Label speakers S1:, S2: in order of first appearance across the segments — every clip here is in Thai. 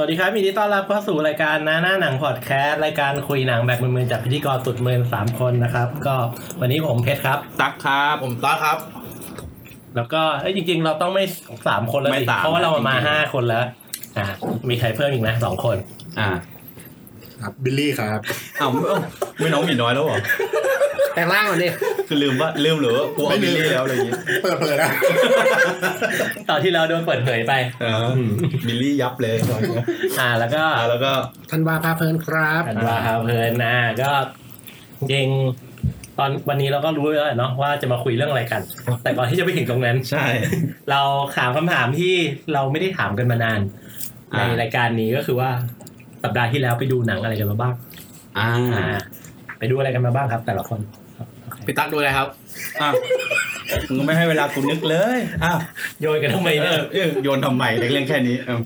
S1: วัสดีครับยินดีต้อนรับเข้าสู่รายการหน้าหน้าหนังพอดแคสต์รายการคุยหนังแบบมือๆจากพิธีกรสุดมือสามคนนะครับ ก็วันนี้ผมเพชรครับ
S2: ตักครับ
S3: ผมต้าครับ
S1: แล้วก็เอ้ยจริง ๆ เราต้องไม่สามคนแล้ว
S2: ไม่
S1: สิ
S2: สาม
S1: เพราะว่าเรา
S2: จริงๆ
S1: มาห้าคนแล้วอ่ามีใครเพิ่มอีกนะสองคน
S2: อ่า
S3: ครับบิลลี่ครับ
S2: เอาไม่เอาไม่น้องหมีน้อยแล้วเหรอ
S4: แต่งร่างก่อนดิ
S2: คือลืมว่าลืมหรือว่ากลัว
S3: ไม่
S2: เอา
S3: ลื
S2: บิล
S3: ม
S2: ลี่แล้วอะไรอย่างงี้
S3: เปิดเผยนะ
S1: ตอนที่เราโดนเปิดเผยไป
S2: อ่าบิลลี่ยับเลยตอนเนี้ย
S1: อ่าแล้วก็
S2: อ่าแล้วก็
S4: ธันวาพาเพลินครับ
S1: อันว่าครับเพลินนะก็จริงตอนวันนี้เราก็รู้แล้วแหละเนาะว่าจะมาคุยเรื่องอะไรกัน แต่ก่อนที่จะไปถึงตรงนั้น
S2: ใช่
S1: เราถามคำถามที่เราไม่ได้ถามกันมานาน ใน
S2: อ่า
S1: รายการนี้ก็คือว่าสัปดาห์ที่แล้วไปดูหนังอะไรกันมาบ้าง
S2: อ่า
S1: อ่า ไปดูอะไรกันมาบ้างครับ แต่ละคน
S4: พี่ตั๊กดูอะไรครับ
S2: อ่ะมึงก็ไม่ให้เวลากูนึกเลยอ่ะ
S1: โยนกันทำไม
S2: เอ
S1: เนี่ย
S2: อเออโยนทำไมเรื่องแค่นี้เออ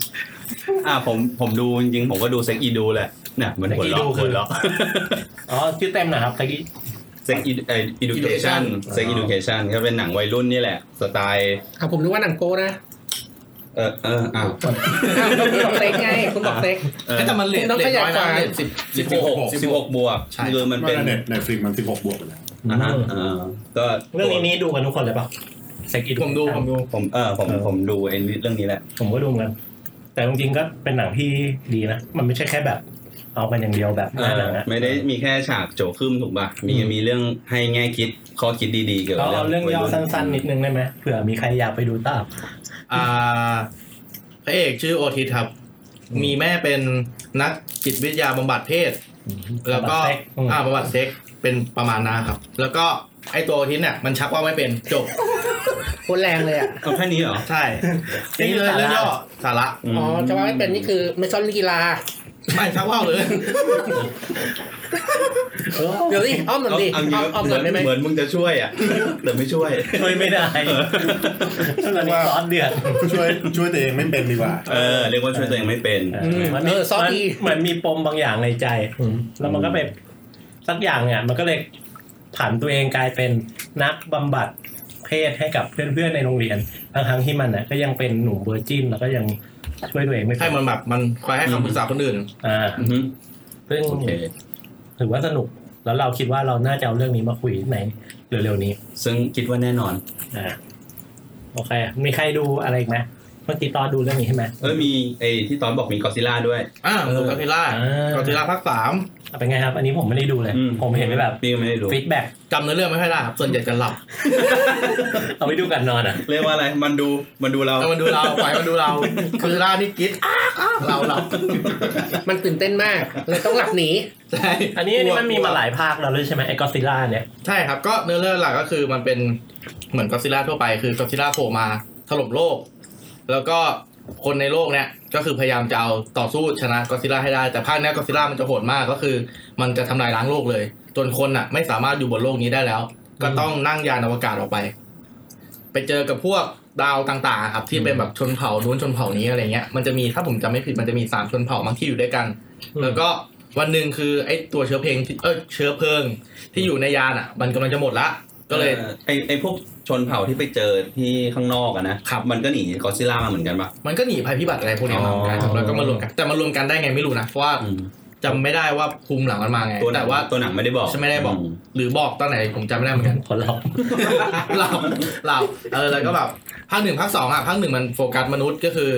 S2: อ่าผมผมดูจริงๆผมก็ดูเซ็กอีดูแหละเนี่ยเหมือนหัวเราะหัวเราะ
S1: อ๋อชื่อเต็มนะครับตะกี้
S2: เซ็กอีเอ่อ education เซ็ก education ก็เป็นหนังวัยรุ่นนี่แหละ สไตล์
S4: อ่ะผมนึกว่าหนังโป้นะ
S2: เออเอออ้าว
S4: อ้าวคุณบอกเต็กไง คุณบอกเต็ก
S2: เออ
S5: แต่มันเลท
S4: คุณต้อง
S5: เลท
S4: ขยาย
S5: น้อยนะ
S4: ความ
S5: เลทสิบ
S2: สิ
S5: สิ
S2: บบ ห
S5: ห
S2: ก
S5: ก
S2: สิ
S5: สิ
S2: บบ ห
S5: ห
S2: ก
S5: ก
S2: บวก
S5: ใช่
S2: คือมันเป็น
S3: เน็ตเน็ตฟลิกมันสิบหกบวกไปแล้ว
S2: อ่าฮะเออก็
S1: เรื่องนี้นี่ดูกันทุกคนเลยเปล่าเซ็กอี
S5: ผมดูผมดู
S2: ผมเออผมผมดูไอ้เรื่องนี้แหละ
S1: ผมก็ดูเหมือนกัน แต่จริงๆก็เป็นหนังที่ดีนะ มันไม่ใช่แค่แบบ เอากันอย่างเดียวแบบหน้าหนังอะ
S2: ไม่ได้มีแค่ฉากโจขึ้มถูกป่ะ มีมีเรื่องให้แง่คิดข้อคิดดีๆเกี่ยว
S1: เรา
S2: กับ
S1: เอาเรื่องย่อสั้นๆ นิดนึงได้ไหมเผื่อมีใครอยากไปดูตาม
S5: อ่าพระเอกชื่อโอทิสครับ มีแม่เป็นนักจิตวิทยาบำบัดเพศ แล้วก็
S1: เซ็อืม
S5: อ่าบำบัดเซ็กเป็นประมาณนั้นครับ แล้วก็ไอตัวโอทิสเนี่ยมันชักว่าไม่เป็นจบ
S4: โคตรแรงเลยอ่ะ
S2: เอาแค่นี้เหรอ
S5: ใช่
S1: นี่
S5: นี่
S1: คื
S5: เล
S1: อยสาระ
S5: เรื่องย่อสาระ
S4: อ๋อ จะว่าไม่เป็นนี่คือไม่ชอบเล่นกีฬา
S5: ไม่ชักว่าว เลย
S1: เออ
S4: เดี๋ยวดิอ้อมหน่อยดิ
S2: เอา
S4: อ้อมอ้อมหน่อยได้ไหม
S2: เหมือนมึงจะช่วย อ่ะ แต่ไม่ช่วย
S1: ช่วยไม่ได้ตอนนี้ซอสเดือด
S3: ช่วย ช่วยตัวเองไม่เป็นดีกว่า
S2: เออเรียกว่าช่วยตัวเองไม่เป็น
S4: อืมเออซอสดี
S1: เหมือนมีปมบางอย่างในใจ แล้วมันก็ไปสักอย่างเนี่ย มันก็เลยผันตัวเองกลายเป็นนักบำบัดเพศให้กับเพื่อนๆในโรงเรียนทั้งๆที่มันน่ะก็ยังเป็นหนุ่มเวอร์จินแล้วก็ยังช่วยตัวเองไม่
S5: ใช่
S1: เป็น
S5: มันแบบมันคอยให้คำปรึกษาคนอื่น
S1: อ่า
S2: อือฮึ
S1: ซึ่ง
S2: โอเค
S1: ถือว่าสนุก แล้วเราคิดว่าเราน่าจะเอาเรื่องนี้มาคุยในเร็วๆนี้
S2: ซึ่งคิดว่าแน่นอน
S1: อ่าโอเค มีใครดูอะไรอีกไหมเมื่อกี้ตอนดูเรื่องนี้ใช่ไหม
S2: เออมีไอ้ที่ตอนบอกมีกอซิล่าด้วย
S5: อ่าดูกอทิล่า
S1: อ่า
S5: กอทิล่าภาคสาม
S1: เป็นไงครับ อันนี้ผมไม่ได้ดูเลย
S2: อืม
S1: ผมเห็นไปแบบ
S2: พี่ก็ไม่ได้ดู
S1: ฟีดแบ็ก
S5: จำเนื้อเรื่องไม่ค่อยได้ครับส่วนใหญ่จะหลับ
S1: เอาไปดูกันนอนอ่ะ
S2: เรียกว่าอะไร มันดู มันดูเรา
S5: เอามันดูเราปล่อยมันดูเรากอทิล่านี่กรีดอ้าอ้าเราหลับ
S4: มันตื่นเต้นมาก เลยต้องหลับหนี
S5: ใช่
S1: อันนี้อัน
S5: ก
S1: นี้
S5: ลัว
S1: มันมีมาหลายภาคแล้วด้วยใช่ไหมไอ้กอซิล่าเนี่ย
S5: ใช่ครับก็เนื้อเรื่องหลักก็คือมันเป็นเหมือนก็อดซิลล่าทั่วไปคือก็อดซิลล่าโผล่มาถล่มโลก แล้วก็คนในโลกเนี่ยก็คือพยายามจะเอาต่อสู้ชนะก็อดซิลล่าให้ได้ แต่ภาคเนี้ยก็อดซิลล่ามันจะโหดมากก็คือ มันจะทำลายล้างโลกเลย จนคนอ่ะ ไม่สามารถอยู่บนโลกนี้ได้แล้ว ก็ต้องนั่งยานอวกาศออกไป ไปเจอกับพวกดาวต่างๆ ครับ ที่เป็นแบบชนเผ่านู้นชนเผ่านี้อะไรเงี้ยมันจะมีถ้าผมจำไม่ผิดมันจะมีสามชนเผ่ามั้งที่อยู่ด้วยกัน
S1: อืม
S5: แล้วก็วันหนึ่งคือไอ้ตัวเชื้อเพลิงที่เออเชื้อเพลิงที่อยู่ในยานอ่ะ มันกำลังจะหมดละ ก็เลย
S2: ออไอไอพวกชนเผ่าที่ไปเจอที่ข้างนอกอะนะครับ มันก็หนีกอดซิลล่ามาเหมือนกันปะ
S5: มันก็หนีภัยพิบัติอะไรพวกนี้มาเหมือนกันครับ
S2: อ๋อ
S5: แล้วก็มารวมกันแต่มารวมกันได้ไงไม่รู้นะเพราะว่าจำไม่ได้ว่าภูมิหลังมันมาไง
S2: ตัวหนั
S5: แต่
S2: ง
S5: ว่า
S2: ว่าตัวหนังไม่ได้บอก
S5: ใช่ไม่ได้บอก
S2: ม
S5: หรือบอกตอนไหนผมจำไม่ได้เห มือนกัน
S1: คนเรา
S5: หลับหลับเออแล้วก็แบบภาคหนึ่งภาคสองอ่ะภาคหนึ่งมันโฟกัสมนุษย์ก็คือ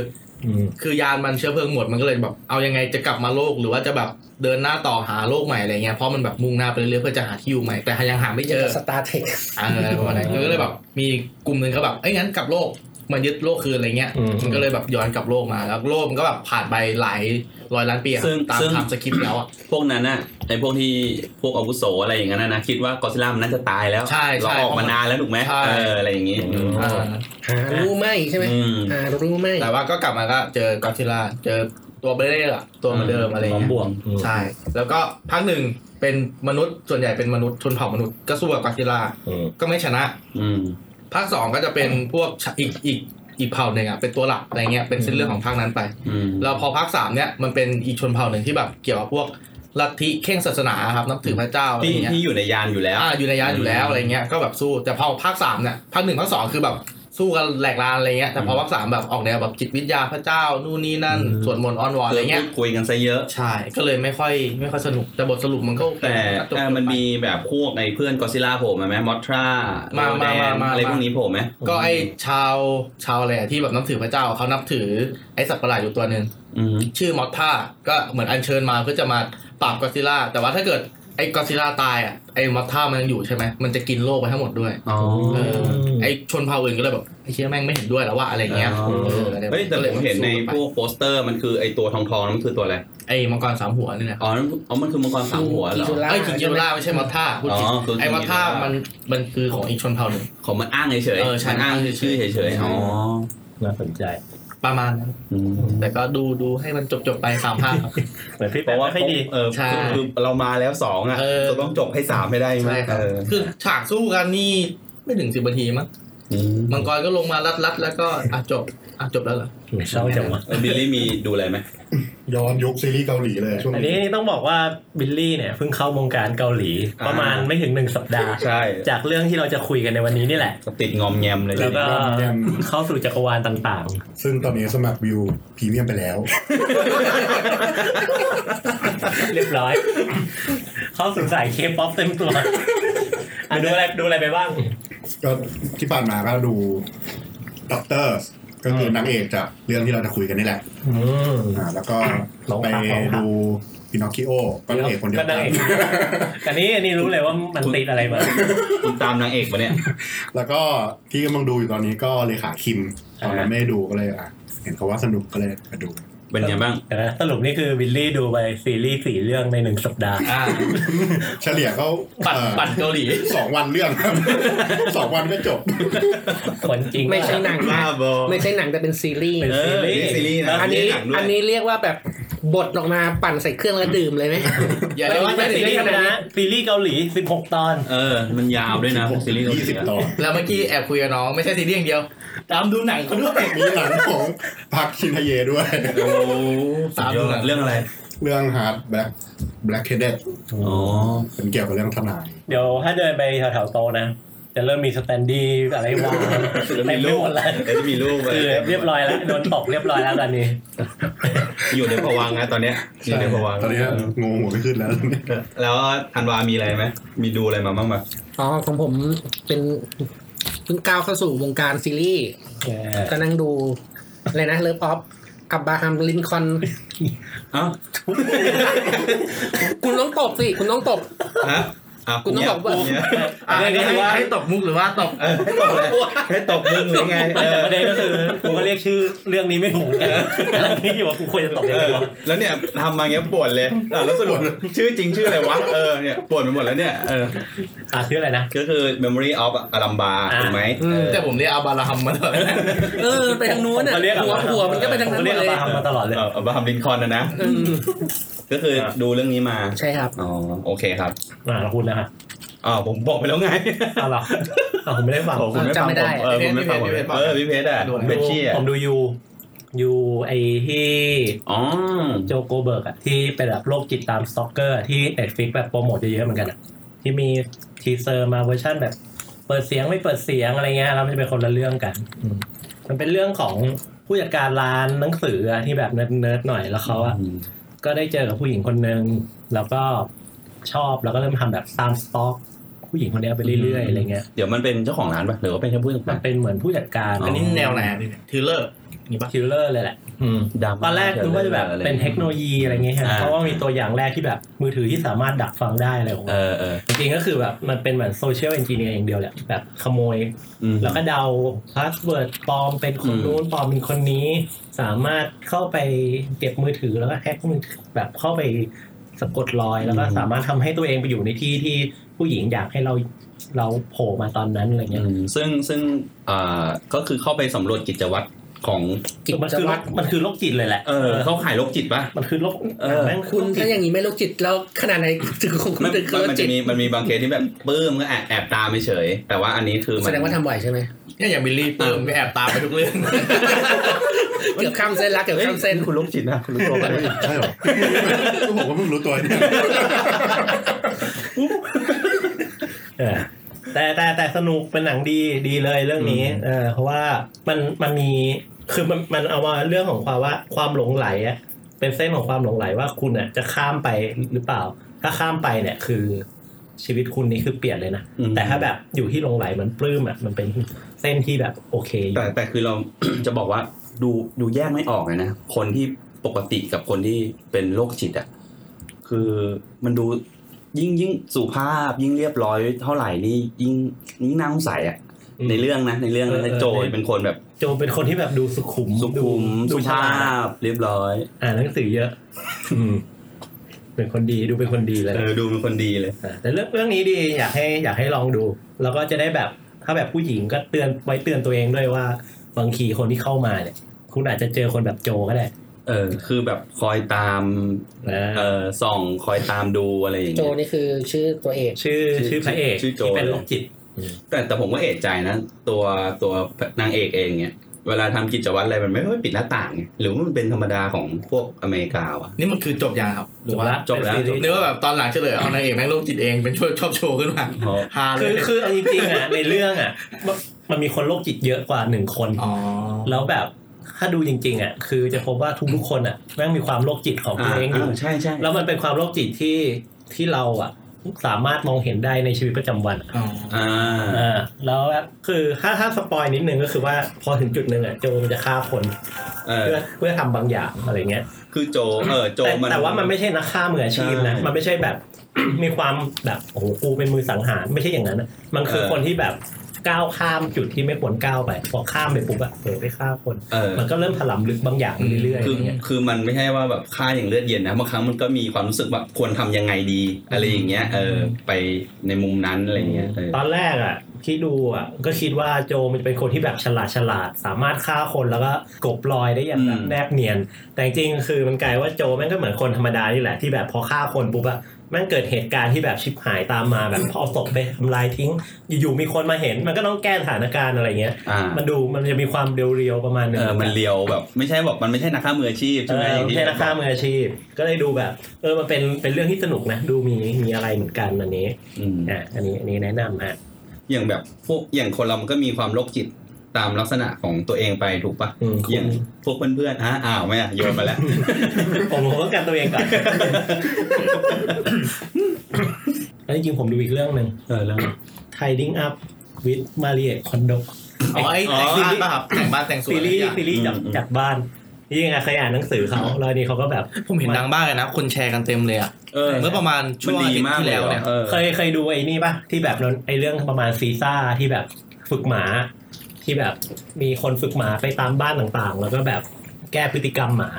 S5: คือยานมันเชื้อเพลิงหมดมันก็เลยแบบเอายังไงจะกลับมาโลกหรือว่าจะแบบเดินหน้าต่อหาโลกใหม่อะไรเงี้ยเพราะมันแบบมุ่งหน้าไปเรื่อยๆเพื่อจะหาที่อยู่ใหม่แต่ยังหาไม่เจอ
S4: สตาร์เทค
S5: อะไรประมาณนั้นก็เลยแบบมีกลุ่มหนึ่งเขาแบบเอ้ยงั้นกลับโลกมันยึดโลกคืนอะไรเงี้ยมันก็เลยแบบย้อนกลับโลกมาแล้วโลกมันก็แบบผ่านไปหลายร้อยล้านปีอะ
S2: ซึ่ง
S5: ตาม
S2: ซึ่ง
S5: ตามสคริปต์แล้วอ่ะ
S2: พวกนั้นน่ะไอพวกที่พวกอาวุโสอะไรอย่างนั้นน่ะนะคิดว่ากอดซิลล่ามันน่าจะตายแล้ว
S5: ใช่ใช่
S2: เราออกมานานแล้วถูกไหม
S5: ใช่
S2: เอออะไรอย่างงี้
S5: อ่า
S4: หารู้ไหมใช่ไหม
S2: อืม
S4: หารู้ไหม
S5: แต่ว่าก็กลับมาก็เจอกอซิล่าเจอตัวเบลเล่อะตัวเหมือนเดิมอะไร
S1: ของ
S5: เงี้ย
S1: บวง
S5: ใช่ แล้วก็ภาคหนึ่งเป็นมนุษย์ส่วนใหญ่เป็นมนุษย์ชนเผ่ามนุษย์ก็สู้กับกอซิล่าก็ไม่ชนะ
S2: อืม
S5: ภาคสองก็จะเป็นพวกอีกอีกอีกเผ่าหนึ่งอ่ะเป็นตัวหลักอะไรเงี้ยเป็นเส้นเรื่องของภาคนั้นไป
S2: อืม
S5: แล้วพอภาคสามเนี่ยมันเป็นอีกชนเผ่าหนึ่งที่แบบเกี่ยวกับพวกลัทธิเข่งศาสนาครับนับถือพระเจ้าอะไร
S2: ที่
S5: เงี้ย
S2: ที่อยู่ในยานอยู่แล้ว
S5: อ่าอยู่ในยานอยู่แล้วอะไรเงี้ยก็แบบสู้แต่พอภาคสามเนี่ยภาคหนึ่งภาคสองคือแบบ สู้กันแหลกลานอะไรเงี้ยแต่พอภาคสามแบบออกแนวแบบจิตวิทยาพระเจ้านู่นนี่นั่น
S1: อืม
S5: สวดมนต์อ้อนวอนอะไรเงี้ย
S2: คุยกันซะเยอะ
S5: ใช่ ก็เลยไม่ค่อยไม่ค่อยสนุก แต่บทสรุปมันก็โอเค
S2: แต่
S5: ก็จบ
S2: แต่มันมีแบบพวกในเพื่อนก็ซิล่าโผล่มาไหมมอทรา
S5: ามามามา
S2: อะไรพวกนี้โผล่ไหม
S5: ก็ไอชาวชาวอะไรอะที่แบบนับถือพระเจ้าเขานับถือไอสัตว์ประหลาดอยู่ตัวหนึ่ง
S2: อืม
S5: ชื่อมอตท่าก็เหมือนอัญเชิญมาเพื่อจะมาปราบกอซิลล่า แต่ว่าถ้าเกิดไอ้กอซิลล่าตายอ่ะไอ้มอตท่ามันยังอยู่ใช่ไหมมันจะกินโลกไปทั้งหมดด้วย
S2: อ๋อ
S5: เออไอ้ชนเผ่าอื่นก็เลยแบบไอ้เชี่ยแม่งไม่เห็นด้วยแล้วว่าอะไรเงี้ย
S2: อ๋อ
S5: อออะไรแบบ
S2: เฮ้ยแต่ผมเห็นในพวกโปสเตอร์มันคือไอตัวทองทองๆนั่นมันคือตัวอะไร
S5: ไอ้มังกรสามหัวนี่แหละ
S2: อ๋อนั่นอ๋อมันคือมังกรสามหัวเหรอ
S4: คิงจูล่า
S5: ไอ้ยคิงจิโรล่าไม่ใช่มอตท่าพูดผิด
S2: อ๋อคือ
S5: ไอ้มอตท่ามันมันคือของอีกชนเผ่าหนึ่ง
S2: ของมันอ้างเฉยๆ
S5: เออใช่
S2: มันอ้างชื่อเฉยๆอ๋อ
S1: น่าสนใจ
S5: ประมาณนั้น
S2: อืม
S5: แต่ก็ดูดูให้มันจบจบๆไปสามภาคครับ
S1: เหมือนพี่
S2: เพ
S1: แป๊บ
S2: ราะว่า
S1: ไม่ค่อยดี
S2: เออ
S5: ใช่
S2: คือคือเรามาแล้วสองอ่ะ
S5: เออ
S2: เราต้องจบให้สามให้ได้ไหม
S5: ใช่ครับ
S2: เออ
S5: คือฉากสู้กันนี่ไม่ถึงสิบนาทีมั้ง
S2: ม
S5: มังกรก็ลงมารัดรัดๆแล้วก็อ่ะจบอ่ะจบแล้วเหรอ
S1: ไม่เศร้าจังวะ
S2: เออบิลลี่มีดูอะไรไหม
S3: ย้อนยุคซีรีส์เกาหลีเลยช่วง
S1: อันนี้
S3: นี้
S1: ต้องบอกว่าบิลลี่เนี่ยเพิ่งเข้าวงการเกาหลี ประมาณไม่ถึงหนึ่งสัปดาห์
S2: ใช่
S1: จากเรื่องที่เราจะคุยกันในวันนี้นี่แหละ
S2: ติดงอมแงมเลย
S1: แล้วก็เข้าสู่จักรวาลต่าง
S3: ซึ่งตอนนี้สมัครวิวพรีเมียมไปแล้ว
S1: ๆ เรียบร้อย เข้าสู่สายเคป๊อปเต็มตัวอ่ะดูอะไรดูอะไรไปบ้าง
S3: ก็ที่ผ่านมาก็ดูด็อกเตอร์ ก็คืออนางเอกจากเรื่องที่เราจะคุยกันนี่แหละ
S1: อืม
S3: อ่า แล้วก็
S1: ลอง
S3: ไป
S1: พักลองพัก
S3: ดูพินอคคิโอก็นางเอกคนเดียวกัน
S1: ก็างเอกอันนี้อันนี้รู้เลยว่ามันติดอะไรมา
S2: คุณตามนางเอกปะเนี่ย
S3: แล้วก็ที่กำลังดูอยู่ตอนนี้ก็เลขาคิมตอนนั้นไม่ได้ดูก็เลยอ่ะเห็นเขาว่าสนุกก็เลยมาดู
S2: เป็นไงบ้าง
S1: เดี๋ยวนะสรุปนี่คือวิลลี่ดูไปซีรีส์สี่เรื่องในหนึ่งสัปดาห์
S5: อ่า
S3: เฉลี่ยเขา
S5: ปั่น
S3: เอ่อ
S5: ปั่นเกาหลี
S3: สองวันเรื่องครับ สองวันก็จบ
S1: คนจริง
S4: ไม่ใช่หนังนะ
S2: บ้าบอ
S4: ไม่ใช่หนังแต่เป็นซีรีส์
S1: เป็นซีรีส์
S2: เออเป็นซีรีส์นะ
S1: แล้ว
S4: อันนี้
S2: หนังด้วย
S4: อันนี้เรียกว่าแบบบดออกมาปั่นใส่เครื่องแล้วดื่มเลยไหม
S5: อย่าเรียกว่า
S1: ไม่
S5: แต่
S1: ใช่
S5: ซี
S1: ซี
S5: รี
S1: รี
S5: ส์
S1: ส์
S5: ข
S1: ธรรมดา
S5: นาดนี้
S1: นะซีรีส์เกาหลี 16 ตอน
S2: เออ มันยาวด้วยนะพวกซีรีส์เกาหลี
S3: ยี่สิบ
S2: อะ
S3: ตอน
S5: แล้วเมื่อกี้แอบคุยกับน้องไม่ใช่ซีรีส์อย่างเดียว ตามดูหนังเขาด้วย
S3: มีหนังของพักชินทเยด้วย
S2: โอ้
S5: สาม
S2: สุดยอด
S5: เรื่
S2: เรื่อ
S5: อง
S2: งอะไร
S3: เรื่องฮาร์ดแบล็คแบล็คเฮดเด
S2: อ๋อ
S3: เป็นเกี่ยวกับเรื่องทนาย
S1: เดี๋ยวถ้าเดินไปแถวๆโตะนะ จะเริ่มมีสแตนดี้อะไรวาง
S2: แล้ว
S1: เต็
S2: มี
S1: มไป
S2: รู
S1: ห
S2: ป
S1: มดเลย
S2: แล้วมีรูปอะไร
S1: คือเรียบร้อยแล้ว โดนตกเรียบร้อยแล้วตอน นี้
S2: อยู่ในผวังค์นะตอนเนี้ยอยู่ในผวังค์
S3: ตอนนี้งงหัวไม่ขึ้นแล้ว
S2: แล้วธันวามีอะไรไหม มีดูอะไรมาบ้างปะ
S4: อ๋อของผมเป็นเพิ่งก้าวเข้าสู่วงการซีรีส์ก็นั่งดูอะไรนะเลิฟออฟกับบาฮัมลินคอน
S2: เอ้า
S4: คุณต้องตบสิ คุณต้องตบ
S2: ฮะอ้าว
S4: คุณต้องบอกว่า
S2: กูเนี่ย
S5: อ่ะ
S1: เรื่
S5: ให้
S1: องนี้ถือ
S5: ให้
S1: ว่า
S5: ให้ตบมุกหรือว่าตบ
S2: เออให้ตกเลยให้ตกมึงหรือไงเอ
S1: แต่
S2: อ
S1: ประเด็นก็คือกูก็เรียกชื่อเรื่องนี้ไม่ถูกกันกำลังคิดอยู่ว่ากูควรจะตกยั
S2: เอง
S1: ไง
S2: อ
S1: วะ
S2: แล้วเนี่ยทำมาเงี้ยปวดเลยอ่ะแล้วสรุปชื่อจริงชื่ออะไรวะ เออ เนี่ยปวดไปหมดแล้วเนี่ย เออ
S1: อ่ะชื่ออะไรนะ
S2: ก็คือ memory of อลัมบาถูกไหม
S4: อืม
S2: เออ
S5: แต่ผมเรียกอาบาราฮัมมาตลอด
S4: เออ ไปทางนู้น
S1: ผ
S4: อ่ะ
S1: มก็เรียก
S4: หัว
S1: อะ
S4: หัวมันก็ไปทาง
S1: ผม
S4: นั้
S1: ก็
S4: นหม
S1: เรียก
S4: ดเลย
S1: อาบาฮัมมาตลอดเลย
S2: เอออับราฮัมลินคอล์นนะนะ
S4: อืม
S2: ก็คือดูเรื่องนี้มา
S4: ใช่ครับ
S2: อ๋อ โอเคครับ
S1: อ่าคุณนะครับ
S2: อ๋อผมบอกไปแล้วไง
S1: อ้าวเหรออ้าวผมไม่ได้ฟัง
S2: โอ้คุณไม่ฟัง
S4: จำไม่ได้
S2: ผเออผมไม่ฟังผมเออพี่เพชรอ่ะผมเป็นเชี่ย
S1: ผมดูยูยูไอที่
S2: อ๋อ
S1: โจโกเบิร์กอะที่เป็นแบบโรคจิตตามสตอกเกอร์ ที่เอ็ดฟิกแบบโปรโมทเยอะๆเหมือนกันอะที่มีทีเซอร์มาเวอร์ชั่นแบบ เปิดเสียงไม่เปิดเสียงอะไรเงี้ยแล้วมันจะเป็นคนละเรื่องกันอืมมันเป็นเรื่องของผู้จัดการร้านหนังสืออะที่แบบเนิร์ดๆหน่อยแล้วเขาอะ ก็ได้เจอกับผู้หญิงคนหนึ่งแล้วก็ชอบแล้วก็เริ่มทำแบบตามสต็อก ผู้หญิงคนเนี้ยไปเรื่อยๆอะไรเงี้ย
S2: เดี๋ยวมันเป็นเจ้าของร้านป่ะหรือว่าเป็นแค่ผู้จัด
S1: มั
S2: กาน ร
S1: เป็นเหมือนผู้จัดการ
S2: อ๋ออั
S5: อันนี้แนวไหนอ่ะทิลเลอร์นี่ปะ
S1: คิลเลอร์เลยแหละ อืม
S2: ดราม่า
S1: ตอนแรกนึกว่าจะแบบเป็นเทคโนโลยีอะไรเงี้ยฮะเพราะว่ามีตัวอย่างแรกที่แบบมือถือที่สามารถดักฟังได้อะไรของ
S2: เออเออ
S1: จริงๆก็คือแบบมันเป็นเหมือนโซเชียลเอนจิเนียร์อย่างเดียวแหละแบบขโมย
S2: อืม
S1: แล้วก็เดาพาสเวิร์ดปลอมเป็นคนนู้นปลอมเป็นคนนี้ สามารถเข้าไปเก็บมือถือแล้วก็แฮ็กมือถือแบบเข้าไปสะกดรอยแล้วก็สามารถทำให้ตัวเองไปอยู่ในที่ที่ผู้หญิงอยากให้เราเราโผล่มาตอนนั้นอะไร
S2: อื
S1: เงี้ย
S2: มซึ่งซึ่งอ่าก็คือเข้าไปสำรวจกิจวัตรของ
S4: กิจ
S1: มันคือโร
S4: วัต
S1: ค
S4: ร
S1: มันคือโรคจิตเลยแหละ
S2: เออเข้าขายโรคจิตป่ะ
S1: มันคือโรค
S2: เออ
S1: แม่ง
S4: คุณ
S1: โรจิต
S4: ถ้าอย่างนี้ไม่โรคจิตแล้วขนาดไหน ถึงของคุณ
S2: มัน
S4: ถึงคือโร
S2: มั
S4: คน จิ
S2: จะ
S4: ต
S2: มีมันมีบางเคสที่แบบปื้มก็แอบแอบตามไปเฉย แต่ว่าอันนี้คือมัน
S4: แสดงว่าทำบ่อยใช่ไหม
S5: เนี่ยอย่างบิลลี่เติมไปแอบตามไปทุกเรื่อง
S4: เกือบข้ามเส้นละเกือบข้ามเส้น
S2: คุณโรคจิตนะคุณรู้ตัวป่ะ
S3: ใช่หรอ ผมก็เพิ่งรู้ตัวเนี่ย
S1: เออแ แต่แต่แต่สนุกเป็นหนังดีดีเลยเรื่องนี้
S2: อืม
S1: เออเพราะว่ามันมันมีคือมันมันเอามาเรื่องของความว่าความหลงไหลอะเป็นเส้นของความหลงไหลว่าคุณอ่ะจะข้ามไปหรือเปล่า ถ้าข้ามไปเนี่ยคือชีวิตคุณนี่คือเปลี่ยนเลยนะ
S2: อืม
S1: แต่ถ้าแบบอยู่ที่หลงไหลเหมันปลื้มอ่ะมันเป็นเส้นที่แบบโอเคอยู่
S2: แต่แต่คือเรา จะบอกว่าดูดูแยกไม่ออกเลยนะ คนที่ปกติกับคนที่เป็นโรคจิตอ่ะคือมันดูยิ่งยิ่งสุภาพยิ่งเรียบร้อยเท่าไหร่นี่ยิ่งยิ่งน่าสงสัยอ่ะในเรื่องนะในเรื่องนะโจยเป็นคนแบบ
S1: โจเป็นคนที่แบบดูสุขุม
S2: สุขุม
S1: ดู
S2: สุ
S1: ฉลา
S2: ภา
S1: ด
S2: พเรียบร้อย
S1: อ่านหนังสือเยอะ
S2: อืม
S1: เป็นคนดีดูเป็นคนดีเลย
S2: เออดูเป็นคนดีเลย
S1: อ่าแต่เรื่องเรื่องนี้ดีอยากให้อยากให้ลองดู แล้วก็จะได้แบบถ้าแบบผู้หญิงก็เตือนไว้เตือนตัวเองด้วยว่า บางทีคนที่เข้ามาเนี่ย คุณอาจจะเจอคนแบบโจก็ได้
S2: เออ คือแบบคอยตาม
S1: นะ
S2: เออส่องคอยตามดูอะไรอย่าง
S4: โจ
S2: เงี้ย
S4: นี่คือชื่อตัวเอก
S1: ชื่อ
S2: ชื่อ
S1: ชื่อพระเอก
S2: ชื่อโจ
S1: ที่เป็นโรคจิต
S2: แต่แต่ผมก็เอะใจนะ ตัวตัวนางเอกเองเนี่ยเวลาทำกิจวัตรอะไรมันไม่ค่อยปิดหน้าต่างไงหรือว่ามันเป็นธรรมดาของพวกอเมริกาวะ
S5: นี่มันคือจบยังครับหรือว่า
S1: จบละ
S2: จบแล้ว
S1: เป็นซีรีส์
S5: นึกว่าแบบตอนหลังเฉลยเอานางเอกนั่งโรคจิตเองเป็นช่วยชอบโชว์ขึ้นมา
S2: อ๋อ
S5: ฮาเล
S1: คื
S5: ย
S1: อคือเอาจริง ๆอ่ะ ในเรื่องอ่ะมันมันมีคนโรคจิตเยอะกว่าหนึ่งคน
S5: อ๋อ
S1: แล้วแบบถ้าดูจริง ๆอ่ะคือจะพบว่าทุกๆคนอ่ะแม่งมีความโรคจิตของตัว
S2: อ่า
S1: เองอยู่
S2: อ่าใช่ใช่
S1: แล้วมันเป็นความโรคจิตที่ที่เราอ่ะ สามารถมองเห็นได้ในชีวิตประจำวัน
S5: อ๋อ
S2: อ่า
S1: อ่าแล้วแบบคือถ้าถ้าสปอยนิดนึงก็คือว่าพอถึงจุดหนึ่งอ่ะโจมันจะฆ่าคน
S2: เออ
S1: เพื่อเพื่อทำบางอย่างอะไรเงี้ย
S2: คือโจเออโจ
S1: แต่
S2: มัน
S1: แต่ว่ามันไม่ใช่นักฆ่ามืออาชีพนะ
S2: ใช่
S1: มันไม่ใช่แบบ มีความแบบโอ้โหกูเป็นมือสังหารไม่ใช่อย่างนั้นนะมันคือ
S2: เออ
S1: คนที่แบบก้าวข้ามจุดที่ไม่ควรก้าวไปพอข้ามไปปุ๊บอะเผลอไปฆ่าคน
S2: เออ
S1: มันก็เริ่มถลำลึกบางอย่างเรื่อยๆ
S2: คือ
S1: อะไรเงี้ย
S2: คือมันไม่ใช่ว่าแบบฆ่าอย่างเลือดเย็นนะบางครั้งมันก็มีความรู้สึกว่าควรทำยังไงดี อะไรอย่างเงี้ยเออไปในมุมนั้นอะไรอย่างเงี้ยเออ
S1: ตอนแรกอ่ะที่ดูอ่ะก็คิดว่าโจมันจะเป็นคนที่แบบฉลาดฉลาดสามารถฆ่าคนแล้วก็กลบรอยได้อย่างแบบแนบเนียน แต่จริงๆคือมันกลายว่าโจแม่งก็เหมือนคนธรรมดานี่แหละที่แบบพอฆ่าคนปุ๊บอะแม่งเกิดเหตุการณ์ที่แบบชิบหายตามมาแบบพอเอาศพไปทำลายทิ้ง อยู่ๆมีคนมาเห็น มันก็ต้องแก้สถานการณ์อะไรเงี้ย
S2: อ่า
S1: มันดูมันจะมีความเรียวๆประมาณหนึง
S2: เออ มันเลียวแบบไม่ใช่แบบมันไม่ใช่นักฆ่ามืออาชีพ
S1: เอ
S2: ใช่ไหม
S1: อ
S2: อย่าง
S1: ไม่
S2: ที่
S1: ใช่นักฆ่ามืออาชีพ ก็เลยดูแบบ เออมันเป็นเป็นเรื่องที่สนุกนะดูมีมีอะไรเหมือนกันอันนี้
S2: อืม
S1: อ่ะอันนี้อันนี้แนะนำฮะ
S2: อย่างแบบพวกอย่างคนเรามันก็มีความโรคจิตตามลักษณะของตัวเองไปถูกปะ
S1: อืมคุ
S2: อย่า
S1: ณ
S2: งพวกเพื่อนๆอ่ะอ้าวไม่อ่ะโยนมาแล้ว
S1: ผมผมต้องการตัวเองก่อน แล้วจริงๆผมดูอีกเรื่องหนึ่ง
S2: เออแล้ว
S1: Tiding Up with Marie Kondo
S5: อ๋อไอ้
S2: อ๋อ
S5: แต่งบ้านป่ะครับแต่งบ้านแต่งสวน
S1: ซีรี
S5: อะ
S1: ส์
S5: ไรอย่าง
S1: ซีรีส์จาก
S2: อืม
S1: จากบ้านนี่ยังไงเคยอ่านหนังสือเขาแล้วนี่เขาก็แบบ
S5: ผมเห็นดังบ้านกันนะ คนแชร์กันเต็มเลยอะ
S2: เออ
S5: เมื่อประมาณ
S2: มั
S5: ช่วนงอา
S2: ดี
S5: ทิตย์
S2: มาก
S5: ที่
S2: เล
S5: แล้
S2: ยว
S5: เนี่ย
S2: เออ
S1: เคยเคยดูไอ้นี่ป่ะที่แบบเราไอ้เรื่องประมาณซีซ่าที่แบบฝึกหมาที่แบบมีคนฝึกหมาไปตามบ้านต่างๆ แล้วก็แบบแก้พฤติกรรมหมา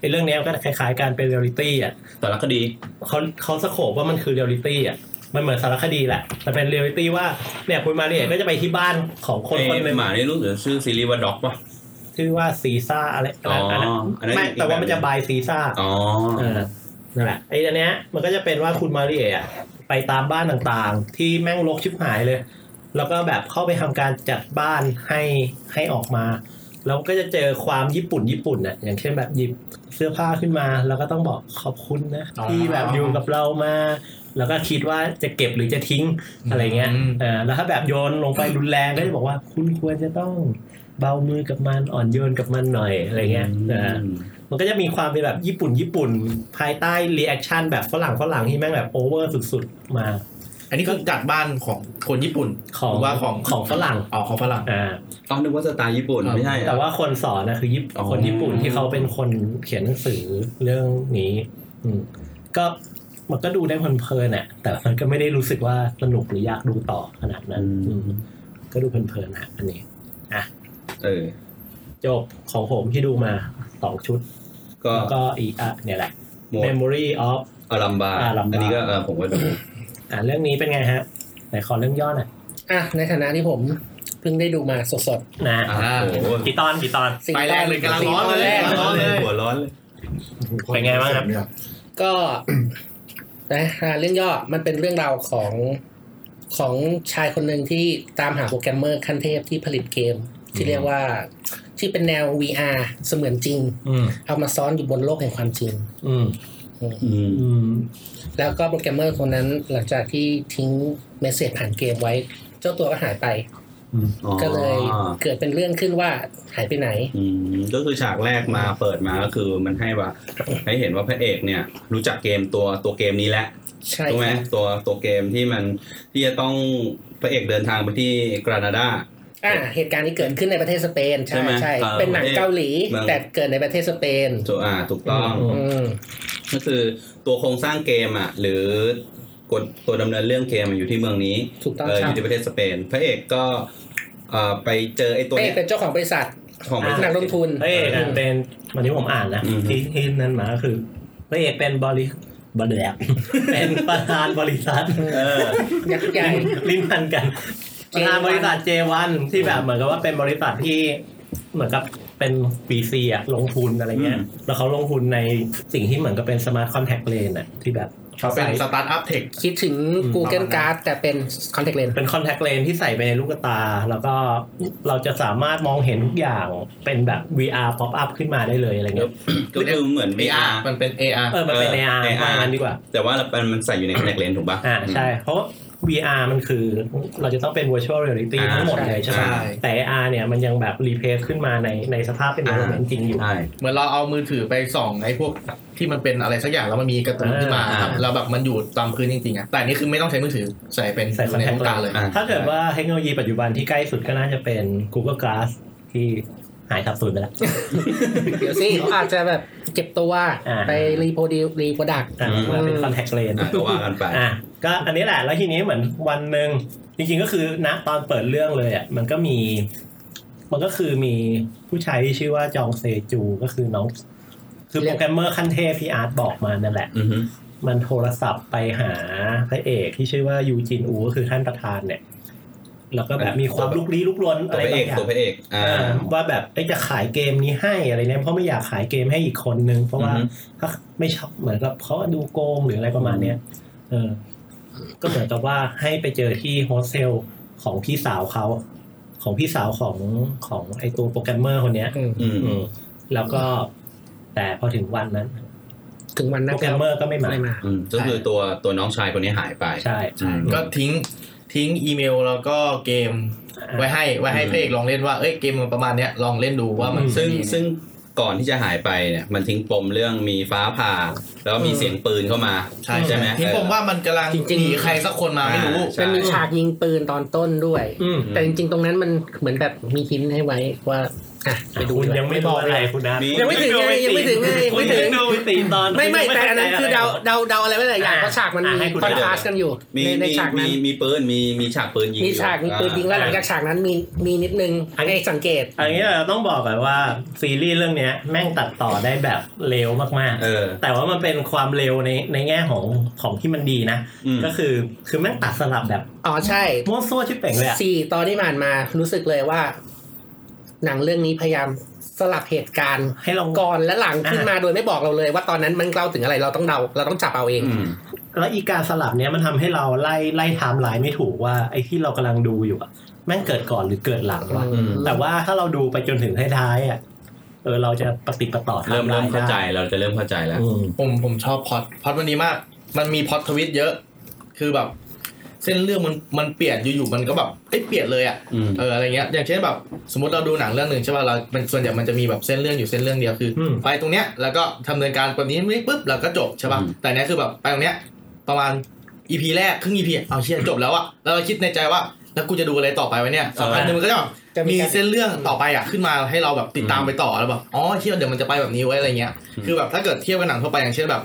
S1: ไอ้เรื่องเนี้ยก็คล้ายๆการเป็นเรียลลิตี้อ่ะ
S2: สารคดี
S1: เขาเขาสโคบว่ามันคือเรียลลิตี้อ่ะมันเหมือนสารคดีแหละแต่เป็นเรียลลิตี้ว่าเนี่ยคุณมาเรียก็จะไปที่บ้านของคนคนห
S2: เป็
S1: นึ่
S2: น
S1: ง
S2: หมาเนี่ยรู้สึกชื่อซีรีส์ว่าด็อกปะ
S1: ชื่อว่าซีซ่าอะไร
S2: อ๋ออันนั้นอันนั้น
S1: ไม่
S2: อีกแบบ
S1: แต่ว่ามันจะบายซีซ่า
S2: อ๋อ
S1: เออนั่นแหละไอ้อันเนี้ยมันก็จะเป็นว่าคุณมาริเอะไปตามบ้านต่างๆ ที่แม่งรกชิบหายเลย แล้วก็แบบเข้าไปทำการจัดบ้านให้ให้ออกมา แล้วก็จะเจอความญี่ปุ่นญี่ปุ่นน่ะอย่างเช่นแบบหยิบเสื้อผ้าขึ้นมา แล้วก็ต้องบอกขอบคุณนะที่แบบอยู่กับเรามา แล้วก็คิดว่าจะเก็บหรือจะทิ้งอะไรเงี้ยเออแล้วถ้าแบบโยนลงไปรุนแรงก็จะบอกว่าคุณควรจะต้องเบามือกับมันอ่อนโยนกับมันหน่อยอะไรเงี้ยเออ
S2: ม
S1: มันก็จะมีความเป็นแบบญี่ปุ่นญี่ปุ่น ภายใต้รีแอคชั่นแบบฝรั่งฝรั่งที่แม่งแบบโอเวอร์สุดๆมา
S5: อันนี้คือจัดบ้านของคนญี่ปุ่น
S1: ของ
S5: หรือว่าของ
S1: ของฝรั่ง
S5: อ๋อของฝรั่ง
S1: อ่า
S2: อ๋อนึกว่าสไตล์ญี่ปุ่น
S5: เออ
S2: ไม่ใช่
S1: แต่
S2: อ่ะ
S1: ว่าคนสอนนะคือญี่ปุ่น
S2: อ๋อ
S1: คนญี่ปุ่นที่เขาเป็นคนเขียนหนังสือเรื่องนี้ อืมก็มันก็ดูได้เพลินๆน่ะ แต่มันก็ไม่ได้รู้สึกว่าสนุกหรืออยากดูต่อขนาดนั้น อืมก็ดูเพลินๆนะอันนี้
S2: เออ
S1: จบของผมที่ดูมาสองชุด
S2: ก็
S1: แล้วก็อีกอ่ะเนี่ยแหละ
S2: หมด
S1: Memory of
S2: อารัมบา
S1: อารัมบา
S2: อันนี้ก็เออผมก็ดู
S1: อ่ะเรื่องนี้เป็นไงฮะไหนขอเรื่องย่อหน่อย
S4: อ่ะในฐานะที่ผมเพิ่งได้ดูมาสด
S1: นะ
S2: อ่าโอ้โห
S1: กี่ตอนกี่ตอน
S4: ๆสี่
S5: ไปแรกเลยกำลังร้อน
S4: สี่ต
S5: เลยกำลังร้อนเลย
S2: หัวร้อนเลย
S1: เป็นไงบ้างครับ
S3: เนี่ย
S4: ก็ นะอ่ะเรื่องย่อมันเป็นเรื่องราวของของชายคนหนึ่งที่ตามหาโปรแกรมเมอร์ขั้นเทพที่ผลิตเกม ที่เรียกว่า ที่เป็นแนว VR เสมือนจริง
S1: อืม
S4: เอามาซ้อนอยู่บนโลกแห่งความจริง
S1: อืม
S2: อืม
S1: อืม
S4: แล้วก็โปรแกรมเมอร์คนนั้นหลังจากที่ทิ้งเมสเซจผ่านเกมไว้ เจ้าตัวก็หายไป
S6: อ๋อ
S4: ก็เลยเกิดเป็นเรื่องขึ้นว่าหายไปไหน
S6: อืมก็คือฉากแรกมาเปิดมาก็คือมันให้ว่าให้เห็นว่าพระเอกเนี่ย รู้จักเกมตัวตัวเกมนี้แล้ว
S4: ใช่
S6: ถูกไหม
S4: ครับ
S6: ตัวตัวเกมที่มันที่จะต้องพระเอกเดินทางไปที่กรานาดา
S4: อ่าเหตุการณ์นี้เกิดขึ้นในประเทศสเปน
S6: ใช่
S4: ใช่
S6: ไหม
S4: ใช่
S6: เออ
S4: เป็นหนังเกาหลี
S6: เมือง
S4: แต่เกิดในประเทศสเปน
S6: ถูกอ่าถูกต้อง
S1: อื
S4: อืม
S6: ก็คือตัวโครงสร้างเกมอ่ะหรือกฎตัวดำเนินเรื่องเกมอะอยู่ที่เมืองนี้
S4: ถูกต้อง
S6: เออ
S4: ค
S6: อ
S4: รับ
S6: ยู่ที่ประเทศสเปน พระเอกก็เอ่อไปเจอไอ้ตัว
S4: เป้
S6: เนี้ย
S4: เป็นเจ้าของบริษัท
S6: ของบริษัท
S4: นักลงทุน
S1: พระเอกอะเป็นวันที่ผมอ่านนะ
S6: อืม
S1: ที่ที่นั้นมาก็คือพระเอกเป็นบริบริแลเป็นประธานบริษัท
S6: เออ
S4: ยักษ์ใหญ่
S1: ลิ้นพันกันป
S4: J1
S1: ระธานบริษัทเจวันที่แบบเหมือนกับว่าเป็นบริษัทที่เหมือนกับเป็นปีซีอะลงทุนอะไรเงี้ย
S6: อืม
S1: แล้วเขาลงทุนในสิ่งที่เหมือนกับเป็นสมาร์ทคอนแทคเลนอะที่แบบ
S5: เขาเป็นสตาร์ทอัพเทค
S4: คิดถึง Google
S5: ประมาณนั้น
S4: Card แต่เป็น Contact Lens
S1: เป็นคอนแทคเลนที่ใส่ไปในลูกตา แล้วก็เราจะสามารถมองเห็นทุกอย่างเป็นแบบ VR pop up ขึ้นมาได้เลยอะไรเงี้ย
S6: ก็คือเหมือน VR
S5: AR มันเป็น AR
S1: เออมันเป็น AR
S6: เออ AR
S1: ว่างั้นดีกว่า
S6: แต่ว่ามันมันใส่อยู่ในแคเ l นถูกป่ะ
S1: อ่าใช่ เพราะ VR มันคือเราจะต้องเป็น virtual reality
S6: อ่า
S1: ทั้งหมดเลยใช่ไหม
S5: ใช่
S1: แต่ AR เนี่ยมันยังแบบ replace ขึ้นมาในในสภาพเป็น
S6: อ่า
S1: environment จริงอยู่
S6: ใช่
S5: เหมือนเราเอามือถือไปส่องไอ้พวกที่มันเป็นอะไรสักอย่างแล้วมันมีกระตุ้นขึ้นมา
S6: อ่า
S5: แล้วแบบมันอยู่ตามพื้นจริงๆอ่ะแต่อันนี่คือไม่ต้องใช้มือถือใส่เป็น
S1: ใส่
S5: อยู่ใน
S1: contact
S5: ลูกตาเลย
S6: อ่ะ
S1: ถ้าเกิดว่าเทคโนโลยีปัจจุบันที่ใกล้สุดก็น่าจะเป็น Google Glass ที่หายสับสนไปแล้ว
S4: เดี๋ ยวสิเขาอาจจะแบบเก็บตัว
S1: อ่า
S4: ไปรีโปรดิวรีโปรดัก
S1: อ่ะ
S6: อืม
S1: มาเป็น contact lens
S6: อ่ะก็ว่ากันไป
S1: อ่ะก็อันนี้แหละแล้วทีนี้เหมือนวันหนึ่งจริงๆก็คือนะตอนเปิดเรื่องเลยอ่ะมันก็มี มันก็คือมีผู้ชายที่ชื่อว่าจองเซจูก็คือน้อง คือโปรแกรมเมอร์ขั้นเทพที่อาร์ตบอกมานั่นแหละ
S6: อือฮึ
S1: มันโทรศัพท์ไปหาพระเอกที่ชื่อว่ายูจินอูก็คือท่านประธานเนี่ย แล้วก็แบบมีความลุกลี้ลุกลน
S6: ตั
S1: อะ
S6: ว
S1: ไร
S6: พระเอบ
S1: าง
S6: ก
S1: อย่าง
S6: ตัวพระเอกอ่า
S1: เออว่าแบบเอ้ยจะขายเกมนี้ให้อะไรเนี่ยเพราะไม่อยากขายเกมให้อีกคนนึง เพราะว่า
S6: อือฮึ
S1: ถ้าไม่ชอบเหมือนกับเขาดูโกงหรืออะไรประมาณเนี้ยเออ ก็เหมือนกับว่าให้ไปเจอที่โฮสเทลของพี่สาวเขาของพี่สาวของของไอตัวโปรแกรมเมอร์คนเนี้ย
S6: อืม
S1: อืมแล้วก็ แต่พอถึงวันนั้น
S4: ถึงวันนั
S1: โป
S4: ด
S1: รแกรมเมอร์ก็ไม่มา
S4: ไม่มา
S6: อืมก็คือตัวตัวน้องชายคนนี้หายไป
S1: ใช่
S6: อืม
S5: ก็ทิ้งทิ้งอีเมลแล้วก็เกมไว้ให้ไว้ให้
S6: อืม
S5: เพระเอกลองเล่นว่าเอ้ยเกมมันประมาณเนี้ยลองเล่นดูว่ามัน
S6: ซึ่ง
S5: ดีไหม
S6: ซึ่งก่อนที่จะหายไปเนี่ยมันทิ้งปมเรื่องมีฟ้าผ่า แล้วมีเสียงปืนเข้ามา
S5: ใช่
S6: ใช่ไหม
S5: ที่ผมว่ามันกำลัง
S4: จริงๆ
S5: หนีใครสักคนมาไม่รู้
S6: อ่าใช่
S4: มันมีฉากยิงปืนตอนต้นด้วย
S1: อืม
S6: อืม
S4: แต่จริงๆ ตรงนั้นมันเหมือนแบบมีหินให้ไว้ว่า อ่ะ ไปดู
S1: คุณ
S4: ดีกว่า
S1: ยังไม่บอกอะไรคุณนะ
S6: มี
S4: ยังไม่ถึงไงยังไม่ถึงไงยัง
S1: คุณ
S4: ไม่ถึง
S1: ยังดูตีตอน
S4: ไม่ไม่
S1: คุณยัง
S4: แต่อันนั้นคือเดา
S1: ข้ใจะไร
S4: เดาเดาอะไรไม่หลายอย่าง
S1: อ่ะ
S4: เพราะฉากมัน
S1: อ่ะให้
S4: มี
S1: คุณ
S4: คอนทราสต์กันอยู่
S6: มี
S4: ในใน
S6: มี
S4: ฉาก
S6: มี
S4: นั้น
S6: มีปืนมีมีฉากปืนยิง
S4: มีฉากมีปืนยิงแล้วหลังจากฉากนั้นมีมีนิดนึง
S1: อันนี้
S4: ให้สังเกต
S1: อันนี้เราต้องบอกก่อนว่าซีรีส์เรื่องเนี้ยแม่งตัดต่อได้แบบเร็วมาก
S6: เออ
S1: ๆ แต่ว่ามันเป็นความเร็วในในแง่ของของที่มันดีนะ
S6: อืม
S1: ก็คือคือแม่งตัดสลับแบบ
S4: อ๋อใช่
S1: มั่วซั่วชิบเป่งเลยอะ
S4: สี่ตอนที่ผ่านมารู้สึกเลยว่า หนังเรื่องนี้พยายามสลับเหตุการณ์
S1: ให้ลอง
S4: ก่อนและหลัง
S1: อ่า
S4: ขึ้นมาโดยไม่บอกเราเลย ว่าตอนนั้นมันเล่าถึงอะไรเราต้องเดาเราต้องจับเอาเอง
S6: อืม
S1: แล้วอีการสลับเนี้ยมันทำให้เราไล่ไล่ไทม์ไลน์ไม่ถูกว่าไอ้ที่เรากำลังดูอยู่อะแม่งเกิดก่อนหรือเกิดหลังวะ
S4: อืม
S1: แต่ว่าถ้าเราดูไปจนถึงท้ายๆอะเออเราจะปฏิดประต่อไท
S6: เริ่ม
S1: ม์ไล
S6: เริ่ม
S1: น์
S6: เข้า
S1: ได้
S6: ใจเราจะเริ่มเข้าใจแล้ว
S1: อืม
S5: ผมผมชอบพล็อดพล็อดวันนี้มาก มันมีพล็อดทวิตเยอะ คือแบบ เส้นเรื่องมันมันเปลี่ยนอยู่ๆมันก็แบบเอ้ยเปลี่ยนเลยอ่ะ
S6: อืม
S5: เอออะไรเงี้ยอย่างเช่นแบบ สมมติเราดูหนังเรื่องหนึ่งใช่ป่ะเรามันส่วนใหญ่มันจะมีแบบเส้นเรื่องอยู่เส้นเรื่องเดียวคืออ
S1: ม
S5: ไปตรงเนี้ยแล้วก็ทำเนินการตัวนี้ไม่ปุ๊บเราก็จบใช่ป่ะ
S6: อืม
S5: แต่เนี้ยคือแบบไปตรงเนี้ยประมาณอีพีแรกครึ่งอีพีเอาเชี่ยจบแล้วอะแล้วเราคิดในใจว่าแล้วกูจะดูอะไรต่อไปวะเนี่ยสักพักหนึ่งมันก็จะแบบ
S4: จะมี
S5: มี
S4: การ
S5: เส้นเรื่องต่อไปอ่ะขึ้นมาให้เราแบบติดตามไปต่อแล้วแบบอ๋อเที่ยวเดี๋ยวมันจะไปแบบนี้ไว้ยอะไรเงี้ย
S6: อืม
S5: คือแบบถ้าเกิดเที่ยวกับหนังทั่วไปอย่างเช่นแบบ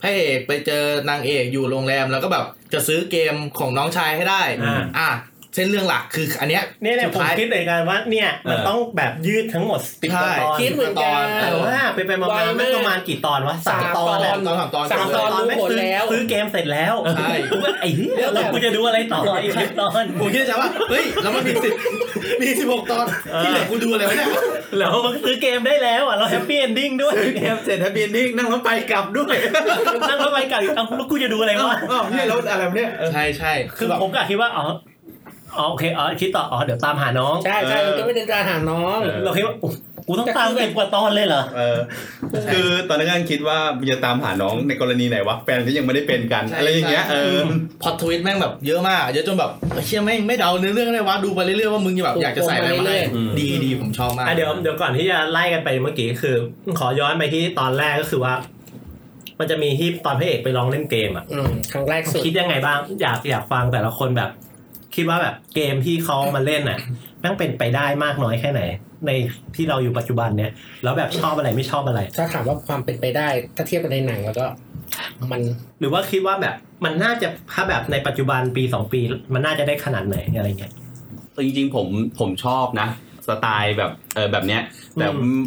S5: พระเอกไปเจอนางเอกอยู่โรงแรมแล้วก็แบบจะซื้อเกมของน้องชายให้ได้
S1: อ่า
S5: อ่ะเส้นเรื่องหลักคืออันเนี้ย
S1: เนี่ยเนี่ยผ
S5: สุด
S1: ม
S5: ท้าย
S1: คิดเหมือนกันว่าเนี่ยมัน
S6: เออ
S1: ต้องแบบยืดทั้งหมดสิบ
S5: ใช่
S1: ตอน
S4: คิดเหมือนกัน
S1: แต่ว่าไปไปมาๆ
S4: ไวมาก
S1: ไม่ประมาณกี่ตอนวะสาม
S4: สาม
S1: ตอนแหละ
S5: ตอนสามตอน
S4: สาม
S5: จบเลย
S4: ตอน
S1: แม่ง
S4: รู้ผล
S1: ซื้อ
S4: แล้ว
S1: ซื้อเกมเสร็จแล้ว
S5: ใช่
S1: ไอ้เหี้ยแล้วกูจะดูอะไรต่ออีกสิบตอน
S5: ผมคิดในใจว่าเฮ้ยแล้วมันมีสิบมีสิบหกตอน
S1: เออ
S5: ที่เหลือกูดูอะไรวะเนี่ย
S1: แล้วมันซื้อเกมได้แล้วอ่ะเราแฮปปี้เอนดิ้ง ด้วย
S6: เกมเสร็จทะเบียนนิ่งนั่งรถไปกลับด้วย
S1: นั่งรถไปกลับอีกเอ้าแล้วกูจะดูอะไรวะ
S6: อ้าวเนี่ยรถอะไรเนี่ย
S5: ใช่ใช่
S1: คื
S5: คือ อแบบ
S1: ผมก็คิดว่าอ๋ออ๋อโอเคอ๋อคิดต่ออ๋อเดี๋ยวตามหาน้อง
S4: ใช่ใช่
S6: เออ
S4: มันก็ไม่ได้ตาหาน้อง
S1: เราคิดว่าโอ้ กูต้องตามสิบกว่าตอนเลยเหรอ
S2: เออคือตอนแรกก็คิดว่าจะตามหาน้องในกรณีไหนวะแฟนก็ยังไม่ได้เป็นกันอะไรอย่างเงี้ยเออ
S5: พอทวิตแม่งแบบเยอะมากเยอะจนแบบเชี่ยแม่งไม่เดาเนื้อเรื่องเลยวะดูไปเรื่อยๆว่ามึงจะแบบอยากจะใส่อะไรมาให้
S7: อืม
S5: ดีดีผมชอบมาก
S1: อ่ะเดี๋ยวเดี๋ยวก่อนที่จะไล่กันไปเมื่อกี้คือ ขอย้อนไปที่ตอนแรกก็คือว่า มันจะมีที่ตอนพระเอกไปลองเล่นเกมอ่ะ
S4: อืมครั้งแรกสุด
S1: คิดยังไงบ้าง อยากอยากฟังแต่ละคนแบบ คิดว่าแบบเกมที่เขามาเล่นน่ะแม่งเป็นไปได้มากน้อยแค่ไหน ในที่เราอยู่ปัจจุบันเนี่ยแล้วแบบชอบอะไรไม่ชอบอะไร
S4: ถ้าถามว่าความเป็นไปได้ ถ้าเทียบกันในหนังแล้วก็ มัน
S1: หรือว่าคิดว่าแบบมันน่าจะถ้าแบบในปัจจุบันปีสองปี มันน่าจะได้ขนาดไหนอะไรเงี้ย
S7: จริงๆผมผมชอบนะ สไตล์แบบเออแบบเนี้ยแต่
S1: อืม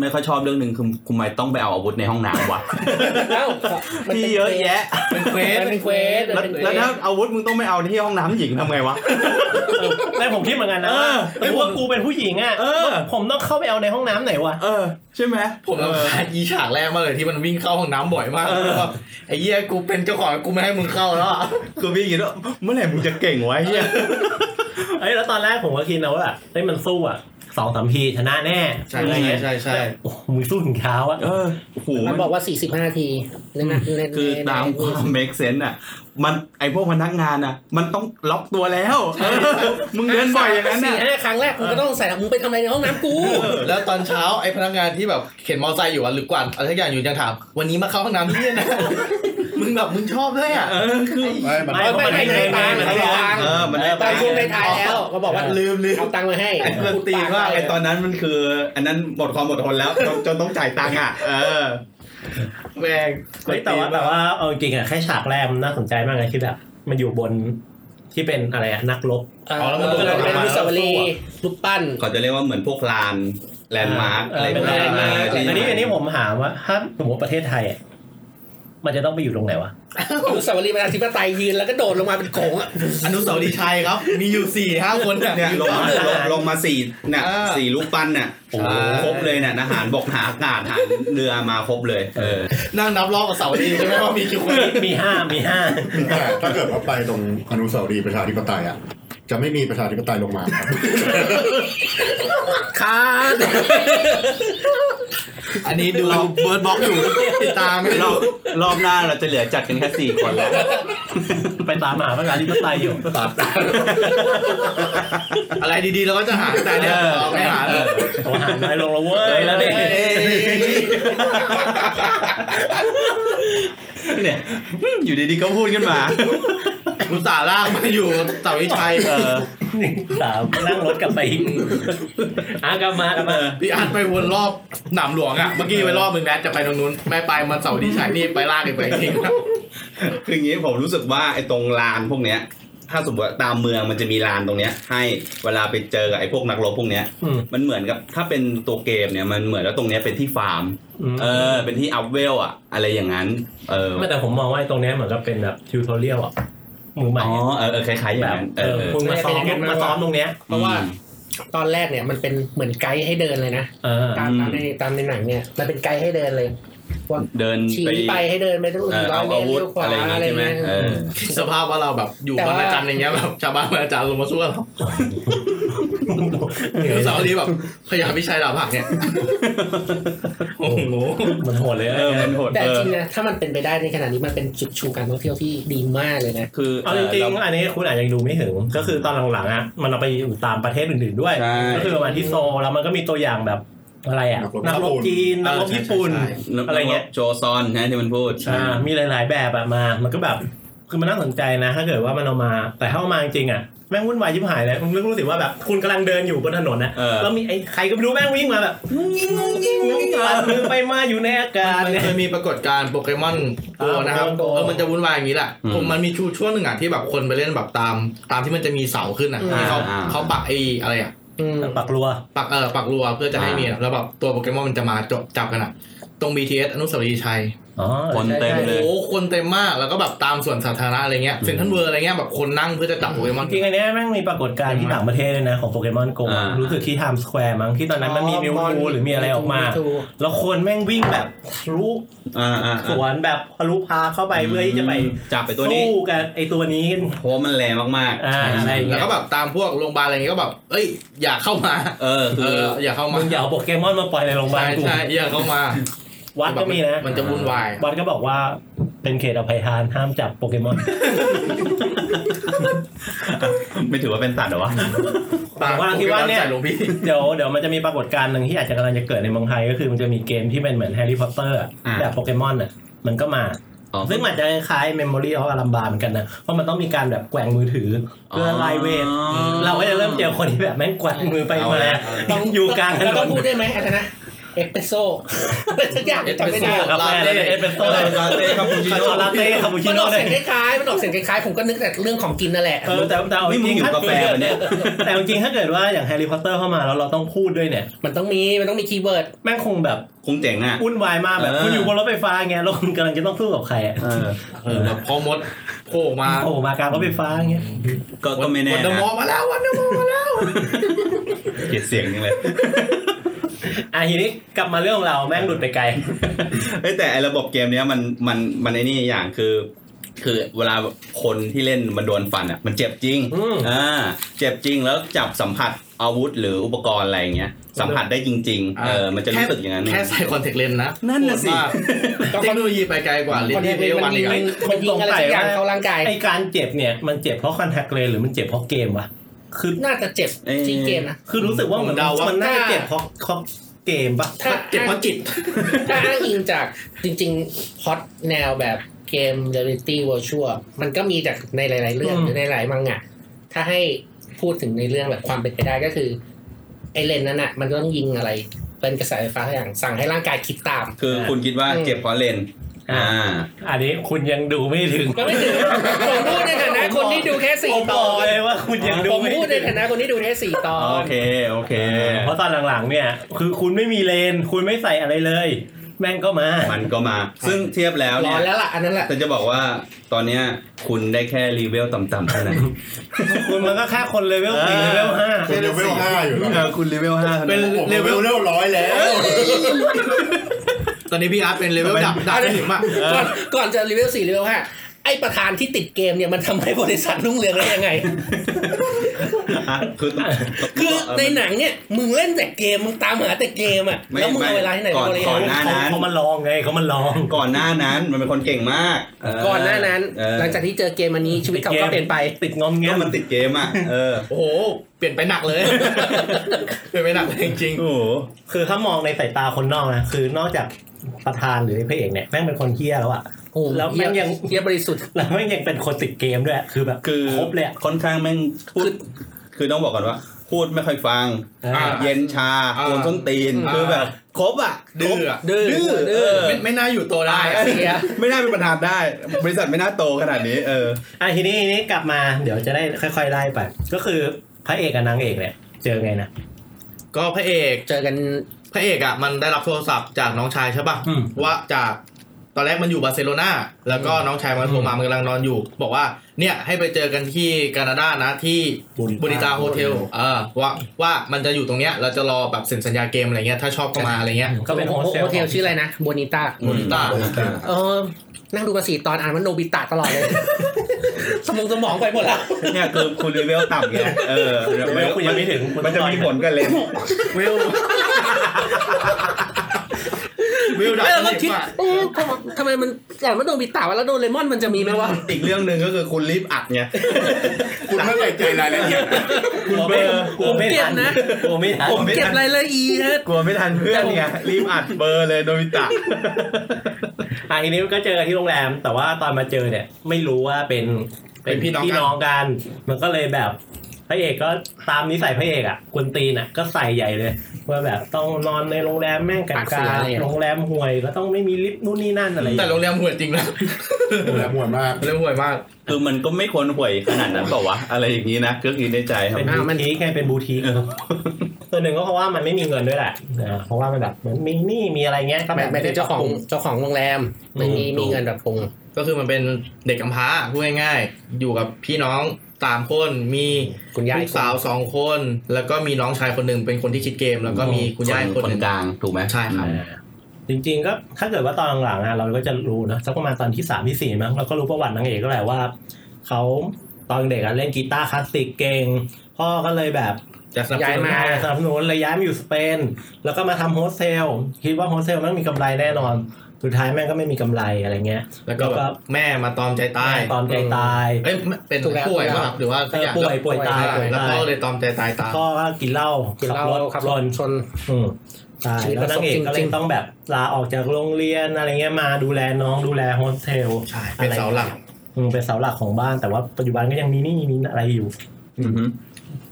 S7: ไม่ค่อยชอบเรื่องหนึ่งคือคุณไม่ต้องไปเอาอาวุธในห้องน้ำวะ
S4: เอ้ามันป็น
S7: ที่เยอะแยะ
S5: เป็นเควส
S4: มันเป็นเควสมั
S7: แล้ว
S4: นเป็นเควส
S7: แล้วถ้าอาวุธมึงต้องไม่เอาที่ห้องน้ำหญิงทำไงวะ
S1: แต่ผมคิดเหมือนกันนะ
S7: เออ
S1: ไอ้พวกกูเป็นผู้หญิงอ่ะ
S7: เออ
S1: ผมต้องเข้าไปเอาในห้องน้ำไหนวะ
S7: เออ ใช่ไหม
S5: ผมรำคาญอีฉากแรกมากเลยที่มันวิ่งเข้าห้องน้ำบ่อยมาก
S7: เออ
S5: แบบไอ้เหี้ยกูเป็นเจ้าของกูไม่ให้มึงเข้าแล้วอะ
S7: คือพี่คิดว่าเมื่อไหร่มึงจะเก่งวะเฮีย
S1: เอ้ยแล้วตอนแรกผมก็คิดนะว่าแบบเฮ้ยมันสู้อ่ะสองสามทีชนะแน่
S5: ใช่
S1: อะไรเงี้ย
S5: ใช่ใช่ใช่
S1: โอ้โหมึงสู้ถึงเช้าอ่ะ
S7: เออโอ้โห
S4: มันบอกว่า 45นาทีเล่นนะเล่น
S7: คือตามความ make sense อ่ะ มันไอพวกพนักงานอ่ะ มันต้องล็อกตัวแล้วเออมึงเดินบ่อยอย่างนั้น
S4: สี่
S7: น่ะ
S4: ห้าครั้งแรกกูก็ต้องใส่มึงไปทำอะไรในห้องน้ำกู
S5: แล้วตอนเช้าไอ้พนักงานที่แบบเข็นมอไซค์อยู่อะหรือกวาดอะไรทุกอย่างอยู่ยังถาม วันนี้มาเข้าห้องน้ำที่เนี่ยนะ มึงแบบมึงชอบด้วยอ่ะ
S7: เออคือ
S3: ไม่มัน
S1: ไม่
S3: ก็
S1: ไม่ไม่ไม่ไม่ไม่
S4: ไม่ไม่ไม่
S7: เออมันได้
S4: ต
S7: ตั
S4: อน
S7: งค์
S4: ช่วงในท้ายแล้วก็บอกว่า
S5: ลืมลืม
S4: เอาตังค์มาให้
S2: ไอ้เพื่อนตีนว่าไอ้ตอนนั้นมันคือ อันนั้นหมดความอดทนแล้วจนจนต้องจ่ายตังค์อ่ะ เออ
S5: แม่ง
S1: เฮ้ยแต่ว่าแต่ว่าเอาจริงๆอ่ะแค่ฉากแรกมันน่าสนใจมากเลยที่แบบมันอยู่บนที่เป็นอะไรอ่ะนักรบ
S4: เอา
S5: าแล้วมัน
S4: ก็เลยเป็นอนุสาวรีย์รูปปั้น
S2: เขาจะเรียกว่าเหมือนพวกลาน แลนด์มาร์กอะไร
S1: เเป็นแลนด์มาร์
S2: พวก
S1: อันนี้อันนี้ผมถามว่าถ้าสมมติประเทศไทยอ่ะมันจะต้องไปอยู่ตรงไหนวะ
S4: อนุสาวรีย์ประชาธิปไตยยืนแล้วก็โดดลงมาเป็นโขงอะ
S5: อนุสาวรีย์ชัยครับ มีอยู่สี่ห้าคนเนี่ย
S2: เนี่ยลงมาลงลงมาสี่เนี่ย
S5: อ่า
S2: สี่ลูกปั้นเนี่ยโอ้โหครบเลยเนี่ยทหารบกหาอากาศหารเรือมาครบเลย เออ
S5: นั่งนับรอบกับเสาวรีย์ใช่ไหมว่ามีกี่คน
S1: มีห้ามีห้า
S3: แต่ถ้าเกิดว่าไปตรงอนุสาวรีย์ประชาธิปไตยอ่ะ จะไม่มีประชาธิปไตยลงมาครับ
S4: ค้า
S5: อันนี้ดูเบิร์ดบ็อกอยู่ติดตามไม่
S7: รอ
S5: รู้
S7: บรอบหน้าเราจะเหลือจัดกันแค่สี่คนแล้ว
S1: ไปตามหาประชาธิปไตยอยู่
S5: ตอบตามอะไรดีๆเราก็จะหาแต่เนี่ยเราไม่หาเลย
S1: โอ้หาน้อยลงแล้วเว้ยแล้วเนี่ย
S7: เนี่ยอยู่ดีๆก็พูดขึ้นมา
S5: คุณสาร่างมาอยู่เสาวิชัย
S7: เออ
S1: หนึ่งสามนั่งรถกลับไปอีก อ่ะกลับมากลับมา
S5: พี่อาร์ตไปวนรอบหนามหลวงอ่ะ เมื่อกี้ไปรอบมึงแมทจะไปตรงนู้นไม่ไปมันเสาดีชัยนี่ไปลากอีกไปจริง
S2: คืออย่างนี้ผมรู้สึกว่าไอ้ตรงลานพวกเนี้ย ถ้าสมมติว่าตามเมืองมันจะมีลานตรงเนี้ย ให้เวลาไปเจอกับไอ้พวกนักรบพวกเนี้ย
S1: อืม
S2: มันเหมือนกับถ้าเป็นตัวเกมเนี่ยมันเหมือนแล้วาตรงเนี้ยเป็นที่ฟาร์ม
S1: ม
S2: เออ เป็นที่อัพเวลอะอะไรอย่างนั้น เออ
S1: ไม่แต่ผมมองว่าไอ้ตรงเนี้ยเหมือนกับเป็นแบบทิวทอเรียลอ่ะมือใหม่
S2: อ๋อ
S1: อะ
S2: เออเออคล้ายๆอย่า
S1: แบบ
S2: งนั้น
S1: เอ
S2: เอ
S1: อ
S2: อเออ
S1: มึงมาซ้อมมาซ้อมตรงเนี้ย
S4: เพราะว่า
S2: อืม
S4: ตอนแรกเนี่ยมันเป็นเหมือนไกด์ให้เดินเลยนะ
S1: เออ
S4: ตามตามในตามในหนังเนี่ยมันเป็นไกด์ให้เดินเลยว่า
S2: เดิน
S4: ชี้
S2: ไป
S4: ไปให้เดินไปต้อง
S2: เออ
S4: ร้อ
S2: เอา
S4: ยเม
S2: อา
S4: ตร
S2: วุธ
S4: เลี้ยวขวา
S2: อะไรอย่าง
S4: อะ
S2: นี้
S4: ไร
S2: ใช่ไหม
S4: เงี้ย
S2: เออ
S5: สภาพว่าเราแบบอยู่
S4: แต่
S5: บา
S4: ว่า
S5: งอาจารย์อย่างเงี้ยแบบชาวบ้านบางอาจารย์ลงมาสู้เรา
S1: เหนื่อย
S5: เสาดีแบบพยายามพิชัยดาบหักเนี่ยโอ้โห
S1: มันโหดเลย
S2: เออมันโหด
S4: แต่
S2: เอ
S4: จ
S2: อ
S4: ริงนะถ้ามันเป็นไปได้ในขณะนี้มันเป็นจุดชูการท่องเที่ยวที่ดีมากเลยนะ
S2: คือ
S1: เอาจริง
S2: เ
S1: ๆอันนี้คุณอาจจะยังดูไม่ถึง ก็คือตอนหลังๆอ่ะมันเอาไปอยู่ตามประเทศอื่น ๆด้วย
S2: ใช่
S1: ก็คือมาที่โซลแล้วมันก็มีตัวอย่างแบบอะไรอ่ะ
S3: นั
S1: นัก
S3: ก
S1: ร
S3: ร
S1: บบ จีนนักรบญี่ปุ่น
S5: ใช่ใช่ใช่
S2: รา
S1: อะไรเงี้ย
S2: โจซอนนะที่มันพูด
S1: อ่ามีหลาย ๆ แบบอะมา มันก็แบบคือมันน่าสนใจนะ ถ้าเกิดว่ามันเอามา แต่ถ้าเอามาจริงๆอะแม่งวุ่นวายยิบหายเลยมึงรู้สึกว่าแบบคุณกำลังเดินอยู่บนถนนนะ
S2: เออ
S1: แล้วมีไอ้ใครก็ไม่รู้แม่งวิ่งมาแบบงุ้งงิ้งงุ้งงิ้งงุ้งงิ้งปั่นมือไปมาอยู่ในอากาศ
S5: มัน
S1: เนี่ย
S5: เคยมีปรากฏการณ์โปเกมอนโกนะครับ
S1: อ่า Pokemon Go
S5: เออมันจะวุ่นวายอย่างนี้แหละ
S2: อืม
S5: ผมมันมีชูช่วงหนึ่งอ่ะที่แบบคนไปเล่นแบบตาม ตามที่มันจะมีเสาขึ้นอ่ะ
S4: อ่า
S5: ที่เขา
S2: อ่า
S5: เขาปักไอ้อะไรอ่ะ
S4: อืม
S1: ปักรัว
S5: ปักเออปักรัวเพื่อจะให้
S2: อ่ามี
S5: มีอะแล้วแบบตัวโปเกมอนมันจะมาจบจับกันอ่ะ ตรง BTS อนุสาวรีย์ชัย
S1: อ๋อออ
S2: คน
S1: ใช่
S2: เต็ม
S1: ใช่
S2: เลย
S5: โอ้คนเต็มมากแล้วก็แบบตามส่วนสาธารณะอะไรเงี้ยเซ็นทรัลเวิร์อะไรเงี้ยแบบคนนั่งเพื่อจะจับโปเกมอน
S1: จริงๆอันเนี้ยแม่งมีปรากฏการณ์ที่ต่างประเทศเลยนะของโปเกมอนโก
S2: อ่ารู้
S1: รู้สึกที่ไทม์สแควร์มั้งที่ตอนนั้นมันมีมิวทูหรือมีอะไรออกมา แล้วคนแม่งวิ่งแบบทะลุ
S2: อ่าอ่า
S1: สวนแบบทะลุพาเข้าไปเพื่อที่จะไป
S2: จับไปตัวนี้
S1: สู้กันไอตัวนี้
S2: เพราะว่ามันแรงมาก
S1: อ่าอะไรอย่างเงี้ย
S5: แล้วก็แบบตามพวกโรงพยาบาลอะไรเงี้ยก็แบบ เอ้ย อย่าเข้ามา
S2: ๆ เออ
S5: เอ
S2: คือ
S5: อ อย่าเข้ามา
S1: มึงอย่าเอาโปเกมอนมาปล่อยในโรงพยาบาล
S5: ใช่
S1: กู
S5: ใช่อย่าเข้ามา
S1: วัดก็มีนะ
S5: มันจะวุ่นวาย
S1: วัดก็บอกว่าเป็นเขตอภัยทานห้ามจับโปเกมอน
S2: ไม่ถือว่าเป็นสัตว์เหรอวะ
S1: ผมกำลังคิดว่าเนี่ย
S5: ใส่หลวงพี่
S1: เดี๋ยวเดี๋ยวมันจะมีปรากฏการณ์หนึ่งที่อาจจะกำลังจะเกิดในเมืองไทยก็คือมันจะมีเกมที่เป็นเหมือนแฮร์รี่พอตเตอร์
S2: อ่า
S1: แบบโปเกมอนอ่ะมันก็มา
S2: อ๋อ
S1: ซึ่งมันจะคล้ายเมมโมรี่ของอารัมบาเหมือนกันนะ เพราะมันต้องมีการแบบแกว่งมือถือเพื่อไลเวท
S2: อ๋อ
S1: เราก็จะเริ่มเจอคนที่แบบแม่งแกว่งมือไปมาต้องอยู่กลางถน
S4: ต้อน งพูดได้ไหมอาจารย์นะเอสเปรสโซ่ อะไรสักอย่างจำไม่ได้
S1: ครับแม่เลยเอสเปรสโซ่เลย
S2: ลาเต้คาปูชิ
S1: คา
S2: โน่
S1: ลาเต้คาปูชิ
S4: มันอ
S1: โน่
S4: อก
S1: เล
S4: เสี
S1: ย
S4: ยงคล้ายๆมันออกเสียงคล้ายๆผมก็นึกแต่เรื่องของกินนั่นแหละ
S1: เออแต่แต่เอาจ
S2: นี่มึ
S1: ริ
S2: ง
S1: ง
S2: หิ
S1: ถ้าว
S2: กาแฟเหรอเนี่ย
S1: แต่เอาจริงถ้าเกิดว่าอย่างแฮร์รี่พอตเตอร์เข้ามาแล้วเราต้องพูดด้วยเนี่ย
S4: มันต้องมีมันต้องมีคีย์เวิร์ด
S1: แม่งคงแบบ
S2: คงเจ๋งอ่ะ
S1: วุ่นวายมากแบบ
S2: เออ
S1: คุณอยู่บนรถไฟฟ้าไงแล้วคุณกำลังจะต้องสู้กับใครอะ
S2: เออ
S5: เออแบบพอมดโผล่มา
S1: โอ้โหมากลางรถไฟฟ้าเงี้ย
S2: ก็ก็ไม่แน่
S5: วันเดอะ
S2: นะ
S5: มอลล์มาแล้ววันเดอะมอลล์มาแล้ว
S2: เกลียดเสียงจังเลย
S1: อ่ะทีนี้กลับมาเรื่องของเราแม่งหลุดไปไกล
S2: เฮ้ยแต่ไอ้ระบบเกมเนี้ยมันมันมันไอ้นี่อย่างคือ คือเวลาคนที่เล่นมันโดนฟันอ่ะมันเจ็บจริง
S1: อืม
S2: อ่าเจ็บจริงแล้วจับสัมผัสอาวุธหรืออุปกรณ์อะไรอย่างเงี้ยสัมผัสได้จริง ๆ เออมันจะรู้สึกอย่างนั้น
S5: แค่ใส่คอนแทคเลนส์นะ
S2: นั่นน่ะสิ
S5: โหดมากเทคโนโลยีไปไกลกว่าเหรียญที่เอ
S4: มั
S5: วัน น
S4: ยิ
S5: อีกอะ
S4: งมันยิงอะไรสักอย่างเข้าร่างกาย
S1: ไอการเจ็บเนี่ยมันเจ็บเพราะคอนแทคเลนหรือมันเจ็บเพราะเกมวะคือ
S4: น่าจะเจ็บที่เกมนะ
S1: คือรู้สึกว่าเหมือน
S4: ผมเดาว่ามั
S1: มันน่าจะเจ็บเพราะเพราะเกมปะ
S4: ถ้า
S5: เจ็บเพราะจิต
S4: ถ้าอ้างอิงจากจริงๆพล็อดแนวแบบเกม Reality Virtual มันก็มีจากในหลาย ๆ เรื่องหรือในหลายมังงะถ้าให้พูดถึงในเรื่องแบบความเป็นไปได้ก็คือ ไอเลนส์นั้นอ่ะ มันก็ต้องยิงอะไร เป็นกระแสไฟฟ้าอย่างสั่งให้ร่างกายคิดตาม
S2: คือคุณคิดว่า
S4: อืม
S2: เจ็บเพราะเลนอ่า
S1: อันนี้คุณยังดูไม่ถึง
S4: ก็ไม่ถึงผมพูดในฐานะคนที่ดูแค่สี่
S1: ผม
S4: ต
S1: บ
S4: อ
S1: อก
S4: น
S1: เลยว่าคุณยังดู
S4: ผม
S1: ไม่
S4: พูดใน
S1: ถึง
S4: ฐานะคนที่ดูแค่สี่ตอน
S2: โอเค โอเค
S1: เพราะตอนหลังๆเนี่ย คือคุณไม่มีเลน คุณไม่ใส่อะไรเลย แม่งก็มา
S2: มันก็มา ซึ่งเทียบแล้ว
S4: ร
S2: เนี่
S4: อย แล้วล่ะอันนั้นแหละ
S2: ฉันจะบอกว่าตอนเนี้ยคุณได้แค่รีเวลต่ำๆเท่านั้น
S1: คุณมันก็แค่คนเลเวลสี่เลเวลห้า
S3: คุณเลเวลห้าอยู่แล้ว
S2: เออคุณรีเวลห้า
S5: เป็น
S3: ผมเล
S5: เลเว
S3: เว
S5: ล
S3: ลร้อยแล้ว
S5: ตอนนี้พี่อาร์ตเป็นเลเวล ดับดับไม่ถึงมาก
S4: ก่อนก่อนจะรีวิวสี่รีวิวห้าไอประธานที่ติดเกมเนี่ยมันทำให้บริษัทรุ่งเรืองได้ยังไง
S2: คือต้อง
S4: คือ
S2: เออ
S4: ในหนังเนี่ยมึงเล่นแต่เกมมึงตามหาแต่เกมอ่ะ
S2: ไม่
S4: แล้วมึงเอา
S2: ไม่
S4: เวลาที่ไหน
S2: ก่อน
S4: ไปบริ
S2: ก่อ
S4: หาร
S2: น หานั้น
S1: เขามาลองไงเขามาลอง
S2: ก่อนหน้านั้นมันเป็นคนเก่งมากเ
S4: ก่อนหน้านั้น
S2: เออ
S4: หลังจากที่เจอเกมอันนี้ชีวิตเขาก็เปลี่ยนไป
S1: ติดงอมแง
S2: ก็
S1: ม
S2: มันติดเกมอ่ะเออ
S5: โอ้โห เปลี่ยนไปหนักเลย เปลี่ยนไปหนักเลยจริง
S2: โอ้โห
S1: คือถ้ามองในสายตาคนนอกนะคือนอกจากประธานหรือพระเอกเนี่ยแม่งเป็นคนเที่ยแล้วอะ
S4: โอ้โห
S1: แล้วแม่งยัง
S4: เทียบบริสุทธิ์
S1: แล้วแม่งยังเป็นคนติดเกมด้วยคือแบบ
S2: คือ
S1: ครบเลยอะ
S2: ค่อนข้างแม่งพูดคือต้องบอกก่อนว่า พูดไม่ค่อยฟัง
S5: า
S1: อ่า
S2: เย็นชา
S5: อ่า
S2: โกนส้นตีน
S5: อ่า
S2: คือแบบครบอ่ะ
S5: ๆดื้ออะ
S4: ดื้อ
S2: เออ
S5: ไม่ไม่น่าอยู่โตวได้อะ
S4: เสีย
S2: ไม่น่าเป็นประธานได้ บริษัทไม่น่าโตขนาดนี้ เออ
S1: อ่ะทีนี้ทีนี้กลับมาเดี๋ยวจะได้ค่อยๆไล่ไป ก็คือพระเอกกับนางเอกเนี่ยเจอไงนะ
S5: ก็พระเอก
S4: เจอกัน
S5: พระเอกอ่ะมันได้รับโทรศัพท์จากน้องชายใช่ป่ะ
S1: อืม
S5: ว่าจากตอนแรกมันอยู่บาร์เซโลนาแล้วก็น้องชายมันโทรมามันกำลังนอนอยู่ บอกว่าเนี่ยให้ไปเจอกันที่แคนาดานะที่บ
S3: Bonita
S5: ริตาโฮเท
S3: Hotel
S5: ลเออว่าว่ามันจะอยู่ตรงเนี้ยเราจะรอแบบเซ็นสัญญาเกมอะไรเงี้ยถ้าชอบก็มาอะไรเงี้ย
S1: ก็เป็นโฮสเทล
S4: โฮเทลชื่ออะไรนะโบนิต้า
S5: โบนิต้า
S4: เออ นั่งดูภาษีตอนอ่านว่าโนบิตะตลอดเลย สมองสมองไปหมดแล้ว
S2: เนี่ยคือคุณรีเวลต่ำไงเออ
S1: เวลคุณยังไม่ถึงคุณ
S2: มันจะมีผลกับเลน
S5: วิววิวดับ
S4: เออเรา
S5: สนิ
S4: คิ
S5: ท
S4: ด
S5: มาก
S4: เอ๊ะทำไมทำไมมันอ่านว่าโดนบิตาว่าแล้วโดนเลมอนมันจะมีไหมวะ
S2: อีกเรื่องหนึ่งก็คือคุณรีบอัดไง
S3: คุณไม่ใส่ใจรายละเอียดนะ
S1: คุณไม่
S4: ผม
S1: ไม่ทัน
S4: เปลี่ยนนะ
S1: ผมไม่ทัน
S2: ผมไม่
S4: เก็บรายละเอียด
S2: กลัวไม่ทันเพื่อนไงรีบอัดเบอร์เลยโดมิตะ
S1: อ่ะทีนี้ก็เจอกันที่โรงแรม แต่ว่าตอนมาเจอเนี่ยไม่รู้ว่าเป็น
S5: เป็นพี่น้อง
S1: พี่
S5: กัน
S1: น้องกัน มันก็เลยแบบพระเอกก็ตามนิสัยพระเอกอ่ะกวนตีนอ่ะก็ใส่ใหญ่เลยว่าแบบต้องนอนในโรงแรมแม่งกันกาโรงแรมห่วยก็ต้องไม่มีลิฟต์นู่นนี่นั่นอะไรอย่าง
S5: แต่
S1: เงี้ย
S5: โรงแรมห่วยจริงนะ
S3: แล้วมวนมาก
S5: โรงแรมห่วยมาก
S2: คือมันก็ไม่ควรห่วยขนาดนั้นเปล่าวะ อะไรอย่างนี้นะก็คือในใจครับ
S1: เป็นบูทีคไงเป็นบูทีค ส่วนหนึ่งก็เพราะว่ามันไม่มีเงินด้วยแหละนะเพราะว่ามันแบบเหมือนมีหนี้มีอะไรเงี้ยก็
S4: ห
S1: แบ
S4: มาย
S1: บ
S4: หมายถึงเจ้าของ
S1: ปรับปรุ
S4: เจ้าของโรงแรมไม่มี
S1: อืม
S4: มีเงินแบบคง
S5: ก็คือมันเป็นเด็กกำพร้าพูดง่ายๆ อยู่กับพี่น้องสามคนมี
S4: คุณยาย
S5: ลูกสาวสองคน แล้วก็มีน้องชายคนหนึ่งเป็นคนที่คิดเกม แล้วก็มีคุณยายคน
S8: ค
S5: ห
S8: น
S5: นึ่ง
S8: กลางถูกไหม
S5: ใช่ครับ
S8: อืม
S1: จริงๆก็ถ้าเกิดว่าตอนหลังๆอะเราก็จะรู้นะสักประมาณตอนที่สามที่สี่มั้งเราก็รู้ประวัตินางเอกก็แหละว่าเขาตอนเด็กอะเล่นกีตาร์คลาสสิกเก่งพ่อก็เลยแบบ
S5: จะสนับส
S4: ย้าย
S5: นุน
S4: มา
S1: สนับสนุนเลยย้ายมาอยู่สเปน แล้วก็มาทำโฮสเทลคิดว่าโฮสเทลแมันมีกำไรแน่นอน สุดท้ายแม่งก็ไม่มีกำไรอะไรเงี้ย
S5: แล้วก็แบบแม่มาตอมใจตาย
S1: ตอนใจตาย
S5: เอ้ยเป็นป่วยป่ะครับหรือว่าสักอย่าง
S1: เออป่วยป่วยตายป่วยตาย
S5: แล้วพ่อเลยตอมใจตายตาม
S1: พ่อก็กินเหล้า
S4: กินเหล้าขับรถชน
S1: อืมตาย
S4: ชีวิต
S1: แล้วนางเอก
S4: ประสบจริงๆ
S1: ก็เลยต้องแบบลาออกจากโรงเรียนอะไรเงี้ยมาดูแลน้องดูแลโฮสเทล
S5: ใช่ เป็นเสาหลัก
S1: อืมเป็นเสาหลักของบ้านแต่ว่าปัจจุบันก็ยังมีหนี่มีอะไรอยู่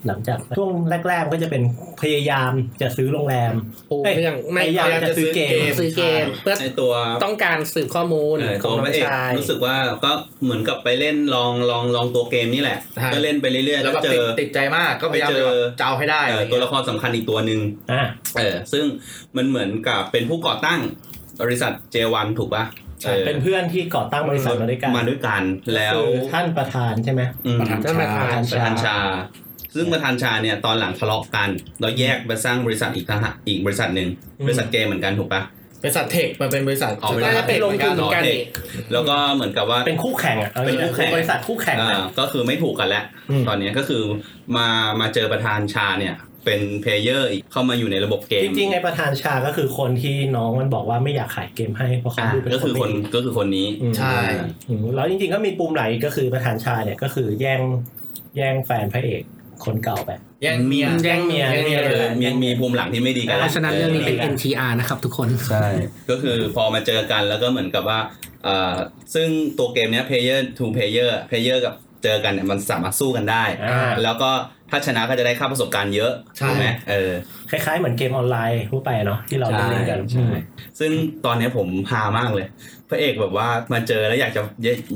S1: หลังจากช่วงแรกๆมันก็จะเป็นพยายามจะซื้อโรงแรม
S4: ปู
S1: เอ้ย
S4: เรื่อง
S1: พ
S4: ไม่
S1: ยายาม
S5: พยายาม
S1: จะ
S5: จะ
S1: ซื้
S5: ซื้
S1: อ
S5: อ
S1: เก
S5: เก
S1: ม
S5: ม
S4: ซื้อเกมเพื่อ
S2: ไอตัว
S4: ต้องการสืบข้อมูล
S2: เออ
S4: ข
S2: ตั
S4: อง
S2: วพ
S4: น้อ
S2: ระ
S4: ง
S2: เอก
S4: ชาย
S2: รู้สึกว่าก็เหมือนกับไปเล่นลองลองลองตัวเกมนี่แหละ
S5: ฮะ
S2: ก็เล่นไปเรื่อยๆ
S5: แล้
S2: แล้ว ว
S5: ก็
S2: เจ
S5: ติด
S2: อ
S5: ติดใจมากก็พยายาม
S2: ไปเจอ
S5: แบบจะเอาให้ได้
S2: เอ่อตัวละครสำคัญอีกตัวหนึ่ง
S1: อ่ะ
S2: เออซึ่งมันเหมือนกับเป็นผู้ก่อตั้งบริษัท J1 ถูกป่ะออ
S1: เป็นเพื่อนที่ก่อตั้งบริษัทมาด้วยกัน
S2: มาด้วยกันแล้ว
S1: คือท่านประธานใช่ไหม
S2: อืม
S3: ประธาน
S4: ท่านประ
S3: ชา
S4: ธา
S2: ป
S4: น
S2: ระธานชา ซึ่งประธานชาเนี่ยตอนหลังทะเลาะกัน แล้วแยกไปสร้างบริษัทอีกทหารอีกบริษัทหนึ่ง
S1: อืม
S2: บริษัทเกมเหมือนกันถูกปะ
S5: บริษัทเทคมันเป็นบริษัท
S2: อ๋อ
S4: น่าจะเป็นลงทุนเหมือนกัน
S2: เด็ก
S4: นี่
S2: แล้วก็เหมือนกับว่า
S1: เป็นคู่แข่งอ่ะอา
S2: เป็น
S1: งี้
S2: คู่แข่ง
S1: บริษัทคู่แข่งอะ
S2: อ่าก็คือไม่ถูกกันแล้ว
S1: อืม
S2: ตอนเนี้ยก็คือมามาเจอประธานชาเนี่ย เป็นเพลเยอร์อีกเข้ามาอยู่ในระบบเกม
S1: จริงๆไอ้ประธานชาก็คือคนที่น้องมันบอกว่าไม่อยากขายเกมให้เพราะเขา
S2: อ่า
S1: ดูเป็น
S2: ก็คือคน
S1: ไม่ดี
S2: ก็คือคนนี้
S1: อืม
S5: ใช่
S1: อืมแล้วจริงๆก็มีปุ่มไหลก็คือประธานชาเนี่ยก็คือแย่งแย่งแฟนพระเอกคนเก่าไป
S5: แย่งเมีย
S1: แย่งเมีย
S5: แย่งเมีย
S2: เอ
S5: เล
S2: อ
S5: ย
S2: มีมีภูมิหลังที่ไม่ดีกัน
S4: เพราะฉะนั้นเรื่องนี้เป็น
S1: เออ
S4: NTR นะครับทุกคน
S2: ใช่ ก็คือพอมาเจอกันแล้วก็เหมือนกับว่าเอ่อซึ่งตัวเกมเนี้ยเพลเยอร์ทูเพลเยอร์เพลเยอร์กับเจอกันเนี่ยมันสามารถสู้กันได้
S1: อ่า
S2: แล้วก็ถ้าชนะก็จะได้ค่าประสบการณ์เยอะ
S5: ใช่
S2: ถูกไหมเออ
S1: คล้ายๆเหมือนเกมออนไลน์ทั่วไปเนาะที่เราเล่นเล่นกัน
S2: ใช่ซึ่งตอนเนี้ยผมพามากเลย พระเอกแบบว่ามาเจอแล้วอยากจะ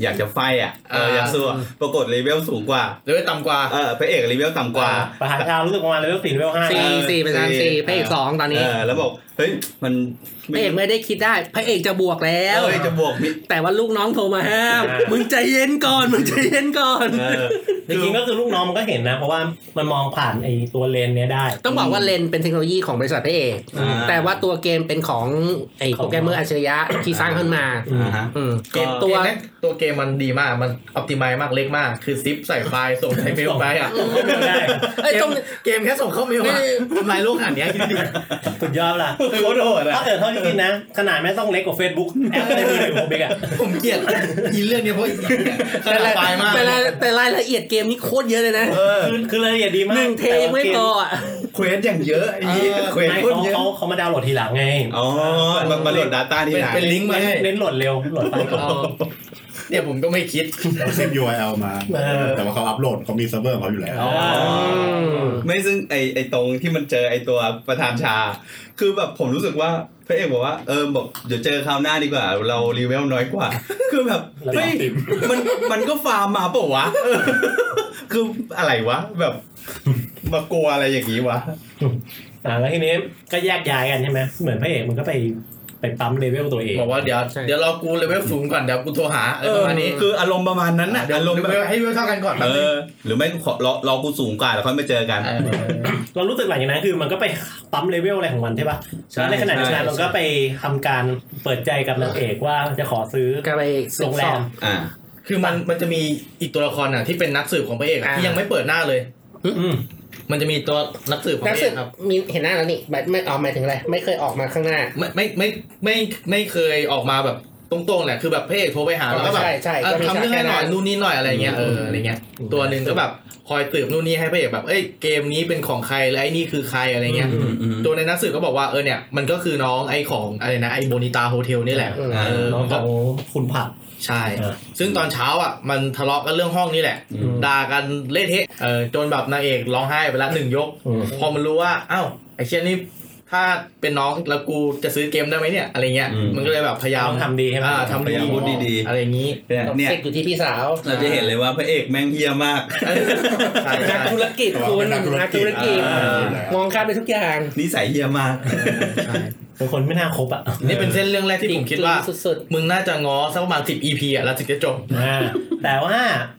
S2: อยากจะไฟอ่ะเอออยากสู้อะปรากฏเลเวลสูงกว่า
S5: หรือว่าต่ำกว่า
S2: เออพระเอกเลเวลต่ำกว่า
S1: ประธานชารู้สึกประมาณเลเวลสี่เลเวลห้า
S4: สี่สี่ประธานสี่พระเอกสองตอน
S2: เอ
S4: นี้
S2: อแล้วบอกเฮ้ยมัน
S4: พระเอกไม่ได้คิดได้พระเอกจะบวกแล้ว
S2: เอ้ยจะบวกมิ
S4: แต่ว่าลูกน้องโทรมาห้าม
S1: อ่ามึ
S4: มึงใจเย็นก่อน มึงใจเย็นก่อน
S2: เออ
S1: จริงๆก็คือลูกน้องมันก็เห็นนะ เพราะว่ามันมองผ่านไอ้ตัวเลนส์เนี้ยได้
S4: ต้องบอกว่าเลนส์เป็นเทคโนโลยีของบริษัทพระเอก
S2: อ่า
S4: แต่ว่าตัวเกมเป็นของไอ้โปรแกรมเมอร์อัจฉริยะที่สร้างขึ้นมา
S2: อ่าฮะ
S4: อืม
S5: เก
S4: เก
S5: ม
S4: ม
S5: ตั
S4: ตัว ว
S5: ตัวเกมมันดีมาก มันออ t ติม z e มากเล็กมาก คือซิปใส่ไฟล์ส่งใส่เมลไปอ่ะ
S1: ได้
S4: เอ้ยต้อง
S5: เกมแค่ส่งเข้าเมลอะทำลายโลกขนาดเนี้ยคิดดิ
S1: สุดยอดล่ะ
S5: โคตรโหดอ่ะ
S1: ถ้าเกิดเท่าที่คิดนะ ขนาดไม่ต้องเล็กกว่า Facebook แอปในมือถือผมเองอะ
S5: ผมเกลียดอีเรื่องเนี้ยเพราะอีเนี่ยข
S4: แต่
S5: นาด
S4: ละ
S5: ไฟล์มาก
S4: แต่ละแต่รายละเอียดเกมนี้โคตรเยอะเลยนะ
S1: คือคือรายละเอียดดีมาก
S4: หนึ่งเทยังไม่พออ่ะ
S5: เควสอย่างเยอะไอ้เหี้ยเควส
S1: ไม่
S5: โคตร
S1: เขา
S5: เยอะ
S1: เขาเขามาดาวน์โหลดทีหลังไง
S2: อ๋อมันมาโหลด Data ที่ไหน
S5: เป็นลิงก์มาให้
S1: เน้นโหลดเร็วโหลดไปก่อน
S5: เนี่ยผมก็ไม่คิด
S3: เขาเซฟ URL มา
S1: เออ
S3: แต่ว่าเขาอัพโหลดเขามีเซิร์ฟเวอร์ของเขาอยู่แล้ว
S2: อ๋อ ไม่ซึ่งไอไอตรงที่มันเจอไอตัวประธานชา คือแบบผมรู้สึกว่าพระเอกบอกว่าเออบอกเดี๋ยวเจอคราวหน้าดีกว่า เรารีเวลน้อยกว่า คือแบบ
S1: แล้วก็
S2: เฮ้ย มันมันก็ฟาร์มมาเปล่าวะ เออคืออะไรวะ แบบมากลัวอะไรอย่างนี้วะ
S1: อ่าแล้วทีนี้ก็แยกย้ายกันใช่ไหมเหมือนพระเอกมันก็ไปไปปั๊มเลเวลตัวเอง
S5: บอกว่าเดี๋ยว
S4: ใช่
S5: เดี๋ยวรอกูเลเวลสูงก่อนเดี๋ยวกูโทรหาเอ
S2: เออ
S5: อประมาณนี้
S2: คืออารมณ์ประมาณนั้นน่ะ
S5: เดี๋ยว
S2: อารมณ์
S5: เล
S2: แบบ
S5: เวลให้เลเวลเท่ากันก่อน
S2: เออ หรือไม่กูขอรอรอกูสูงกว่าแล้วค่อยมาเจอกัน
S5: เออ
S1: เรารู้สึกหลังจากนั้นคือมันก็ไปปั๊มเลเวลอะไรของมันใช่ปะ
S2: ใช่
S1: แล้วในขณะเดียวกัน
S2: ใช่
S1: มันก็ไปทำการเปิดใจกับนางเอกว่าจะขอซื้อ
S4: ก็ไป
S1: โรงแรม
S2: อ่า
S5: คือมันมันจะมีอีกตัวละครอ่ะที่เป็นนักสืบของพระเอกอะที่ยังไม่เปิดหน้าเลย
S1: อืม
S5: มันจะมีตัวนักสืบของพ
S4: นัก
S5: ระเอ
S4: สืบ
S5: กครับ
S4: มีเห็นหน้าแล้วนี่ไม่ไม่ออกหมายถึงอะไรไม่เคยออกมาข้างหน้า
S5: ไม่ไม่ไม่ไม่ไม่เคยออกมาแบบตรงๆแหละคือแบบพระเอกโทรไปหาแล้วก็แบบ
S4: ใช่ใช่
S5: เออ
S4: ก็
S5: ทำ
S4: มีฉาก
S5: เรื่อง
S4: แค่
S5: ให้หน่
S4: นั้
S5: อย
S4: น
S5: นู่นนี่หน่อยอะไรเงี้ยเอออะไรเงี้ยตัวหนึ่งก็แบบคอยสืบนู่นนี่ให้พระเอกแบบเอ้ยเกมนี้เป็นของใครและไอ้นี่คือใครอะไรเงี้ย ตัวในหนังสือก็บอกว่าเออเนี่ยมันก็คือน้องไอ้ของอะไรนะไอ้โบนิตาโฮเทลนี่แหละ
S4: อืม
S5: เออ
S1: น้อง
S5: มัน
S1: ข
S5: ก็
S1: องคุณผัก
S5: ใช่
S1: เออ
S5: ซึ่งตอนเช้าอ่ะมันทะเลาะกันเรื่องห้องนี่แหละ
S2: อืม
S5: ด่ากันเละเทะเออจนแบบนางเอกร้องไห้ไปละหนึ่งยก
S1: อืม
S5: พอมันรู้ว่าอ้าวไอ้เชี่ยนี่ ถ้าเป็นน้องแล้วกูจะซื้อเกมได้ไหมเนี่ยอะไรเงี้ย
S2: อืม
S5: มันก็เลยแบบพยายาม
S1: ต้องทำดีให้มัน
S5: อ่าทำ
S2: พยายามพูดดีๆ
S5: อะไรอย่างนี้
S2: เนี่ย
S4: ต้อง
S2: เนี่ย
S4: เซ็กอยู่ที่พี่สาว
S2: เราจะเห็นเลยว่าพระเอกแม่งเฮี้ยมาก
S5: ใช่ใช่
S4: นักธุรกิจคุณ
S3: นักธุรกิจ
S4: นักธุรกิจ
S3: อ่า
S4: มองข้ามไปทุกอย่าง
S2: นิสัยเฮี้ยมาก
S1: เป็นคนไม่น่าคบอ่ะ
S5: นี่เป็นเส้นเรื่องแรกที่ผมคิดว่า
S4: จริงสุด
S5: มึงน่าจะง้อสักประมาณ10 EP อ่ะแล้วถึงจะจบ
S1: อ่าแต่ว่า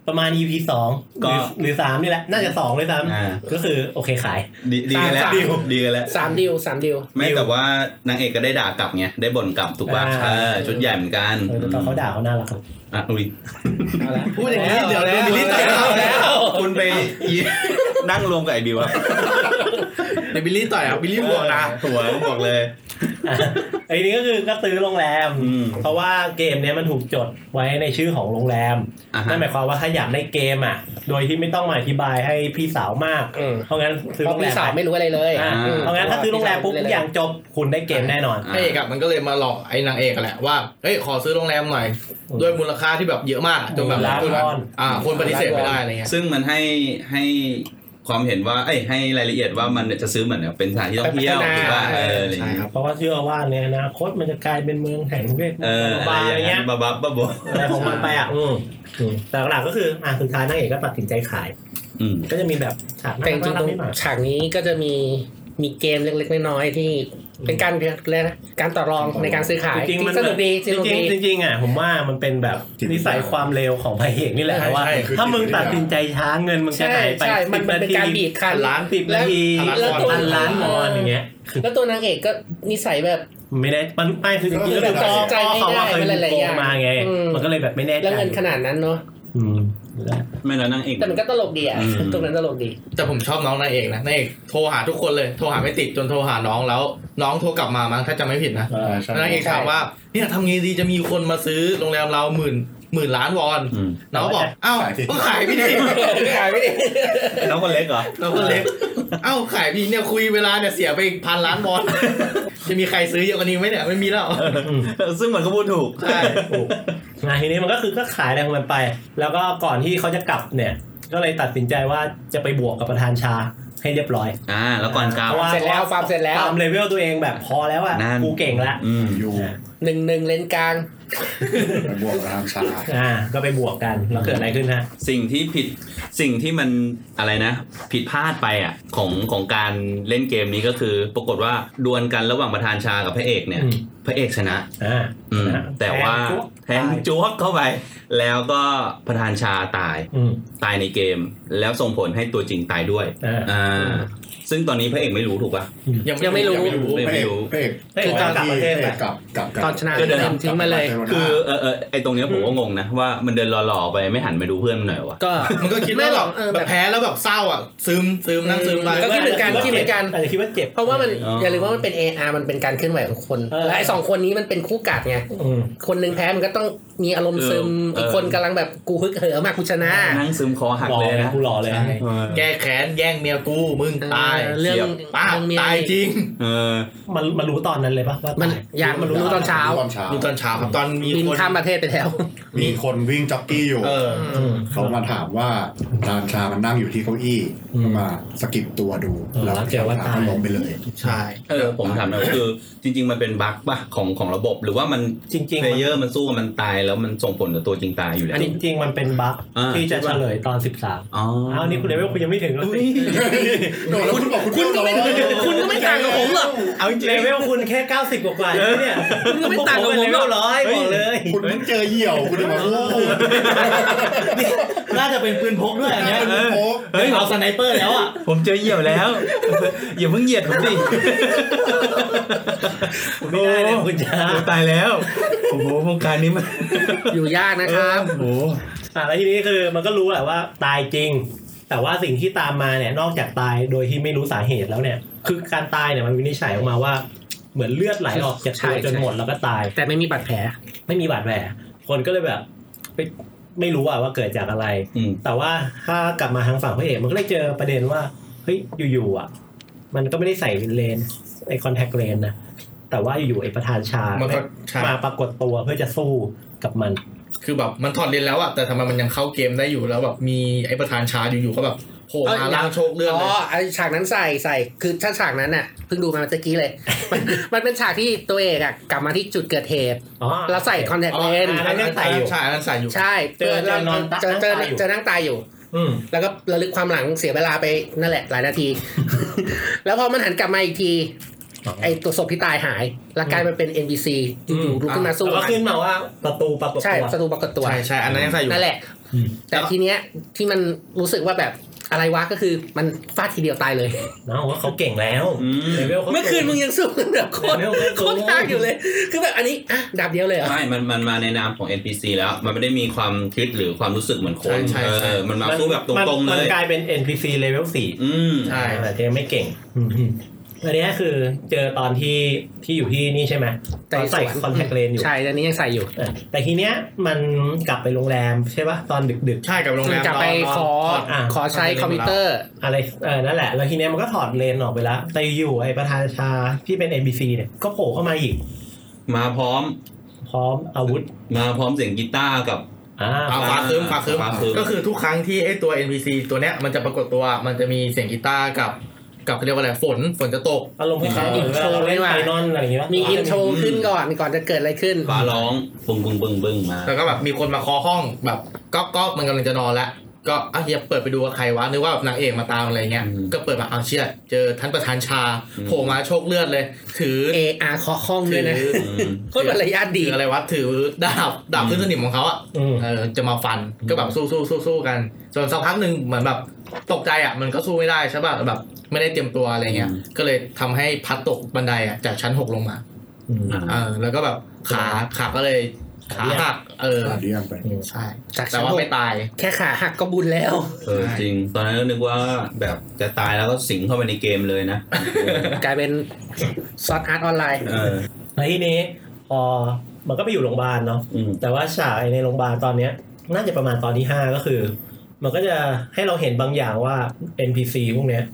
S1: ประมาณ EP สอง
S2: ก็
S1: หรือหรือสามนี่แหละ น่าจะสองเลยซ้
S2: อ่า
S1: ำก็คือโอเคขาย
S2: ดีดีกันแล้ว ดีกันแล้ว
S4: ๆสามดิวสามดิว
S2: ไม่แต่ว่านางเอกก็ได้ด่ากลับไงได้บ่นกลับถูกป่ะ
S1: อ่า
S2: เออชุดใหญ่เหมือนกัน
S1: เออแต่ตอนเขาด่าเขาน่ารักครับ
S2: อ่ะอุ้ย
S5: พูดอย่างนี้เดี๋ยวแล้ว
S4: เดี๋ยว
S5: เดี๋ยวนี้ตายเอาแล้ว
S2: คุณไปนั่งรวมกับไอ้บิวอะ
S5: เดี๋ยวบิลลี่ต่อยอ่ะบิลลี่บวกนะ
S2: หัวบอกเลย
S1: อ่ะไอ้นี่ก็คือก็ซื้อโรงแรม
S2: อืม
S1: เพราะว่าเกมเนี้ยมันถูกจดไว้ในชื่อของโรงแรม
S2: อ่ะฮะ
S1: นั่นหมายความว่าถ้าอยากได้เกมอ่ะ โดยที่ไม่ต้องมาอธิบายให้พี่สาวมาก
S4: อืม
S1: เพราะงั้นซื้อโร
S4: เพ
S1: ง
S4: ราะ
S1: แร
S4: พี่
S1: ม
S4: สาว
S1: ไป
S4: ไม่รู้อะไรเลย
S1: อ่า
S4: อืม
S1: เพราะงั้นถ้าซื้อโรงแรมปุ๊บทุกอย่างจบคุณได้เกมแน่นอน
S5: พระเอกอะมันก็เลยมาหลอกไอ้นางเอกอะแหละว่าเฮ้ยขอซื้อโรงแรมหน่อยด้วยมูลค่าที่แบบเยอะมากจนแบบ
S1: ล้านวอน
S5: อ่า คนปฏิเสธไม่ได้อะไรเงี้ย
S2: ซึ่งมันให้ให้ความเห็นว่าเอ้ยให้รายละเอียดว่ามันจะซื้อเหมือนเป็นสถานที่ท่องเที่ยว
S4: ไปพัฒนา
S2: ถูกป่ะเอออะไรอย่าง
S5: ใช่
S2: เงี้ย
S5: ครับ
S1: เพราะว่าเชื่อว่าในอนาคตมันจะกลายเป็นเมืองแห่งเวทม
S2: เอ
S1: ต์
S2: น ออะไร
S1: บาร์
S2: อ
S1: อะไร
S2: ย่างเงี้
S1: เงี้
S2: ย
S1: ย
S2: บ้าบ้าบ้าบอ
S1: อะไรของมันไปอ่ะอืมอืมแต่หลักๆก็คืออ่ะสุดท้ายนางเอกก็ตัดสินใจขาย
S2: อืม
S1: ก็จะมีแบบฉากน่า
S4: แต่จ
S1: รักน่ารัก
S4: ริงๆตรง
S1: นิดหน่อย
S4: ฉากนี้ก็จะมีมีเกมเล็กๆน้อยๆที่เป็นการเรียกอะไรนะการต่อรองในการซื้อขาย
S1: จริงๆมัน
S4: สนุกดีส
S1: จ
S4: นุกดี
S1: ริงๆจริงๆอ่ะผมว่ามันเป็นแบบ
S3: จริงๆ
S1: นิสัยความเร็วของพระเอกนี่แหละ
S5: ใช่
S1: ว่า
S5: ใช่
S1: ถ้ามึงตัดสินใจช้าเงินมึงจะ
S4: ใช่
S1: หายไป
S4: ใช่มัน
S1: 10
S4: มันเป็นการบีบคั้น
S1: ล้านสิบนาที
S4: แล้ว
S1: พันล้านมอนอย่างเงี้ยคือ
S4: แล้วตัวนางเอกก็นิสัยแบบ
S1: ไม่ได้มันไม่คือจริงๆ
S3: ก็
S1: ก็คือ อ
S3: คืแบบ
S1: พ่อ
S4: ใจไม่
S1: เขาว่า
S4: ได้
S1: เคย
S4: มันหลายๆ
S1: โก
S4: อง ย่าง
S1: มาไง
S4: อืม
S1: มันก็เลยแบบไม่แน่ใจ
S4: แล้วเงินขนาดนั้นเนาะ
S1: อืม
S2: ไม่แล้วนางเอก
S4: แต่มันก็ตลกดีอ่ะ
S2: อืม
S4: ตรงนั้นตลกดี
S5: แต่ผมชอบน้องนางเอกนะนางเอกโทรหาทุกคนเลยโทรหาไม่ติดจนโทรหาน้องแล้ว น้องโทรกลับมามั้งถ้าจำไม่ผิดนะ
S3: อ่าใช่
S5: นางเอกถามว่าเนี่ยทำไงดีจะมีคนมาซื้อโรงแรมเราหมื่นหมื่นล้านวอน
S2: อืม
S5: น้องก็บอกอ้าวก็ขายพี่ดิ
S4: ขายไม่ได้
S2: น้องคนเล็กเหรอ
S5: น้องก็เล็กเอ้าขายพี่เนี่ยคุยเวลาเนี่ยเสียไปอีกพันล้านว อน จะมีใครซื้อเยอะกว่านี้ไหมเนี่ยไม่มี แล้ว
S2: ซึ่งมันก็พูดถูก
S5: ใช่
S1: อ่ะทีนี้มันก็คือก็ขายอะไรของมันไป แล้วก็ก่อนที่เขาจะกลับเนี่ย ก็เลยตัดสินใจว่าจะไปบวกกับประธานชาให้เรียบร้อย
S2: อ่า แล้วก่อนกลับ
S1: เพราะว่า
S4: เสร็จแล้วฟาร์มเสร็จแล้ว
S1: ตามเลเวลตัวเองแบบพอแล้วอ่ะ
S2: นั่น
S1: กูเก่งละ
S2: อืม
S3: อยู่
S4: หนึ่งหนึ่งเลนกลาง
S3: ไปบวกกับทางชา
S1: อ่า ก็ไปบวกกัน แล้วเกิดอะไรขึ้นฮะ
S2: สิ่งที่ผิดสิ่งที่มันอะไรนะ ผิดพลาดไปอ่ะของของการเล่นเกมนี้ก็คือ ปรากฏว่าดวลกันระหว่างประธานชากับพระเอกเนี่ย
S1: อืม
S2: พระเอกชนะ
S1: อ่า
S2: อืม
S1: ชนะ
S2: แต่ว่าแท
S1: แทง
S2: ง
S1: จ้วง
S2: จ้วกเข้าไป แล้วก็ประธานชาตาย
S1: อืม
S2: ตายในเกม แล้วส่งผลให้ตัวจริงตายด้วย
S1: อ่า
S2: อ่าซึ่งตอนนี้พระเอกไม่รู้ถูกป่ะ
S4: ยังไม่รู้
S2: ไม่ไม่รู้
S3: เอก
S1: เฮ้ยตอนกลับประเทศ
S3: ก
S1: ไป
S3: ลับกลับกลับ
S4: ตอนชนะ
S2: ก็เดิน
S4: เต็มทิ้งมาเลย
S2: คือเออเออไอตรงเนี้ยผมก็งงนะว่ามันเดินหล่อๆไปไม่หันไปดูเพื่อนมันหน่อยวะ
S4: ก็
S5: มันก็คิดว่าแบบ
S4: เออ
S5: แบ
S4: แบบ
S5: บแพ้แล้วแบบเศร้าอ่ะซึมซึมนั่งซึมไป
S4: ก็คิดเหมือนกันคิดเหมือนกัน
S1: อาจจะคิดว่าเจ็บ
S4: เพราะว่ามันอย่าลืมว่ามันเป็น AR มันเป็นการเคลื่อนไหวของคนและไอ้สองคนนี้มันเป็นคู่กัดไง
S1: อืม
S4: คนหนึ่งแพ้มันก็ต้องมีอารมณ์ซึม อีกคนกำลังแบบกูฮึกเหิมมากกูชนะ
S2: นั่งซึมคอหัก
S1: หล่อ
S2: เล
S1: เลย
S2: ยนะ
S1: กูหล่อเลย
S2: เออ
S5: แก้แค้นแย่งเมียกูมึงตาย
S4: เรื่อง
S5: สียบป้าบ
S4: เรื่องเมี
S5: ตายจริง
S2: เออ
S1: มันมันรู้ตอนนั้นเลยปะว่า
S4: มั
S1: มัน
S4: อยากมันรู้ตอนเช้า
S3: ตอนเช้า
S5: ดูตอนเช้าครับตอนมี
S4: บิน
S5: คน
S4: ข้ามประเทศไปแล้ว
S3: มีคนวิ่งจ็อกกี้อยู่
S5: เออ
S3: เขามาถามว่าทานชามันนั่งอยู่ที่เก้าอี้มาสะกิดตัวดู แล้วเจอว่าตาล้มไปเลย
S5: ใช่
S2: เออผมถามหน่อยคือจริง ๆ มันเป็นบั๊กป่ะของของระบบ หรือว่ามัน
S1: จริงจริง
S2: เพลเยอร์มันสู้กับมันตายแล้วมันส่งผลต่อตัวจริงตายอยู่แล้
S1: อั
S2: ว
S1: นนี้จริงมันเป็นบั๊ก
S2: อ่า
S1: ที่จะเฉลยตอนสิบสาม
S2: อ๋อ
S1: อ้าวนี่คุณเลเวลคุณยังไม่ถึงเลย
S3: คุณบอกคุณ
S4: คุณก็ไม่คุณก็ไม่ต่างกับผมหรอก
S2: เอาจริง
S1: เลเวลคุณแค่เก้าสิบกว่าๆเองเนี่ย
S4: มึงไม่ต่างกับผมหรอก
S1: เลเวลร้อยบอกเลย
S3: คุณเพิ่งเจอเหี่ยวคุณจะมาพูด
S1: นี่น่าจะเป็นปืนพกด้วยอันเนี้ย
S3: โอ้โห
S2: เฮ้ย
S1: เอาสไนเปอร์แล้วอ่ะ
S2: ผมเจอเหยี่ยวแล้ว อย่าเพิ่งเหยียดผมดิ
S1: ไม่ได้เลยคุณจ้า
S2: ผมตายแล้วโอ้โหวงการนี้มัน
S4: อยู่ยากนะครับ
S2: โอ้โห
S1: อ่ะแล้วทีนี้คือมันก็รู้แหละว่าตายจริง แต่ว่าสิ่งที่ตามมาเนี่ยนอกจากตายโดยที่ไม่รู้สาเหตุแล้วเนี่ย คือการตายเนี่ยมันวินิจฉัยออกมาว่า เหมือนเลือดไหลออกจากตัว
S4: ใช่
S1: จนหมดแล้วก็ตาย
S4: แต่ไม่มีบาดแผล
S1: ไม่มีบาดแผลคนก็เลยแบบไม่ไม่รู้อะว่าเกิดจากอะไร
S2: อืม
S1: แต่ว่าถ้ากลับมาทางฝั่งพระเอกมันก็เลยเจอประเด็นว่าเฮ้ยอยู่ๆอะมันก็ไม่ได้ใส่เลนส์ไอคอนแทคเลนส์นะแต่ว่าอยู่ๆไอประธานชา
S5: มันก็ใช่
S1: มาปรากฏตัวเพื่อจะสู้กับมัน
S5: คือแบบมันถอดเลนส์แล้วอ่ะแต่ทำไมมันยังเข้าเกมได้อยู่แล้วแบบมีไอ้ประธานชาอยู่ๆก็แบบ โผล่มาล่างโชคเรื่อง
S4: อ๋
S5: เลย
S4: อไอฉากนั้นใส่ใส่คือถ้าฉากนั้นน่ะเพิ่งดูมาเมื่อกี้เลย มันมันเป็นฉากที่ตัวเอกอะกลับมาที่จุดเกิดเหตุ
S1: อ๋อ
S4: แล้วใส่คอนแทค
S5: อ๋อ
S4: เลนส์
S1: อ่าแล้ว งใส่อยู่
S5: ใช่อันนั้นใส่อยู่
S4: ใช่
S1: เจอเจอนอน
S4: เจอเจอ
S1: นั่งตายอยู่
S4: เจอนั่งตายอยู่
S1: อืม
S4: แล้วก็ระลึกความหลังเสียเวลาไปนั่นแหละหลายนาที แล้วพอมันหันกลับมาอีกที
S1: อ๋อ
S4: ไอตัวศพที่ตายหายแล้วกลายมาเป็น NPC อยู่ๆลุกขึ้นมาสู้
S1: แล้วก็ขึ้นมาว่าประตูปรากฏ
S4: ใช่
S1: ตัว
S4: ศัตรูปรากฏตัว
S5: ใช่ใช่อันนั้นยังใส่อยู่
S4: นั่นแหละ
S1: อืม
S4: แต่ทีเนี้ยที่มันรู้สึกว่าแบบอะไรวะก็คือมันฟาดทีเดียวตายเลย
S1: เนาะว่าเขาเก่งแล้ว
S9: อืม
S1: เลเวลเขา
S4: เมื่อคืนมึงยังสู้กันแบบโคตร
S1: เดี๋ยวเดี๋ยว
S4: โคตรยากอยู่เลย คือแบบอันนี้อ่ะดาบเดียวเลยเหรอ
S9: ไม่มันมันมาในนามของ NPC แล้ว มันไม่ได้มีความคิดหรือความรู้สึกเหมือนคน
S5: ใช่
S9: เอ
S5: ใช่ใช่
S9: อมันมาสู้แบบตรงๆ
S1: มั
S9: เล
S1: น
S9: ย
S1: กลายเป็น NPC เลเวลสี่
S9: อืม
S5: ใช่
S1: แต่ยังไม่เก่งอันเนี้ยคือเจอตอนที่ที่อยู่ที่นี่ใช่ไหมตอนใส่คอนแทคเลนอยู่
S4: ใช่อันนี้ยังใส่อยู่
S1: อ่ะแต่ทีเนี้ยมันกลับไปโรงแรมใช่ป่ะตอนดึก
S5: ใช่กับโรง
S4: คื
S5: แร
S4: อ
S5: ม
S4: กลับไป
S5: นน
S4: ขอ
S5: ถด
S1: อ่ะ
S4: ขอใช้คอมพิวเตอร์
S1: ๆ อะไรเออนั่นแหละ แล้วทีเนี้ยมันก็ถอดเลนออกไปแล้วแต่อยู่ไอประธานชาที่เป็น NPC เนี่ยก็โผล่เข้ามาอีก
S9: มาพร้อม
S1: พร้อมอาวุธ
S9: มาพร้อมเสียงกีตาร์กับ
S1: อ่า
S5: เอาฟ้าคืมฟ้าคืม
S9: ฟ้าครึ้ม
S5: ก็คือทุกครั้งที่ไอ้ตัว NPC ตัวเนี้ยมันจะปรากฏตัวมันจะมีเสียงกีตาร์กับกับเขาเรียกว่าอะไรฝนฝนจะตก
S1: อารมณ์คล้ายๆเหมือนเวลาเราเล่นไฟนอลอะไรอย่างเงี้ย
S4: มีอินโทรขึ้นก่อนก่อนจะเกิดอะไรขึ้น
S9: ฟ้าร้องบึ้งบึ้งบึ้งบึ้งมา
S5: แล้วก็แบบมีคนมาเคอห้องแบบก๊อกก๊อกมันกำลังจะนอนแล้วก็อ่ะเฮียเปิดไปดูว่าใครวะนึกว่าแบบนางเอกมาตามอะไรเงี้ยก็เปิดมาเอาเชี่ยเจอท่านประธานชาโผล่มาโชคเลือดเลย ถือ
S4: AR เคาะห้องด้วยนะ
S5: ถือ
S9: อืม
S4: โคตรมารยาทดี
S5: ถืออะไรวะถือดาบดาบขึ้นสนิมของเขาอ่ะ
S1: อืม
S5: เออจะมาฟันก็แบบสู้สู้สู้สู้กันจนสักพักหนึ่งเหมือนแบบตกใจอ่ะมันก็สู้ไม่ได้ใช่ป่ะแบบไม่ได้เตรียมตัวอะไรเงี้ย
S9: อืม
S5: ก็เลยทำให้พลัดตกบันไดอ่ะจากชั้นหกลงมา
S9: อ่า
S5: เออแล้วก็แบบขาขาก็เลยขาหักเออ
S3: เรียงไป
S5: ใช่
S4: จาก
S5: แต่
S4: ชั้น
S5: ว่า
S4: หก
S5: ไม่ตาย
S4: แค่ขาหักก็บุญแล้ว
S9: เออจริง ตอนนั้นก็นึกว่าแบบจะตายแล้วก็สิงเข้าไปในเกมเลยนะ
S4: กลายเป็นซอสอาร์ตออนไลน์
S9: เออ
S1: แล้วทีนี้พอมันก็ไปอยู่โรงพยาบาลเนาะ
S9: อืม
S1: แต่ว่าฉากไอ้ในโรงพยาบาลตอนเนี้ย น่าจะประมาณตอนที่ห้าก็คือ มันก็จะให้เราเห็นบางอย่างว่า NPC พวกเนี้ย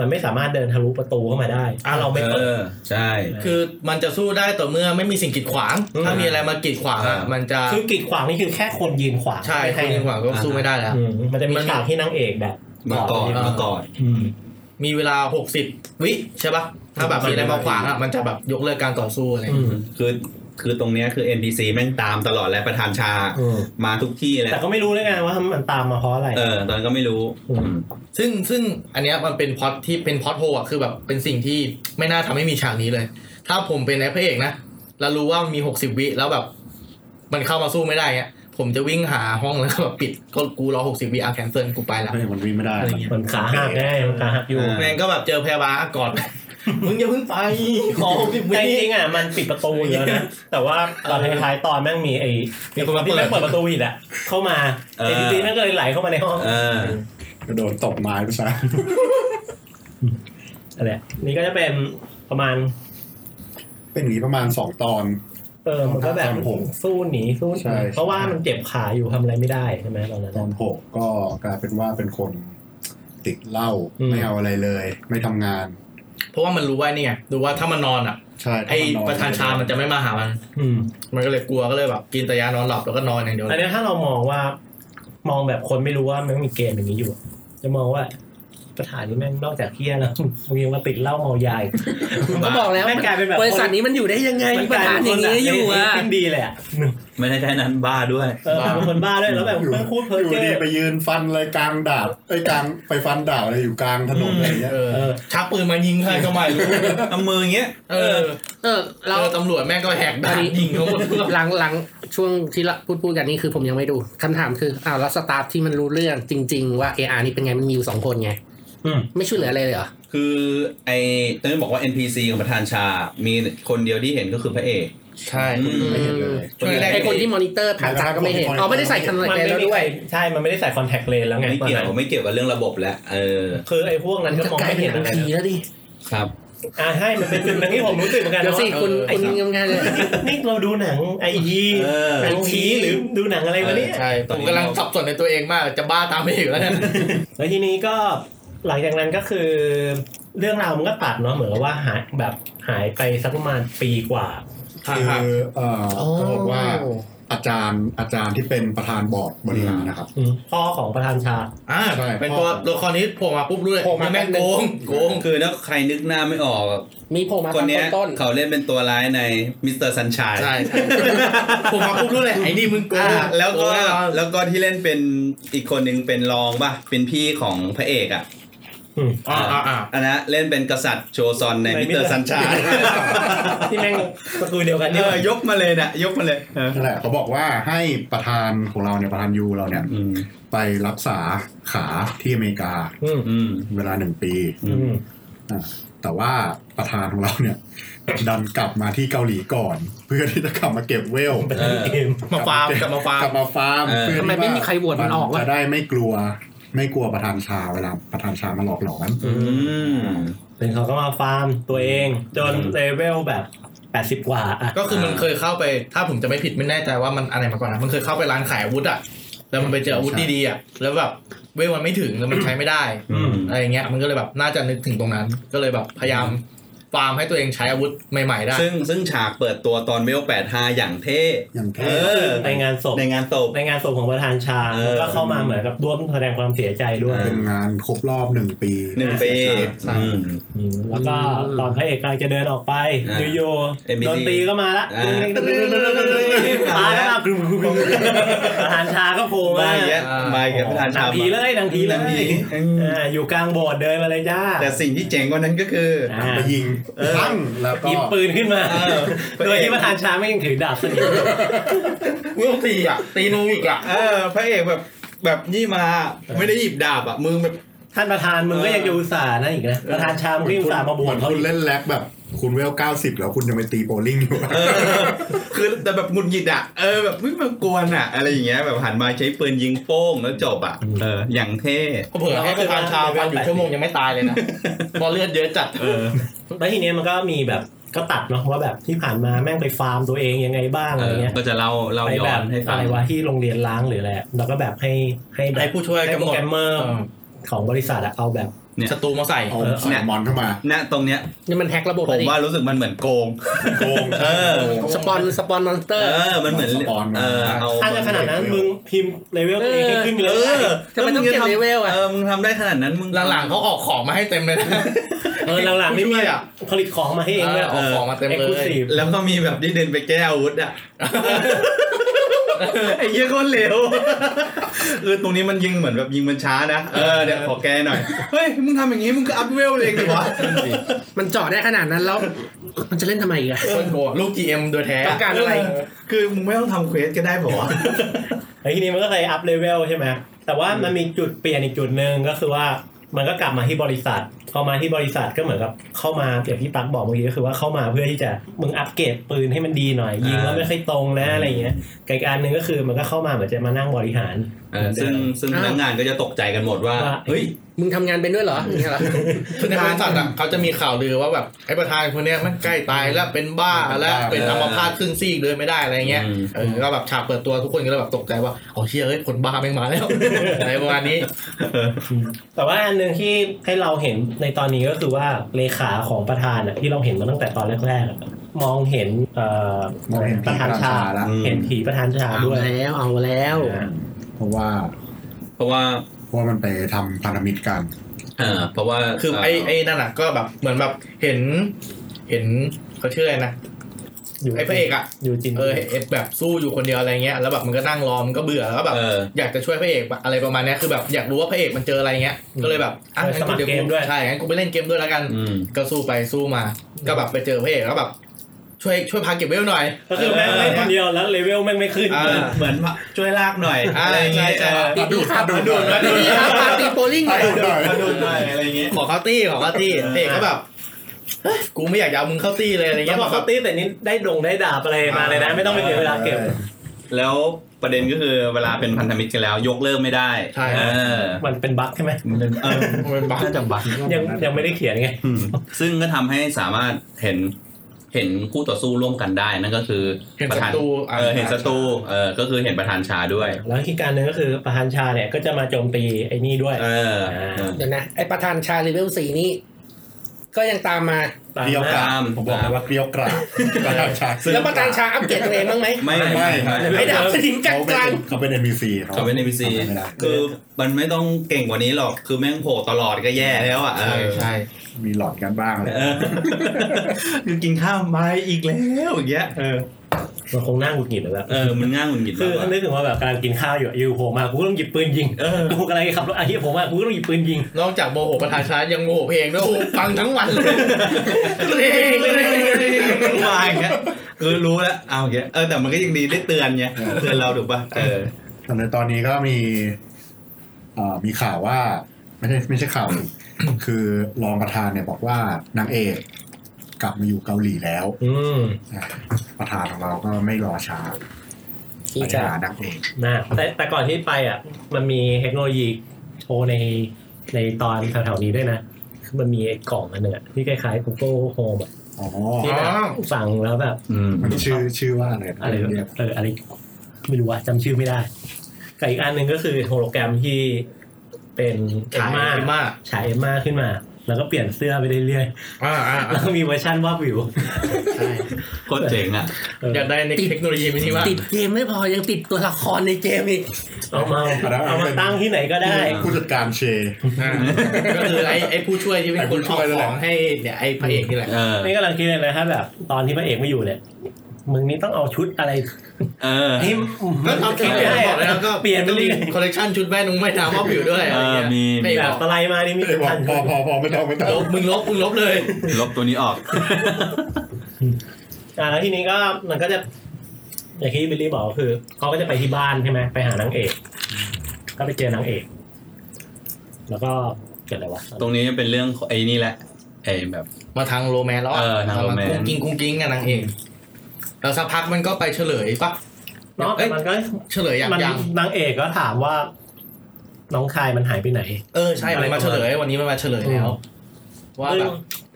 S1: มันไม่สามารถเดินทะลุประตูเข้ามาได้อ่ะเราไม่เปิ
S9: เอ
S1: ด
S9: อใช่
S5: คือมันจะสู้ได้ต่อเมื่อไม่มีสิ่งกีดขวาง
S1: อืม
S5: ถ้ามีอะไรมากีดขวาง
S9: อ่า
S5: อ่ะ
S9: มั
S5: มันจะ
S1: คือกีดขวางนี่คือแค่คนยืนขวาง
S5: ใช่
S1: ไม่
S5: คุ
S1: ให้
S5: ณกีดขวางก็สู้ไม่ได้แล้ว
S1: อืมมันจะมี
S5: มันมี
S1: ฉากที่นางเอกแบบ
S9: มากอด
S1: ด
S9: มากอด
S1: อืม
S5: มีเวลา 60 วิใช่ปะถ้าแบบมีอะไรมาขวางอ่ะมันจะแบบยกเลิกการต่อสู้อะไรอย่าง
S1: อื
S5: เงี้
S1: ม
S5: ย
S9: คือคือตรงเนี้ยคือ NPC แม่งตามตลอดและประธานชา
S1: อืม
S9: มาทุกที่แหละ
S1: แต่ก็ไม่รู้ด้วยไงว่ามันตามมาเพราะอะไร
S9: เออ ตอนนั้นก็ไม่รู้
S1: อืม
S9: อืม
S5: ซึ่งซึ่งอันเนี้ยมันเป็นพล็อตที่เป็นพล็อตโฮอ่ะคือแบบเป็นสิ่งที่ไม่น่าทำให้มีฉากนี้เลย ถ้าผมเป็นไอ้พระเอกนะแล้วรู้ว่ามันมี 60 วิแล้วแบบ มันเข้ามาสู้ไม่ได้เงี้ยผมจะวิ่งหาห้องแล้วก็แบบปิดก็กูรอ 60 วิอ่ะแคนเซิลกูไปละ
S3: ไม่มันวิ่งไม่ได้
S5: อะไรเงี้ย
S1: มันขาหักไงมันขาหักอยู่
S9: อ่า
S5: แม่งก็แบบเจอพยาบาลอ่ะกอด มึงอย่าเพิ่งไปขอ60วิ
S1: แต่จริงๆอ่ะมันปิดประตูอยู่แล้วนะแต่ว่าตอนท้ายๆตอนแม่งมีไอ้
S5: มีคนมาเปิด
S1: ที่แม่งเปิดประตูอีกอ่ะเข้ามา
S9: เออ
S1: เอ็นซีแม่งก็เลยไหลเข้ามาในห้อง
S9: เออ
S3: กระโดดตบไม้ไปซะ
S1: อะไรอะนี่ก็จะเป็นประมาณ
S3: เป็นอย่างนี้ประมาณสองตอน
S1: เออ มันก็แบบ
S3: ตอนหก
S1: สู้หนีสู้ห
S3: ใช่
S1: นีเพราะว่ามันเจ็บขาอยู่ทำอะไรไม่ได้ใช่ไหมตอนนั้น
S3: ตอน
S1: อะ
S3: หกก็กลายเป็นว่าเป็นคนติดเหล้า
S1: อืม
S3: ไม่เอาอะไรเลย ไม่ทำงาน
S5: เพราะว่ามันรู้ว่านี่ไงรู้ว่าถ้ามันนอนอ่ะ
S3: ใช่
S5: ไอประธานชามันจะไม่มาหามัน
S1: อืม
S5: มันก็เลยกลัวก็เลยแบบกินแต่ยานอนหลับแล้วก็นอนอย่างเดียว
S1: อันเนี้ยถ้าเรามองว่า มองแบบคนไม่รู้ว่ามันมีเกมอย่างนี้อยู่อะจะมองว่าประธานนี่แม่งนอกจากเพี้ยแล้ว มึงยังมาติดเหล้าเมายาอีก
S4: ผมก็บอกแล้ว
S1: แม่งกลายเป็นแบบ
S4: บริษัทนี้มันอยู่ได้ยังไงมีปัญหาอย่างนี้อยู่อ่ะ
S1: ขึ้นดีเลยอ่ะ
S9: ไม่ได้แค่นั้นบ้าด้วย
S1: เออเป็นคนบ้าด้วยแล้วแบบ
S3: อยู่
S1: ไม่งพูดเพ้อ
S3: อยู่
S1: เจ้
S3: ดี
S1: อ
S3: ไปยืนฟันอะไรกลางดาบไอ้ยกลางไปฟันดาบอะไรอยู่กลางถนนอะไรเงี้ย
S5: เออ
S1: เออ
S5: ชักปืนมายิงใครก็ไม่รู้
S9: เอามืออย่างเงี้ย
S5: เออ
S4: เออ
S5: เร
S4: เรา
S5: ตำรวจแม่งก็แหกด่านยิงเขาหมด
S4: หลังหลังช่วงที่เราพูดพูดกันนี่คือผมยังไม่ดูคำถามคืออ้าวแล้วสตาฟที่มันรู้เรื่องจริง ๆ ว่า AR นี่เป็นไงมันมีอยู่สองคนไง
S1: อืม
S4: ไม่ช่วยเหลืออะไรเลยเหรอ
S9: คือไอต้องบอกว่า NPC ของประธานชา มีคนเดียวที่เห็นก็คือพระเอก
S5: ใช่
S9: อืม
S3: ไม่เห็นเลย
S5: ช่วงแรก
S4: ไอคนที่มอนิเตอร์ผ่านตาก็ไม่เห็นอ๋อไม่ได้ใส่คัน
S1: มัน
S4: เลน
S1: ไม่
S4: ส์แล้ว
S1: มี
S4: ด้
S1: ใค
S4: วย
S1: รใช่ มันไม่ได้ใส่คอนแทคเลนส์แล้วไง
S9: ไม่เกี่ยว
S1: ตอนนั้น
S9: ไม่เกี่ยวกับเรื่องระบบแล้วเออ
S1: คือไอ้พวก
S4: มั
S1: นั้น
S4: น
S1: ก็
S4: จะ
S1: มอง
S4: กลาย
S1: ไม่
S4: เป็
S1: เห็
S4: น
S1: น
S4: หนั
S1: อะ
S4: ง
S1: ไร
S4: ผี
S1: นะ
S4: แล้วดิ
S9: ครับ
S1: อ่าใช่มันเป็นจุดหนึงที่ผมรู้สึกเหมือนกัน
S4: เดี๋ยว
S1: ว่า
S4: สิคุณ
S1: เออไอ้
S4: คุณยังไงเลย
S1: นี่เราดูหนังไอยี
S9: เออ
S1: หนังผีหรือดูหนังอะไรวะเนี่ย
S5: ใช่ผมกำลังสับสนในตัวเองมากจะบ้าตามไปอีกแล้วเนี่ย
S1: แล้วทีนี้ก็หลังจากนั้นก็คือ เรื่องราวมันก็ตัดเนาะเหมือนกับว่าหายแบบหายไปสักประมาณปีกว่า
S3: คือเอ่อ
S4: โอ้
S3: เขาบอกว่า อาจารย์อาจารย์ที่เป็นประธานบอร์ดบริหารนะครับ
S1: อืมพ่อของประธานชา
S5: อ่า
S3: ใช่
S5: เป็นตัวตัวละครนี้โผล่มาปุ๊บรู้เลย
S4: โผล่มา
S5: แม่ง
S4: แป๊บนึ
S5: โก
S4: ง
S5: งโกง
S2: คือถ้าใครนึกหน้าไม่ออก
S4: มีโผล่มา
S2: ค
S4: ตอนน
S2: เนี้ย
S4: ต้น
S2: เขาเล่นเป็นตัวร้ายในมิสเตอร์ซันชัย
S5: ใช่ใช่ โผล่มาปุ๊บรู้เลยไอ้นี่มึงโกง
S2: แล้วก็
S5: โงน่นอน
S2: แล้วก็ที่เล่นเป็นอีกคนหนึ่งเป็นรองป่ะ เป็นพี่ของพระเอกอ่ะ
S5: อ่าอ่าอ่า
S2: อันนั้นเล่นเป็นกษัตริย์โชซอนใน
S1: ใน
S2: มิสเตอ
S1: Mr.
S2: ร์ซันชัย
S1: ที่แม่งตระกูลเดียวกัน
S2: เอ
S1: นี่หว่า
S2: อยกมาเลยนะยกมาเลยเออ
S3: นั่นแหละเขาบอกว่าให้ประธานของเราเนี่ยประธานยูเราเนี่ย
S2: อืม
S3: ไปรักษาขาที่อเมริกา
S2: อืม
S3: เวลาหนึ่งปี
S2: อืม
S3: แต่ว่าประธานของเราเนี่ย ดันกลับมาที่เกาหลีก่อน เพื่อที่จะกลับมาเก็บเวล
S2: เออ
S5: มา ฟาร์มกลับมาฟาร์
S3: ก
S5: ม
S3: ลับมาฟาร์ม
S2: เออ
S3: เพื่อ
S10: ทำไมไม่มีใครโหวตมันออกวะ
S3: จะได้ไม่กลัว ไม่กลัวประธานชาเวลาประธานชามาหลอกหลอน
S2: อืม
S1: เป็นเขาก็มาฟาร์มตัวเอง จน
S2: อืม
S1: เลเวลแบบ 80 กว่าอ่ะ
S5: ก็คือมันเคยเข้าไป ถ้าผมจะไม่ผิดไม่แน่ใจว่ามันอะไรมาก่อนนะมันเคยเข้าไปร้านขายอาวุธอ่ะแล้วมันไปเจออาวุธดีๆอ่ะแล้วแบบเวลมันไม่ถึงแล้วมันใช้ไม่ได้
S2: อืม
S5: อะไรเงี้ยมันก็เลยแบบน่าจะนึกถึงตรงนั้น ก็เลยแบบพยายามฟาร์มให้ตัวเองใช้อาวุธใหม่ๆได้
S2: ซึ่งซึ่งฉากเปิดตัวตอนเวล85 อย่างเท่
S3: อย่าง
S2: เอ
S3: เท่
S2: อ
S1: ในงานศพ
S2: ในงานศพ
S1: ในงานศพของประธานชา
S2: เออ
S1: แล้วก็เข้ามาเหมือนกับร่วมแสดงความเสียใจด้วย
S2: เอ
S3: เป็
S2: อ
S3: นงานครบรอบหนึ่งปี
S2: หนึ่งปี
S5: ใช่
S2: อืม
S1: มแล้วก็ตอนพระเอกกำลังจะเดินออกไป
S2: อ่า
S1: โย
S2: เอ็มบี
S1: ๆ
S2: ซี
S1: ดนตรีก็มาละ
S2: อ่า
S1: ตายแล้วกรุบกรุบกรุบประธานชาก็โผล่มา
S2: มาอีกแล้วมาอีกแล้วประธา
S1: ห
S2: น
S1: นั
S2: ชาง ม
S1: ผีเลยหนังผีเล
S2: นางผี
S1: ยอ่าอยู่กลางโบสถ์เดินมาเลยจ้า
S2: แต่สิ่งที่เจ๋งกว่านั้นก็คือ
S1: อ่า
S3: ไปยิงปั้งแล้วก็
S1: หยิบปืนขึ้นมา
S2: เออ
S1: โดยที่ประธานชาไม่ยังถือดาบสนิท
S5: เรื่องตีอ่ะตีนูอีกอ่ะ
S2: เออพระเอกแบบแบบนี่มาไม่ได้หยิบดาบอ่ะมือแบบ
S1: ท่านประธานมึงก็ยังจะอุตส่าห์นะอีกนะประธานชามก็ยังอุตส่าห์มาบ
S3: เห
S1: ว
S3: มื
S1: ช
S3: อน
S1: เขา
S3: คุ
S1: อี
S3: ณ
S1: ก
S3: เล่นแล็กแบบคุณเวลเก้าสิบแล้วคุณยังไปตีโบลิ่งอยู่
S2: เออ คือแต่แบบหงุดหงิดอ่ะเออแบบเฮ้ยมันกวนอ่ะ อะไรอย่างเงี้ยแบบหันมาใช้ปืนยิงโป้งแล้วจบอ่ะเอออย่างเท่
S5: เผื่อให้ประธานชาวฟันอยู่ชั่วโมงยังไม่ตายเลยนะเพอเลือดเยอะจัด
S2: เออ
S1: แล้วทีเนี้ยมันก็มีแบบก็ตัดเนาะว่าแบบที่ผ่านมาแม่งไปฟาร์มตัวเองยังไงบ้างอะไรเงี้ย
S2: ก็จะเล่าเล่า
S1: ไป
S2: ย้อ
S1: แบบ
S2: นให้ฟั
S1: อะ
S2: ง
S1: ไรวะที่โรงเรียนล้างหรืออะไรอะแล้วก็แบบให้ให้แบบ
S5: ให้ผู้ช่วย
S1: ให้
S5: กำ
S1: โป
S5: ห
S1: ร
S5: นด
S1: แกรมเมอร์ของบริษัทอะเอาแบบ
S2: เนี่ย
S5: ศัตรูมาใส่
S3: เอา
S2: เนี่ย
S3: สามอนเข้ามา
S2: ณตรงเนี้ย
S4: นี่มันแฮกระบบ
S2: ผม
S4: อะดิ
S2: ว่ารู้สึกมันเหมือนโกง
S3: โกง
S2: เออ
S4: สปอนสปอนมอนสเตอ
S2: เอ
S4: ร์
S2: อ มันเหมือน
S3: สปอนมา
S2: เออเอา
S1: ถ้าจะขนาดนั้นมึงพิมพ์เลเวลตัวเองให้ขึ้นเล
S2: เอยอ
S4: ทำไมต้องเก็บเลเวลอะ
S2: เออมึงทำได้ขนาดนั้นมึง
S5: หลังๆเขาออกของมาให้เต็มเลยนะ
S1: เออหลังๆนี่มี
S5: ผู้ช่วย
S1: แบบ
S5: อ่ะ
S1: ผลิตของมาให้เองด้วย
S5: เออออกของมาเต็มเล
S1: เอ็กซ์คลู
S5: ย
S1: ซีฟ
S2: แล้วก็มีแบบที่เดินไปแก้อาวุธอ่ะ ไอ้เหี้ยโคตรเร็วคือตรงนี้มันยิงเหมือนแบบยิงมันช้านะ เออเดี๋ยวขอแก้หน่อย เฮ้ย มึงทำอย่างนี้มึงก็อัพเวลเองดีวะ
S4: มันเจาะได้ขนาดนั้นแล้ว มันจะเล่นทำไมอีกอะ
S5: คนโกงลูก GM โดยแท้
S4: ต้องการอะไร
S2: คือมึงไม่ต้องทำเควสก็ได้เปล่าวะ
S1: แล้วทีนี้มันก็เลยอัพเลเวลใช่ไหมแต่ว่ามันมีจุดเปลี่ยนอีกจุดหนึ่งก็คือว่ามันก็กลับมาที่บริษัทพอมาที่บริษัทก็เหมือนกับเข้ามาอย่างที่ปักบอกเมื่อกี้ก็คือว่าเข้ามาเพื่อที่จะมึงอัปเกรดปืนให้มันดีหน่อย ยิงแล้วไม่ค่อยตรงนะอะไรอย่างเงี้ยกอีกอันหนึ่งก็คือมันก็เข้ามาเหมือนจะมานั่งบริหาร
S2: เออซึ่งซึ่งพนักงานก็จะตกใจกันหมดว่า
S1: ว่า
S2: เฮ้ย
S4: มึงทำงานเป็นด้วยเหรออย่างเงี้ยเหรอ
S5: คือในบริษัทอ่ะเขาจะมีข่าวลือว่าแบบไอ้ประธานคนเนี้ยมันใกล้ตายแล้วเป็นบ้าแล้วเป็นอัมพาตครึ่งซีกเดินไม่ได้อะไรเงี้ย
S2: อืม
S5: เออก็แบบฉากเปิดตัวทุกคนก็เลยแบบตกใจว่าโอ้เชี่ยเอ้ยคนบ้าแม่งมา แล้วอะไรประมาณนี้
S1: แต่ว่าอันหนึ่งที่ให้เราเห็นในตอนนี้ก็คือว่าเลขาของประธานอะที่เราเห็นมาตั้งแต่ตอนแรกๆอะมองเห็นเอ่อ
S3: มองเห็น
S1: ป
S3: ผี
S1: ระธานชา
S3: ประธานชาละ
S1: เห็นผีประธานชา
S4: เอา
S1: ด้วย
S4: แล้วเอาแล้ว
S1: อ่า
S3: เพราะว่า
S2: เพราะว่า
S3: เพราะว่ามันไปทำพันธมิตรกัน
S2: เออเพราะว่า
S5: คือไอ้ไอ้นั่นน่ะก็แบบเหมือนแบบเห็น เห็นเขาชื่ออะไรนะไอ้พระเอกอ่ะ
S1: อยู่จริง
S5: เออเห็นแบบสู้อยู่คนเดียวอะไรเงี้ยแล้วแบบมันก็นั่งรอมันก็เบื่อแล้วก็แบบ
S2: เออ
S5: อยากจะช่วยพระเอกอะไรประมาณเนี้ยคือแบบอยากรู้ว่าพระเอกมันเจออะไรเงี้ยก็เลยแบบอ่ะงั้นกูดี๋ยใช่งั้นกูไปเล่นเกมด้วยแล้วกัน
S2: อืม
S5: ก็สู้ไปสู้มา ก็แบบไปเจอพระเอกแล้วแบบ ช่วยช่วยพาเก็บเวลหน่อย
S1: ก็คือแม่งเล่นคนเดียวแล้วเลเวลแม่งไม่ขึ้น
S2: อ่าเหมือนว่าช่วยลากหน่อยอะไรอย่างเงี้ย
S5: ใช่
S2: เออ
S4: ปิดดูครับ
S3: ดูด
S4: ปิดดูครับปาร์ตี้โบลิ่งหน่อย
S2: มาดูหน่อยอะไรอย่างเงี้ย
S5: ขอเข้าตี้ขอเข้าตี้พระเอกก็แบบเฮ้ยกูไม่อยากจะเอามึงเข้าตี้เลยอะไร
S1: แล้
S5: เงี้
S1: วย พอเขาตีแต่นี้ได้ดงได้ดาบอะไรมาเลยนะ ไม่ต้องไปเสียเวลาเก็บ
S2: แล้วประเด็นก็คือเวลาเป็นพันธมิตรกันแล้ว ยกเลิกไม่ได้
S5: ใช่
S2: เออ
S1: มันเป็นบั๊กใช่ไหม
S2: มันเป็นเออ
S5: มันเป็นบั๊ก
S2: น่าจะบัก
S1: ยังยังไม่ได้เขียนไง
S2: ซึ่งก็ทำให้สามารถเห็นเห็นคู่ต่อสู้ร่วมกันได้นั่นก็คือ
S5: เห็น
S2: ประธาน
S5: ศัตรูอ่ะ
S2: เออเห็นศัตรูเออก็คือเห็นประธานชาด้วย
S1: แล้วที่การหนึ่งก็คือประธานชาเนี่ยก็จะมาโจมตีไอ้นี่ด้วย
S2: เออ
S1: อ่า
S2: เออ
S4: เดี๋ยวนะ ไอประธานชาเลเวลสี่นี่ ก็ยังตามมา
S1: ตาม
S3: เกรียวก
S1: มา
S3: ราบผมบอกเลยว่าเกรียวกราบประธานชา
S4: แล้วประธานชาอัปเกรดตัวเองบ้างไหม
S2: ไม่ไม่
S3: ไม่
S2: ไม่
S3: ไม่
S4: ไอ้ดาบสนิมกลาง
S3: เขา
S4: ก
S3: เป็
S4: ลา
S3: น
S4: ง
S3: เขาเป็น NPC เขา
S2: เขาเป็นเอพีซี
S3: ทำไม่ได้
S2: คือมันไม่ต้องเก่งกว่านี้หรอกคือแม่งโผล่ตลอดก็แย่แล้วอ่ะเอ
S5: ใช่
S2: อ
S5: ใช่
S3: มีหลอดกันบ้างเลย
S2: เออ คือกินข้าวไม้อีกแล้วอย่างเงี้ยเออ
S1: มันคงน่าหงุดหงิดแล้วแบบ
S2: เออมันง่ายหงุดหงิด
S1: คือ
S2: มากกว่า
S1: นึกถึงว่าแบบกำลังกินข้าวอยู่อยู่โผล่มากูก็ต้องหยิบปืนยิง
S2: เออ
S1: กูกำลังขับรถอาชีพผมมากูก็ต้องหยิบปืนยิง
S5: นอกจากโมโหประธานชายังโมโหเพลงด้วยโอ้โหฟังทั้งวันเลย
S2: มาอย่างเงี้ยคือรู้แล้วเอาอย่างเงี้ยเออแต่มันก็ยังดีได้เตือนไงเตือนเราถูกป่ะเออ
S3: ส่วนในตอนนี้ก็มีเอ่อมีข่าวว่า ไม่ใช่ไม่ใช่ข่าว คือรองประธานเนี่ยบอกว่านางเอกกลับมาอยู่เกาหลีแล้ว
S1: อืม
S3: อ่ะประธานของเราก็ไม่รอช้า
S4: ที่
S3: ไป
S4: จะ
S3: หานางเอก
S1: นะแต่แต่ก่อนที่ไปอ่ะ มันมีเทคโนโลยีโชว์ในในตอนแถวๆนี้ด้วยนะ คือมันมีไอ้กล่องอันหนึ่งอะที่คล้ายๆ Google Home อะ
S3: อ๋อ
S1: ที่แบบฟังแล้วแบบ
S2: อืม
S3: มันชื่อชื่อว่าอะไรนะ
S1: อะไร
S3: เรียก
S1: เอออะไรไม่รู้ว่าจำชื่อไม่ได้กับอีกอันหนึ่งก็คือโฮโลแกรมที่เป็นเอ็ม
S5: ขาย
S1: มา
S5: มา
S1: ฉายเอ็มมาขึ้นมา แล้วก็เปลี่ยนเสื้อไปเรื่อย
S5: อ่าอ่า
S1: ๆแล้วก็มีเวอร์ชันวาบวิว
S5: ใช่
S2: โคตรเจ๋งอ่ะ
S1: เออ
S5: อยากได้ในเทคโนโลยีมินิมาก
S4: ติดเกมไม่พอยังติดตัวละครในเกมอีก
S1: เอามาเอามาตั้งที่ไหนก็ได้
S3: ผู้จัดการเช
S5: อ่าก็คือไอ้ไอ้ผู้ช่วยที่เป็นคนออกของให้เนี่ยไอ้พระเอกนี่แหละ
S2: เออ
S1: นี่กำลังคิดเลยนะถ้าแบบ ตอนที่พระเอกไม่อยู่เนี่ยมึงนี่ต้องเอาชุดอะไร
S2: เออ
S1: ที่
S5: ก็ทำคลิปเนี่ยบอกแล้วก็
S1: เปลี่ยนไป
S5: ก็
S1: เรื่
S5: มี
S1: อย
S5: คอลเลกชันชุดแม่นุ่งไม่ายน้ำว่าผิวด้วยอะไร
S2: เออ
S5: เงี้ย
S2: มี
S5: ไม่
S2: มี
S1: ๆ
S5: บ
S1: แบ
S5: อบ ก
S1: สไลด์มานี่มี
S3: เอ้ยบอก
S1: พัน
S3: พอพอพอไม่ต้องไม่ต้อง
S5: ลบมึงลบมึงลบเลย
S2: ลบตัวนี้ออก
S1: อ่าแล้วทีนี้ก็มันก็จะ อย่างที่บิลลี่บอกก็คือเขาก็จะไปที่บ้านใช่ไหมไปหานางเอก ก็ไปเจอนางเอก แล้วก็เกิดอะไรวะ
S2: ตรงนี้เป็นเรื่องไอ้นี่แหละไอ้แบบ
S5: มาทางโรแมนแล้วอะ
S2: เออทางโรแมน
S5: กุ้งกิ้งกุ้งกิ้งกันนางเอกแล้วสักพักมันก็ไปเฉลยปะ
S1: เนาะแต่มันก็
S5: เฉลยอย่าง
S1: มัน
S5: ยัง
S1: นางเอกก็ถามว่า น้องชายมันหายไปไหน
S5: เออใช่มันมาเฉลยวันนี้มันมาเฉลยแล้ว ว่าแบบ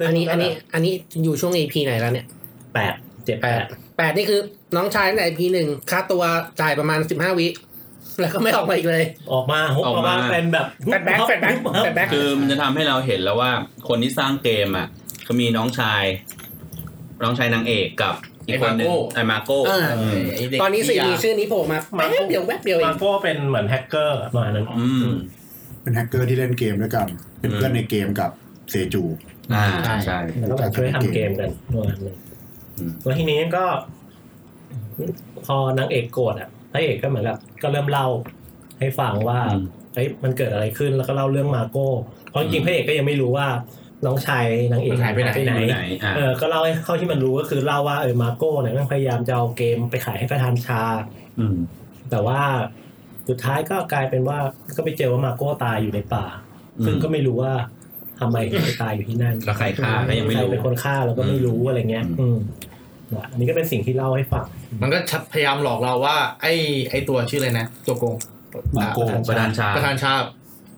S4: อันนี้อันนี้อันนี้อยู่ช่วง EP ไหนแล้วเนี่ย
S1: แปดเจ็ด
S4: แป
S1: แป
S4: ด
S1: ด
S4: แปดนี่คือน้องชายตั้งแต่ EP หนึ่งค่าตัวจ่ายประมาณสิบห้าวิ แล้วก็ไม่ออกมาอีกเลย
S1: ออกมาฮุบอ
S2: อ
S1: อ
S2: อก ก
S1: มา
S2: มา
S1: เป็นแบบ
S4: แฟดแบ็กแฟดแบ็ก
S1: ฮุบ
S4: แฟดแบ็ก
S2: คือมันจะทำให้เราเห็นแล้วว่า คนที่สร้างเกมอ่ะเขามีน้องชาย น้องชายนางเอกกับอีกคนหนึงไอ้มาโก้
S4: เออ
S5: ไเด็ก
S4: ตอนนี้สี่
S5: ที่
S4: มี
S5: ยา
S4: ชื่อนี้โผล่มาแป๊บเดียวแวบเดียวเอ
S1: มาง โก้เป็นเหมือนแฮกเกอร์ประมาณนั้น
S2: อืม
S3: เป็นแฮกเกอร์ที่เล่นเกมด้วยกัน เป็นเพื่อน
S2: อืม
S3: ในเกมกับเซจู
S2: อ่าใช่
S1: แล้วก็แบบช่วยทำเกมกันประมาณนึง
S2: อืม
S1: แล้วทีนี้ก็ พอนางเอกโกรธอ่ะพระเอกก็เหมือนแบบก็เริ่มเล่าให้ฟังว่า
S2: อืม
S1: เฮ้ยมันเกิดอะไรขึ้นแล้วก็เล่าเรื่องมาโก้เพราะจริง
S2: อื
S1: ๆ
S2: ม
S1: พระเอกก็ยังไม่รู้ว่าน้องชายนางเอกหายไปไหน
S2: ไหนอ่า
S1: เออก็เล่าให้เท่าที่มันรู้ก็คือเล่าว่าเออมาโก้เนี่ยมันพยายามจะเอาเกมไปขายให้ประธานชา
S2: อืม
S1: แต่ว่าสุดท้ายก็กลายเป็นว่าก็ไปเจอว่ามาโก้ตายอยู่ในป่า
S2: อืม
S1: ซึ่งก็ไม่รู้ว่าทำไมถึงไปตายอยู่ที่นั่น
S2: แล้วใครฆ่าก็ยังไม่รู้
S1: ใคเป็นคนฆ่าเราก็ไม่รู้อะไรเงี้ย
S2: อืม
S1: อืมนะอันนี้ก็เป็นสิ่งที่เล่าให้ฟัง
S5: มันก็ชัดพยายามหลอกเราว่า ไอ้ไอ้ตัวชื่ออะไรนะ ตัวโกง
S3: มาโก้
S2: ประธานชา
S5: ประธานชาบ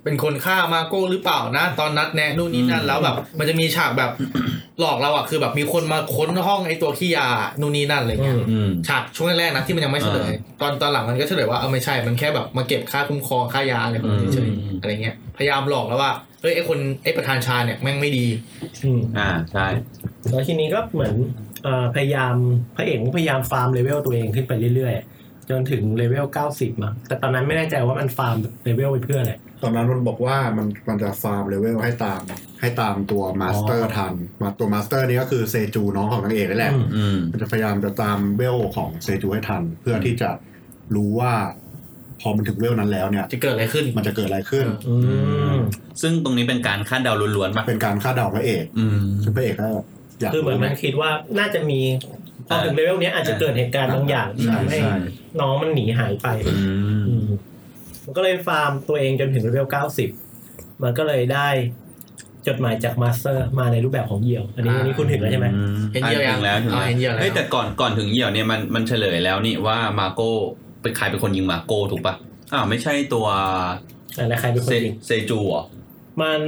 S5: เป็นคนฆ่ามาโก้หรือเปล่านะ ตอนนัดแนะนู่นนี่นั่น
S2: อืม
S5: แล้วแบบ มันจะมีฉากแบบ หลอกเราอ่ะคือแบบมีคนมาค้นห้องไอ้ตัวขี้ยานู่นนี่นั่นอะไรเงี้ย
S2: อืม
S5: ฉากช่วงแรกๆนะที่มันยังไม่เฉลย ตอนตอนหลังมันก็เฉลยว่าเออไม่ใช่มันแค่แบบมาเก็บค่าคุ้มครองค่ายาอะไรของมันเฉย
S2: อืม
S5: ๆอะไรเงี้ยพยายามหลอกแล้วว่าเฮ้ยไอคนไอประธานชาเนี่ยแม่งไม่ดี
S1: อืม
S2: อ่าใช่
S1: แล้วทีนี้ก็เหมือนเอ่อพยายามพระเอกก็พยายามฟาร์มเลเวลตัวเองขึ้นไปเรื่อยๆ จนถึงเลเวลเก้าสิบมั้งแต่ตอนนั้นไม่แน่ใจว่ามันฟาร์มเลเวลไปเพื่ออะไร
S3: ตอนนั้นมันบอกว่ามันมันจะฟาร์มเลเวลให้ตาม ให้ตามตัวมาสเตอ
S1: อ๋
S3: ร์
S1: อ
S3: ทันมาตัวมาสเตอร์นี้ก็คือเซจูน้องของนางเอกนั่นแหละ
S1: อืม
S2: อืม
S3: มันจะพยายามจะตามเวลของเซจูให้ทัน เพื่อที่จะรู้ว่าพอมันถึงเวลนั้นแล้วเนี่ย
S5: จะเกิดอะไรขึ้น
S3: มันจะเกิดอะไรขึ้น
S1: อืม
S2: ซึ่งตรงนี้เป็นการคาดเดาล้วนๆป่ะ
S3: เป็นการคาดเดาพระเอก
S2: อืม
S3: ซึ่งพระเอกก็อยาก
S1: คือเหมือนมันคิดว่าน่าจะมีพอถึงเลเวลเนี้ยอาจจะเกิดเหตุการณ์บางอย่างที่
S2: ใช่
S1: ทำให้
S2: ใช่
S1: น้องมันหนีหายไป
S2: อืม
S1: อืมมันก็เลยฟาร์มตัวเองจนถึงเลเวล 90 มันก็เลยได้จดหมายจากมาสเตอร์มาในรูปแบบของเหยี่ยว อันนี้
S5: อ่า
S1: อันนี้คุณถึงแล้วใช่ไหม
S5: เห็นเหยี่ยวยัง
S2: ถึงแล้วถึง
S5: อ๋อเห็นเหยี่ยวแล้ว
S2: ฮ้แต่ก่อนก่อนถึงเหยี่ยวเนี่ยมันมันเฉลยแล้วนี่ว่ามาโก้เป็นใครเป็นคนยิงมาโก้ถูกปะอ้าวไม่ใช่ตัว
S1: อะไรใครเป็นค
S2: เซ
S1: นยิง
S2: เซจูเหรอ
S1: มัน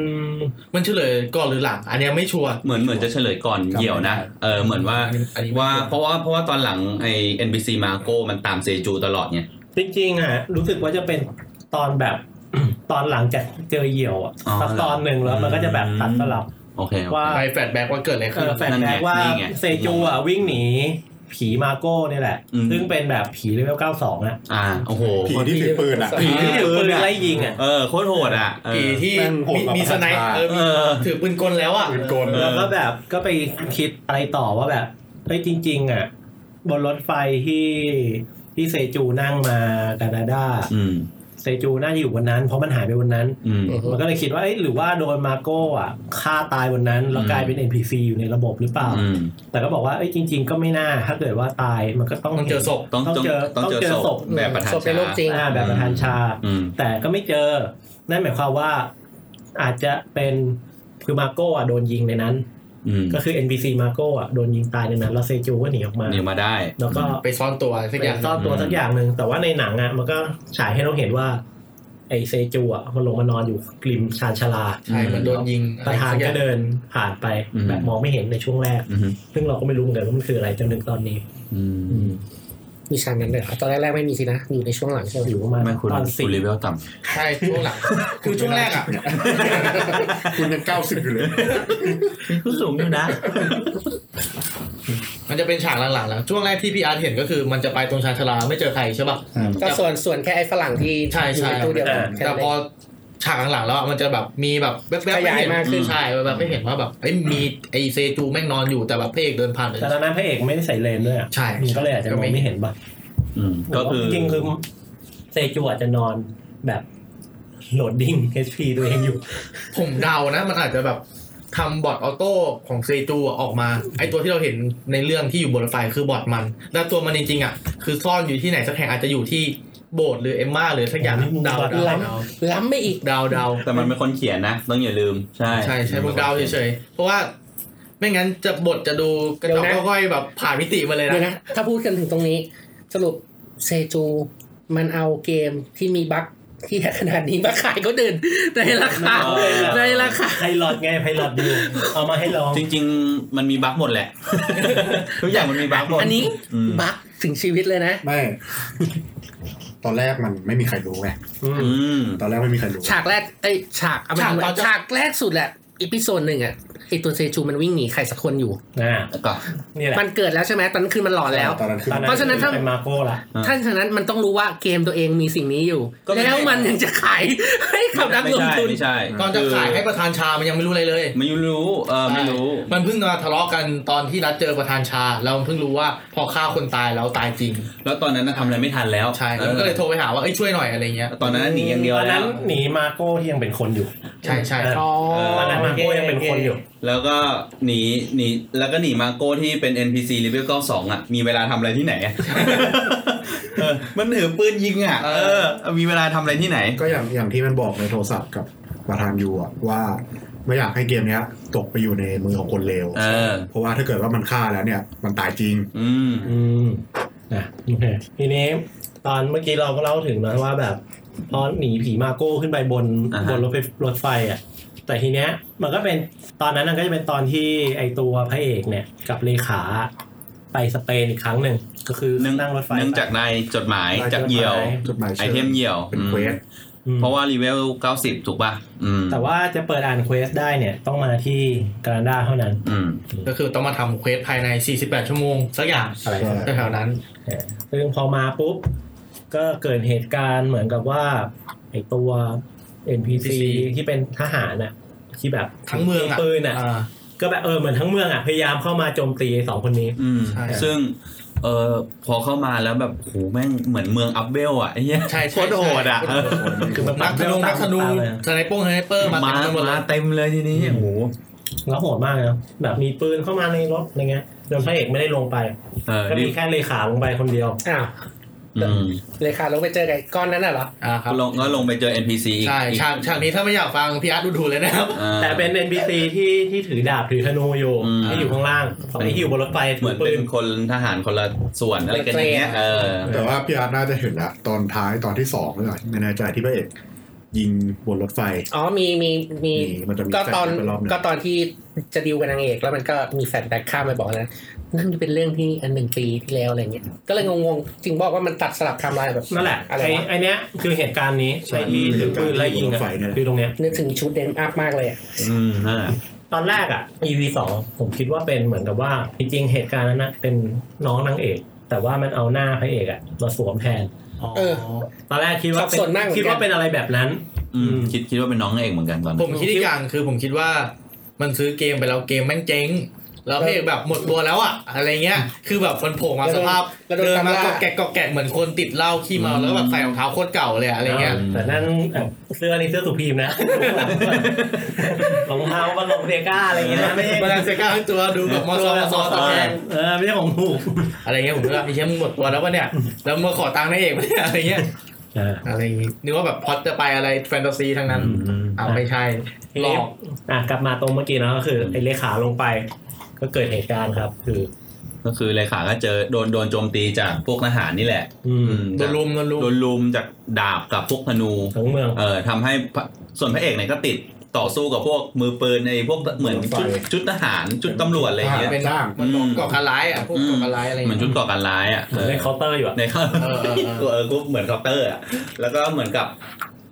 S5: มันเฉลยก่อนหรือหลังอันเนี้ยไม่ชัวร์
S2: เหมือนเหมือนจะเฉลยก่อนเหยี่ยวนะเออเหมือนว่า
S5: อันนี้
S2: ว่าเพราะว่าเพราะว่าตอนหลังไอ้ NBC มาโก้มันตามเซจูตลอดไง
S1: จริงๆอ่ะ รู้สึกว่าจะเป็น ตอนแบบ ตอนหลังจากเจอเหยี่ยวอ่ะสักตอนหนึ่งแล้วมันก็จะแบบตัดสลับ
S2: โอเคโอเค
S1: ว่า
S5: ไปแฟลชแบ็กว่าเกิดอะไร
S1: เอ
S5: ขึ้น
S1: อแฟน
S2: นั่น
S1: แบ
S2: ไง
S1: กว่า
S2: นี่ไง
S1: เซจูอ่ะวิ่งหนีผีมาโก้เนี่ยแหละ
S2: อืม
S1: ซึ่งเป็นแบบผีเลเวล 92อ่ะ
S2: อ่าโอ้โห
S3: ผีที่ถือปืนอ่ะ
S2: ผีที่ถือปืนอะ
S1: ไล่ยิงอ่ะ
S2: เออโคตรโหดอ่ะเออ
S5: ผีที่
S3: แม่งโหด
S5: มี
S3: กว่ามี
S5: มีสไน
S3: ป
S5: ป์
S3: ระชา
S5: เออ
S2: เอ
S5: มี
S2: อ
S5: ถือปืนกลแล้วอ่ะ
S3: ปืนกล
S2: เออ
S1: แล้วก็แบบก็ไปคิดอะไรต่อว่าแบบเฮ้ยจริง ๆ อ่ะ บนรถไฟที่ที่เซจูนั่งมาแคนาดา
S2: อืม
S1: เซจูน่าจะอยู่บนนั้น เพราะมันหายไปบนนั้น
S2: อืม
S1: มันก็เลยคิดว่าเอ้ยหรือว่าโดนมาโก้อ่ะฆ่าตายบนนั้น แล้ว
S2: อืม
S1: กลายเป็น NPC อยู่ในระบบหรือเปล่า
S2: อืม
S1: แต่ก็บอกว่าเอ้ยจริง ๆ ก็ไม่น่าถ้าเกิดว่าตายมันก็ต้อง
S5: ต้องเจอศพ
S2: ต้อง
S1: ต้องเจอ
S2: ต้องเจอศพแบบประทาน
S4: ศพในโลกจ
S2: ชา
S4: ริง
S1: อ่าแบบประธานชา
S2: อืม
S1: แต่ก็ไม่เจอ นั่นหมายความว่าอาจจะเป็นคือมาโก้อะโดนยิงในนั้น
S2: อืม
S1: ก็คือ NPC มาโก้อะโดนยิงตายในนั้นแล้วเซจูก็หนีออกมา
S2: หนีมาได้
S1: แล้วก็
S5: ไปซ่อนตัวสัก
S1: ไป
S5: อย่าง
S1: ซ่อนตัวสักอย่างหนึ่งแต่ว่าในหนังอะมันก็ฉายให้เราเห็นว่า ไอเซจูอะมันลงมานอนอยู่ริมชานชาลา
S5: ใช่เหมันโดนยิง
S1: ประธานก็เดินผ่านไป
S2: อืม
S1: แบบมองไม่เห็นในช่วงแรก
S2: อืม
S1: ซึ่งเราก็ไม่รู้เหมือนกันว่ามันคืออะไรจนถึงตอนนี้
S2: อื
S1: อื
S2: ม
S1: ม
S4: มีฉากนั้นเลยเหรอตอนแรกๆไม่มีสินะ อยู่ในช่วงหลังใช่ไหม
S1: อยู่ประมาณ
S2: ไม่คุณ
S1: ตอน
S2: คุ
S1: สี่
S2: ณเลเวลต่
S5: ใช่ช่วงหลังคือช่วงแรกอ่ะ
S3: คุณยังเก้าสิบอยู่เลย
S2: ำคุณสูงอยู่นะ
S5: มันจะเป็นฉากหลังๆแล้วช่วงแรกที่พี่อาร์ตเห็นก็คือมันจะไปตรงชานชาลาไม่เจอใครใช่ป่ะ
S4: ก็ส่วนส่วนแค่ไอ้ฝรั่งที่
S5: ใช่
S4: อยู่
S5: ใช่
S4: ในตู้เดียวกันแค่
S5: แต่
S4: นั้น
S5: พ
S4: เอ
S5: อง ฉากหลังๆแล้วอะมันจะแบบมีแบบแวบๆ
S4: ขยายมากขึ้น
S5: ใช่แบบๆไม่เห็นว่าแบบเอ้ยมีไอเซจูแม่งนอนอยู่แต่แบบพระเอกเดินผ่านเลย
S1: แต่ตอนนั้นพระเอกไม่ได้ใส่เลนส์ด้วยอะ
S5: ใช่
S1: มันก็เลยอาจจะมองไม่เห็นบ้าง
S2: อืมก็คือ
S1: จริงๆคือเซจูอาจจะนอนแบบโหลดดิ้ง HP ตัวเองอยู่
S5: ผมเดานะ มันอาจจะแบบทำบอทออโต้ของเซจูอะออกมา ไอตัวที่เราเห็นในเรื่องที่อยู่บนรถไฟคือบอทมัน แล้วตัวมันจริงๆอ่ะคือซ่อนอยู่ที่ไหนสักแห่งอาจจะอยู่ที่โบสถ์หรือเอมมาหรือสักอย่าง
S1: อืม
S5: เดาเดา
S4: ล้ำไม่อีก
S5: เดาเดา
S2: แต่มันเป็นคนเขียนนะ ต้องอย่าลืม ใช่
S5: ใช่ใช่ผมเดาเฉยๆ เพราะว่าไม่งั้นจะบทจะดูกระจอก
S4: เดี๋ยวนะ
S5: ก้อยๆแบบผ่านมิติมาเลย
S4: เดี๋ยว
S5: นะ
S4: นะ ถ้าพูดกันถึงตรงนี้ สรุปเซจูมันเอาเกมที่มีบั๊กที่ขนาดนี้มาขายก็เดินในราคาในราคา
S1: ไพลอตไงไพลอตดูเอามาให้ลอง
S2: จริง ๆ มันมีบั๊กหมดแหละ ทุกอย่างมันมีบั๊กหมด
S4: อันนี้
S2: อืม
S4: บั๊กถึงชีวิตเลยนะ
S3: ไม่ ตอนแรกมันไม่มีใครรู้ไง
S1: อืม
S2: อืม
S3: ตอนแรกไม่มีใครรู้
S4: ฉากแรกไอยฉากเอาไป
S5: ฉาก
S4: ทำ
S5: ตอนจบ
S4: ฉากแรกสุดแหละอีพิโซดหนึ่งอะไอตัวเซจูมันวิ่งหนีใครสักคนอยู่
S1: อ่า
S2: แล้วก็
S1: นี่แหละ
S4: มันเกิดแล้วใช่ไหมตอนนั้นคือมันหลอนแล้ว
S3: ตอนนั้นคือ
S1: ตอ
S4: เพราะฉะนั้นถ้า
S1: เป็นมาโก้ละ
S2: อ่า
S4: ท่านฉะนั้นมันต้องรู้ว่าเกมตัวเองมีสิ่งนี้อยู่
S2: ก็ไม่
S4: แล้วมันยังจะขาย ให้กับนัก
S2: ไม่
S4: ลง
S2: ใช่
S4: ทุน
S2: ไม่ใช่
S5: ตอนจะขายให้ประธานชา มันยังไม่รู้อะไรเลย
S2: ไม่รู้เออไม่รู้
S5: ใช่มันเพิ่งมาทะเลาะกันตอนที่นัดเจอประธานชา แล้วมันเพิ่งรู้ว่าพอฆ่าคนตายแล้วตายจริง
S2: แล้วตอนนั้นน่ะทำอะไรไม่ทันแล้ว
S5: ใช่ แล้วมันก็เลยโทรไปหาว่าเอ้ยช่วยหน่อยอะไรเงี้ย
S2: ตอนนั้นหนีอย่างเดียว
S1: ตอน
S2: แล้
S1: นั้
S2: วน
S1: หนีมาโก้ที่ยังเป็นคนอยู่
S5: ใช่ใช่
S1: อ๋อ ตอนนั้นมาโก้ยังเป็นคนอยู่
S2: แล้วก็หนีหนีแล้วก็หนีมาโก้ที่เป็น NPC รีเวลก็สองอ่ะ มีเวลาทำอะไรที่ไหน อะเออมันถือปืนยิงอ่ะ เออ มีเวลาทำอะไรที่ไหน
S3: ก็อย่างอย่างที่มันบอกในโทรศัพท์กับประธานยูอะว่า ไม่อยากให้เกมเนี้ย ตกไปอยู่ในมือของคนเลว
S2: เออ
S3: เพราะว่าถ้าเกิดว่ามันฆ่าแล้วเนี่ย มันตายจริง
S2: อืม
S1: อืมนะโอเคทีนี้ตอนเมื่อกี้เราก็เล่าถึงนะว่าแบบพอหนีผีมาโก้ขึ้นไปบน
S2: อ่าฮะ
S1: บนรถไฟรถไฟอ่ะ แต่ทีเนี้ยมันก็เป็นตอนนั้นมันก็จะเป็นตอนที่ไอตัวพระเอกเนี่ยกับเลขาไปสเปนอีกครั้งหนึ่งก็คือ
S2: เนื่อง
S1: นั่งรถไฟ
S2: เนื่องจาก
S1: ไป
S2: ในจดหมาย
S3: ได้
S2: จากเหยี่ยว
S3: จดหมาย
S2: ไอ
S3: ชิญ
S2: เทมเหยี่ยว
S3: เป็น
S2: อืม
S3: เควส
S1: อืม
S2: เพราะว่ารีเวล90 ถูกป่ะอืม
S1: แต่ว่าจะเปิดอ่านเควสได้เนี่ยต้องมาที่กรานาดาเท่านั้น
S2: อืม
S5: ก็คือต้องมาทำเควสภายใน 48 ชั่วโมง สักอย่าง
S1: อะไร
S3: ใช่
S5: แถวๆนั้น
S1: ซึ่งพอมาปุ๊บ ก็เกิดเหตุการณ์เหมือนกับว่าไอตัว NPC ที่เป็นทหารน่ะที่แบบ
S5: ทั้งเมืองอ่ะ
S1: ปืนอ่ะ
S5: อ่า
S1: ก็แบบเออเหมือนทั้งเมืองอ่ะพยายามเข้ามาโจมตีไอ้สองคนนี้
S2: อืม
S5: ใช่
S2: ซึ่งเออพอเข้ามาแล้วแบบโหแม่งเหมือนเมืองอัพเวลอ่ะไอ้เหี้ย
S5: ใช่
S2: โค
S5: ใช่
S2: ตรโหดอ่ะ
S5: ใช่
S1: คือมัน
S5: นักธนูนักธนู
S1: ตามเลยอะ
S5: สไนเปอร์สไนเปอร์มา
S2: มา
S5: เต็มไปหมดเล
S2: มาย เต็มเลยทีนี้โอ้โห
S1: แล้วโหดมากนะแบบมีปืนเข้ามาในรถอะไรเงี้ยจนพระเอกไม่ได้ลงไป
S2: เออ
S1: ก็
S2: ดิ
S1: มีแค่เลขาลงไปคนเดียว
S4: อ้าว
S2: อืม
S4: เลยค่ะลงไปเจอไก่ก้อนนั้นน่ะเหรอ
S5: อ่าครับ
S2: ก็ลงก็ลงไปเจอ NPC อีก
S5: ใช่
S2: อีก
S5: ฉากฉากนี้ถ้าไม่อยากฟังพี่อาร์ตดูดูเลยนะครับ
S2: อ่า
S1: แต่เป็น NPC ที่ที่ถือดาบถือธนูอยู่
S2: อืม
S1: ที่อยู่ข้างล่างตอนที่อยู่บนรถไฟ
S2: เห
S1: ถื
S2: มื
S1: อ
S2: อน
S1: ปื
S2: เป็น
S1: น
S2: คนทหารคนละส่วนอะไรกันอย่างเงี้ยเออ
S3: แต่ว่าพี่อาร์ตน่าจะเห็นละตอนท้ายตอนที่สองหรือเปล่าไม่แน่ใจที่พระเอกยิงบนรถไฟ
S4: อ๋อมีมีมี
S3: มีมันจะมี
S4: ก็ตอน
S3: แฟลชแบ็คไปรอบหนึ่ง
S4: ก็ตอนที่จะดิวกับนางเอก แล้วมันก็มีแฟลชแบ็กข้ามไปบอกนะนั่นเป็นเรื่องที่อันหนึ่งปีที่แล้วอะไรเงี้ยก็เลยงงๆจริงบอกว่ามันตัดสลับไทำลายแบบ
S1: นั่นแหละ
S4: อะไร
S1: ไอ้
S4: วะ
S1: ไอ้เนี้ยคือเหตุการณ์นี้
S3: ใช่
S1: ไอ้ที่ถือปืนไล่ยิง
S3: เหตุการณ์ที่อยู่บนรถไฟเนี่ย
S1: คือตรงเนี้ย
S4: นึกถึงชุดเดนอัพมากเลยอะ
S2: อืมนั่นแหละ
S1: ตอนแรกอ่ะ EP สองผมคิดว่าเป็นเหมือนกับว่า จริงๆเหตุการณ์นั้นนะเป็นน้องนางเอก แต่ว่ามันเอาหน้าพระเอกอ่ะมาสวมแทน
S4: เออ
S1: ตอนแรกคิดว่าเป็
S4: สับสนมากเหมือนกัน
S1: คิดว่าเป็นอะไรแบบนั้น
S2: อืมคิดคิดว่าเป็นน้องเอกเหมือนกันตอน
S5: ผ
S2: นั้น
S5: มคิดอีกอย่างคือผมคิดว่ามันซื้อเกมไปแล้วเกมแม่งเจ๊ง แล้วเพลงแบบหมดตัวแล้วอะอะไรเงี้ย คือแบบมันโผล่มาสภาพ
S4: แล้วโดน
S5: เดินมา
S4: ตามล่า
S5: กอกแกะกอกแกะเหมือนคนติดเหล้าขี้เมาแล้วก็แบบใส่รองเท้าโคตรเก่าเลยอะอะไรเงี้ย
S1: แต่นั่นเอ่อเสื้อนี่เสื้อสุพีมนะ รองเท้าบัลลงเดก้าอะไรอย่างเงี้ยนะไม่ใช่
S5: บาลานเซก้าทั้งตัวดูแบบมอซอมอซอตะแคง
S1: เออไม่ใช่ของถูก
S5: อะไรเงี้ยผมก็ไอ้เชี่ยมึงหมดตัวแล้ววะเนี่ย แล้วมาขอตังค์นายเอกวะเนี่ยอะไรเงี้ย
S1: เออ
S5: อะไรอย่างงี้นึกว่าแบบพล็อดจะไปอะไรแฟนตาซีทั้งนั้นอ้าวไม่ใช่หลอก
S1: อ่ะกลับมาตรงเมื่อกี้เนอะก็คือไอ้เลขาลงไป ก็เกิดเหตุการณ์ครับ คือ
S2: ก็คือเลขาก็เจอโดนโดนโจมตีจากพวกทหารนี่แหละ
S1: อืม
S2: อืม
S5: โดนลุมโดนลุม
S2: โดนลุมจากดาบกับพวกธนู
S1: ทั้งเมือง
S2: เอ่อทำให้พระส่วนพระเอกเนี่ยก็ติดต่อสู้กับพวกมือปืนในพวกเหมือนชุดชุดทหารชุดตำรวจอะไรอย่างเงี้ย
S5: เป็น
S3: จ้าง
S5: มันก่อการร้ายอ่ะพวกก่อการร้ายอะไร
S2: เหมือน
S5: เงี้ย
S2: ชุดก่อการร้ายอ่ะเออ
S1: ในเคาน์เตอร์อยู่อะ
S2: ในเข้า
S5: เออเออเออ
S2: เออกูเหมือนเคาน์เตอร์อ่ะแล้วก็เหมือนกับ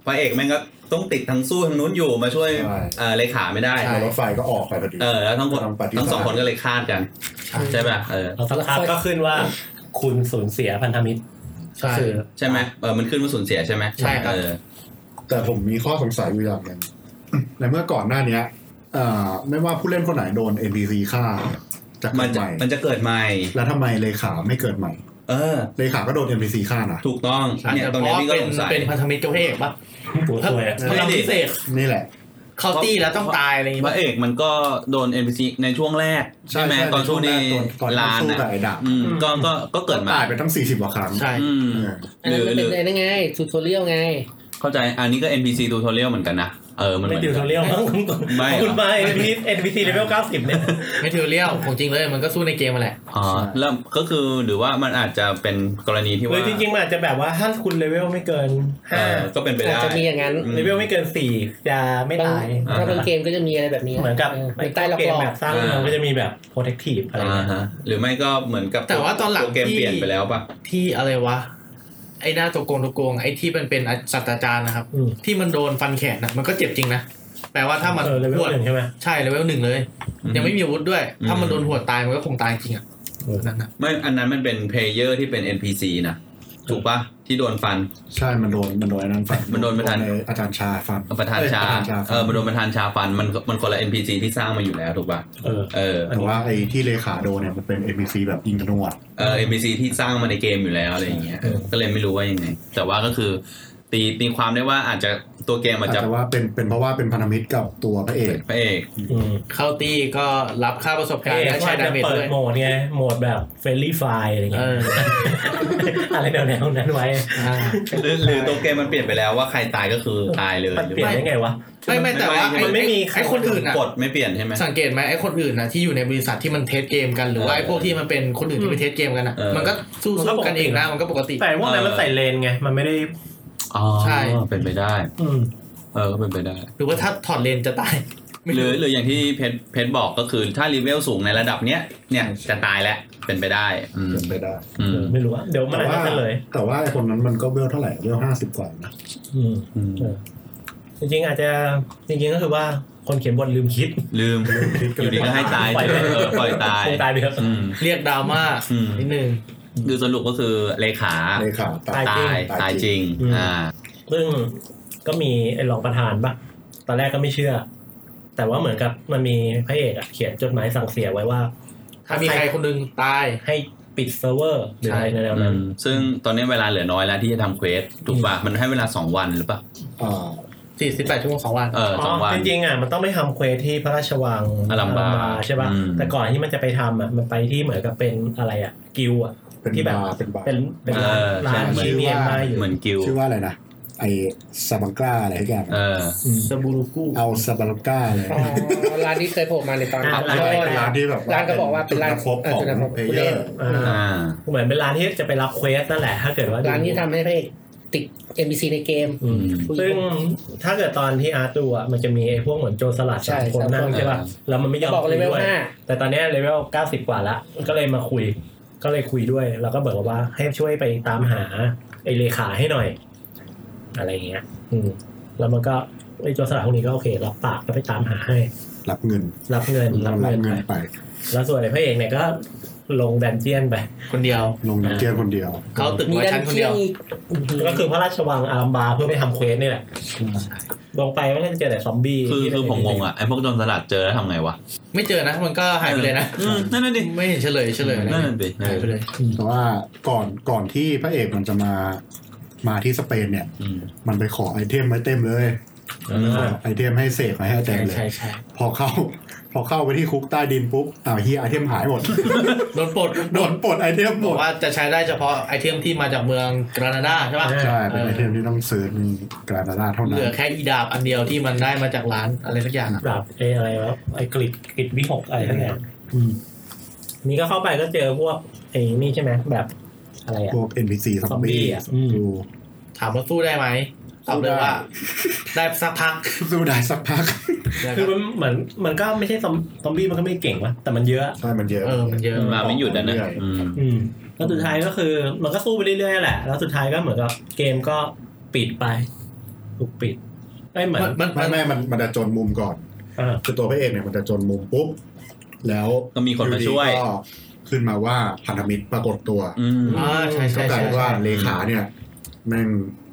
S2: พระเอกแม่งก็ต้องติดทางสู้ทางนู้นอยู่มาช่วย
S3: ใช่
S2: เอ่อเลขาไม่ได้
S3: รถไฟก็ออกไปพอดี
S2: เออแล้วทั้งหมด
S3: ทางปฏิบัติ
S2: ทั้งสองคนก็เลยคาดกัน ใช่ป่ะเออ
S1: เราสักพักก็ขึ้นว่า คุณสูญเสียพันธมิตร
S5: ใช่
S1: ก็คือ
S2: ใช่ไหมเออมันขึ้นมาสูญเสียใช่ไหม
S5: ใช่ครับ
S2: เออ
S3: แต่ผมมีข้อสงสัยอยู่อย่างหนึ่ ง ในเมื่อก่อนหน้าเนี้ยเอ่อไม่ว่าผู้เล่นคนไหนโดน NPC ฆ่าจาก
S2: มั
S3: เกิ
S2: น
S3: ด
S2: จะ
S3: ใหม่
S2: มันจะเกิดใหม่
S3: แล้วทำไมเลขาไม่เกิดใหม่
S2: เออ
S3: เลขาก็โดน NPC ฆ่านะ
S2: ถูกต้อง
S5: อาจ
S2: เนี่ย
S5: จะ
S2: ตรง
S5: เพ
S2: เนี้ย
S5: ราะ
S2: พี่ก็
S5: เป็น
S2: สงสัย
S5: เป็นพันธมิตรเจ้าพระเอกปะ
S1: ตัวสวยอะ
S5: พลังพิเศษ
S3: นี่แหละ
S5: เขาตีแล้วต้องตายอะไรอย่าง
S2: พ
S5: เงี้
S2: ระ
S5: ย
S2: เอกมันก็โดน NPC ในช่วงแรก ใช่ไหมตอนสู้ใน
S3: ช่วงแรกตอน
S2: ร้าน
S3: สู้กับ
S2: อ่ะ
S3: ไอ้ดาบ
S2: อืมก็ก็ก็เกิดมา
S3: ตายไปทั้ง 40กว่าครั้ง
S5: ใช่
S2: อืม
S3: เออ
S4: อัน
S2: ห
S4: นั้
S2: รื
S4: น
S2: อ
S4: มั
S2: หรือ
S4: นเป็นไอ้นั่นไงทูทอเรียลไง
S2: เข้าใจอันนี้ก็ NPC ตูทอเรียลเหมือนกันนะเออมันเห
S1: ไม่
S2: มือน
S1: ดิว
S2: กั
S1: ทอน เรียลมั้ง
S2: ไม่หรอ
S1: คุณมาเอ็นพีเอ็นพีซีเลเวลเก้าสิบเนี่ย
S5: ไม่ถือเลี้ยวของจริงเลยมันก็สู้ในเกมมาแหละ
S2: อ๋อแล้วก็คือหรือว่ามันอาจจะเป็นกรณีที่
S1: หรื
S2: ว่า
S1: อจริงๆมันอาจจะแบบว่าถ้าคุณเลเวลไม่เกิน
S2: เอ
S1: ห้า
S2: อก็เป็นไป
S4: อาจ
S2: ได้
S4: จะมีอย่างนั้น
S1: เลเวลไม่เกินสี่จะไม่ตาย
S2: อ่า
S4: ถ้าเป็นเกมก็จะมีอะไรแบบนี้
S1: เหมือนกับ
S4: เหมือนใต้ล็อก
S1: เกม
S4: หลอ
S1: แบ
S4: ก
S1: บสร้างเมืองก็จะมีแบบ protective อะไร
S2: อ่า
S1: เงี้ย
S2: ฮะหรือไม่ก็เหมือนกับ
S5: แต่ว่าตอนหลัง
S2: เกม
S5: ที่
S2: เปลี่ยนไปแล้วป่ะ
S5: ที่อะไรวะ ไอ้หน้าตัวโกงตัวโกงไอ้ที่มันเป็นศาสตราจารย์นะครับ
S1: อืม
S5: ที่มันโดนฟันแขนนะมันก็เจ็บจริงนะแปลว่าถ้ามัน
S1: เออเลเว
S5: ห
S1: ล
S5: วด
S1: หนึ่งใช่ไหม
S5: ใช่เลเวลหนึ่งเลย ยังไม่มีอาวุธด้วย ถ้ามันโดนหวดตายมันก็คงตายจริงอ่ะ
S1: เออ
S5: นั่นนะ
S2: ไม่อันนั้นมันเป็นเพลเยอร์ที่เป็น NPC นะถูกป่ะที่โดนฟัน
S3: ใช่ มันโดน มันโดนไอ้นั้นฟัน
S2: มันโดนประธาน
S3: ไอ้อาจารย์ชาฟัน
S2: ประธานชา
S3: เออประธานชา
S2: เออมันโดนประธานชาฟันมันมันคนละ NPC ที่สร้างมาอยู่แล้วถูกป่ะ
S1: เออ
S2: เออ
S1: นนี้
S3: แต่ว่าไอ้ที่เลขาโดนเนี่ยมันเป็น NPC แบบยิงกระหนวด
S2: เออ NPC ที่สร้างมาในเกมอยู่แล้วอะไรอย่างเงี้ยเออก็เลยไม่รู้ว่ายังไง แต่ว่าก็คือตีตีความได้ว่าอาจจะตัวเกมอาจจะ
S3: แต่ว่าเป็นเป็นเพราะว่าเป็นพันธมิตรกับตัวพระเอก
S2: พระเอก
S1: อืม
S5: เข้าตีก็รับค่าประสบการณ์
S1: เอ๊ะ
S5: และ
S1: ว่า
S5: ใช้ดา
S1: จะ
S5: เมจ
S1: เปิ
S5: ด้
S1: ด
S5: วย
S1: โหมดไงโหมดแบบ friendly fire อะไร
S5: เอ
S1: เงี้ย
S5: อ
S1: อะไรแนวๆนั้นไว้
S5: อ่า
S2: หรือหรือตัวเกมมันเปลี่ยนไปแล้วว่าใครตายก็คือตายเลย
S1: มัน
S2: หรือ
S1: เปลี่ยน
S2: ไม่
S1: ได้ไงวะ
S5: ไม่ไม่แต่ว่า
S2: ไม่ไม่
S5: อ้
S1: ไม่มี
S5: ไอ้คนอื่นอ่ะ
S2: กดไม่เปลี่ยนใช่ไหม
S5: สังเกตไหมไอ้คนอื่นนะที่อยู่ในบริษัทที่มันเทสเกมกันหรือว่าไอ้พวกที่มันเป็นคนอื่นที่ไปเทสเกมกันอ่ะ
S2: เออ
S5: มันก็สู้สู้กันเองนะมันก็ปกติ
S1: แต่พวกนั้นมันใส่เลนไง มันไม่ได้
S2: อ๋อ
S5: ใช่
S2: เป็นไปได้
S1: อืม
S2: เออก็เป็นไปได้
S5: หรือว่าถ้าถอดเลนจะตาย ไม่
S2: หรือ
S5: รู้
S2: หรืออย่างที่เพชรเพชรบอกก็คือถ้ารีเวลสูงในระดับเนี้ยเนี่ยจะตายแล้วเป็นไปได้อืม
S3: เป็นไปได้
S2: อืม
S1: ไม่รู้อะเดี๋ยวมัน
S3: แต่
S1: อาจ
S3: ว่า
S1: จะเฉลย
S3: แต่ว่าไอ้คนนั้นมันก็เวลเท่าไหร่เวลห้าสิบกว่านะ
S1: อืม
S2: อืม
S1: เออจริงๆอาจจะจริงๆก็คือว่าคนเขียนบทลืมคิด
S2: ลืมอยู่ดีก็ให้ตายเฉยเออปล่อยตาย
S1: คงตายไปเถอะ
S2: อืม
S5: เรียกดราม่า
S2: อืม
S5: นิดนึง
S2: คือสรุปก็คือเลขา
S3: เลขาตัด
S1: ตายจริง
S2: ตายตายจริง
S1: อืม
S2: อ่า
S1: ซึ่งก็มีไอ้รองประธานปะตอนแรกก็ไม่เชื่อ แต่ว่าเหมือนกับมันมีพระเอกอะเขียนจดหมายสั่งเสียไว้ว่า
S5: ถ้ามีใครคนหนึงตาย
S1: ให้ปิดเซิร์ฟเวอร์หรืออะไรในแนว
S2: อื
S1: นั้น
S2: มซึ่งตอนนี้เวลาเหลือน้อยแล้วที่จะทำเควสถูกป่ะ มันให้เวลา 2 วันหรือเปล่า
S5: 48 ชั่วโมงสองวัน
S2: เออสองวัน
S1: จริงๆอ่ะมันต้องไปทำเควสที่พระราชวัง
S2: อลัมบา
S1: ใช่ป่ะ
S2: อืม
S1: แต่ก่อนที่มันจะไปทำอ่ะมันไปที่เหมือนกับเป็นอะไรอ่ะกิลด์อ่ะ
S3: เป็น
S1: ที่แบบ
S3: า
S1: บ
S3: ร์เป็นบาร์
S1: เป็นเป็นร้าน
S2: เออ
S1: ร้าน
S2: ใช่
S1: ที่เมียนมาอยู่
S2: เหมือนกิลด์
S3: ชื่อว่าอะไรนะ ไอซาบังก้าอะไรทุกอย่าง
S2: เออ
S1: ม
S5: สบูรุกุ
S3: เอาซาบังก้าเลย
S4: อ๋อร้านนี้เคยโผล่มาในตอน
S1: อ่าร้าน
S4: ตอ
S3: เป็นร้านที่แบบ
S4: ร้านก็บอกว่าเป็นร้าน
S3: ครบของ
S4: จุดนัดพบ
S3: เพลเยอร์
S1: อ่า
S2: อ่า
S1: เหมือนเป็นร้านที่จะไปรับเควสนั่นแหละ ถ้าเกิดว่าดู
S4: ร้านที่ทำให้พระเอกติด NPC ในเกม
S1: อืม ซึ่งถ้าเกิดตอนที่อาร์ตดูอ่ะมันจะมีไอ้พวกเหมือนโจรสลัดสามคนนั่งใช่ป่ะแล้วมันไม่ยอม
S4: บอกเล
S1: คุย
S4: เวล
S1: ด้วย
S4: ห้า
S1: แต่ตอนเนี้เลเวล90 กว่าละก็เลยมาคุย ก็เลยคุยด้วย แล้วก็บอกว่าให้ช่วยไปตามหาไอเลขาให้หน่อย อะไรอย่างเงี้ย อืม แล้วมันก็ไอตัวสลัดพวกนี้ก็โอเค รับปากก็ไปตามหาให้
S3: รับเงิน
S1: รับเงินรับเงินไป
S3: ไป
S1: แล้วส่วนไอ้พระเอกเนี่ยก็ลงแดนเจียนไป
S5: คนเดียว
S3: ลงดันเจียนคนเดียว
S5: เขาตึก
S4: มี
S5: ไว้
S4: ดั
S5: ชั้
S4: น
S5: นคน
S4: เจี
S5: เดี
S4: ย
S5: ย
S4: ง
S5: ว
S4: อีก
S1: ก็คือพระราชวังอารัมบาเพื่อไปทำเควสนี่แหละลงไปก็จะเจอแต่ซอมบี้
S2: คือคือผมงงอ่ะไอ้พวกโจรสลัดเจอแล้วทำไงวะ
S5: ไม่เจอนะมันก็หายไปเลยนะ
S2: ออนั่นน่ะดิ
S5: ไม่เห็นเฉลยเฉลยนะ
S2: นั่นน่ะดิ
S5: หายไปเลย
S3: แต่ว่าก่อนก่อนที่พระเอกมันจะมามาที่สเปนเนี่ย
S2: อืม
S3: มันไปขอไอเทมไว้เต็มเลยขอไอเทมให้เสกมาให้เต็ม
S1: ใช่
S3: เลย
S1: ใช่ใช่
S3: พอเข้า พอเข้าไปที่คุกใต้ดินปุ๊บอ้าวเฮียไอเทมหายหมด
S5: โดนปลด
S3: โดนปลดไอเทมห
S5: บ
S3: ม
S5: อก
S3: ด
S5: ว่าจะใช้ได้เฉพาะไอเทมที่มาจากเมืองกรานาดาใช่ป่ะ
S3: ใช่เป็นไอเทมที่ต้องซื้อในกรานาดาเท่า
S5: เห
S3: นั้น
S5: ลือแค่อีดาบอันเดียวที่มันได้มาจากร้านอะไรสักอย่างอะ
S1: ปราบไอ้อะไรวะไอ้กริดกริดวิหกอะไรทั้งนั้นอืมนี่ก็เข้าไปก็เจอพวกไอ้นี่ใช่ไหมแบบอะไรอ่ะ
S3: พวก NPC ซอม
S1: ซอม
S3: บี้
S1: บี้อ่ะอืม
S3: ดู
S5: ถามว่าสู้ได้ไหมตอบเลยว่า ได้สักพัก
S3: ดูได้สักพัก
S1: คือมันเหมือนมันก็ไม่ใช่ซอมซอมบี้มันก็ไม่เก่งวะแต่มันเยอะ
S3: ใช่มันเยอะ
S5: เออมันเยอะ
S2: มาไม่หยุดอ่ะนะอืม
S1: อืมแล้วสุดท้ายก็คือมันก็สู้ไปเรื่อยๆแหละ แล้วสุดท้ายก็เหมือนกับเกมก็ปิดไปถูกปิดไม่เหมือน
S5: มันมั
S3: ไม่
S5: น
S3: ไม่มันมันจะจนมุมก่อน
S1: อ่า
S3: คือตัวพระเอกเนี่ยมันจะจนมุมปุ๊บ แล้ว
S2: ก็มีคนมาช่วย
S3: อดีก็ขึ้นมาว่าพันธมิตรปรากฏตัว
S2: อืม
S5: อ่าใช่ใช่
S3: เข้าใจ
S5: ใช่
S3: ว่าเลขาเนี่ยแม่ง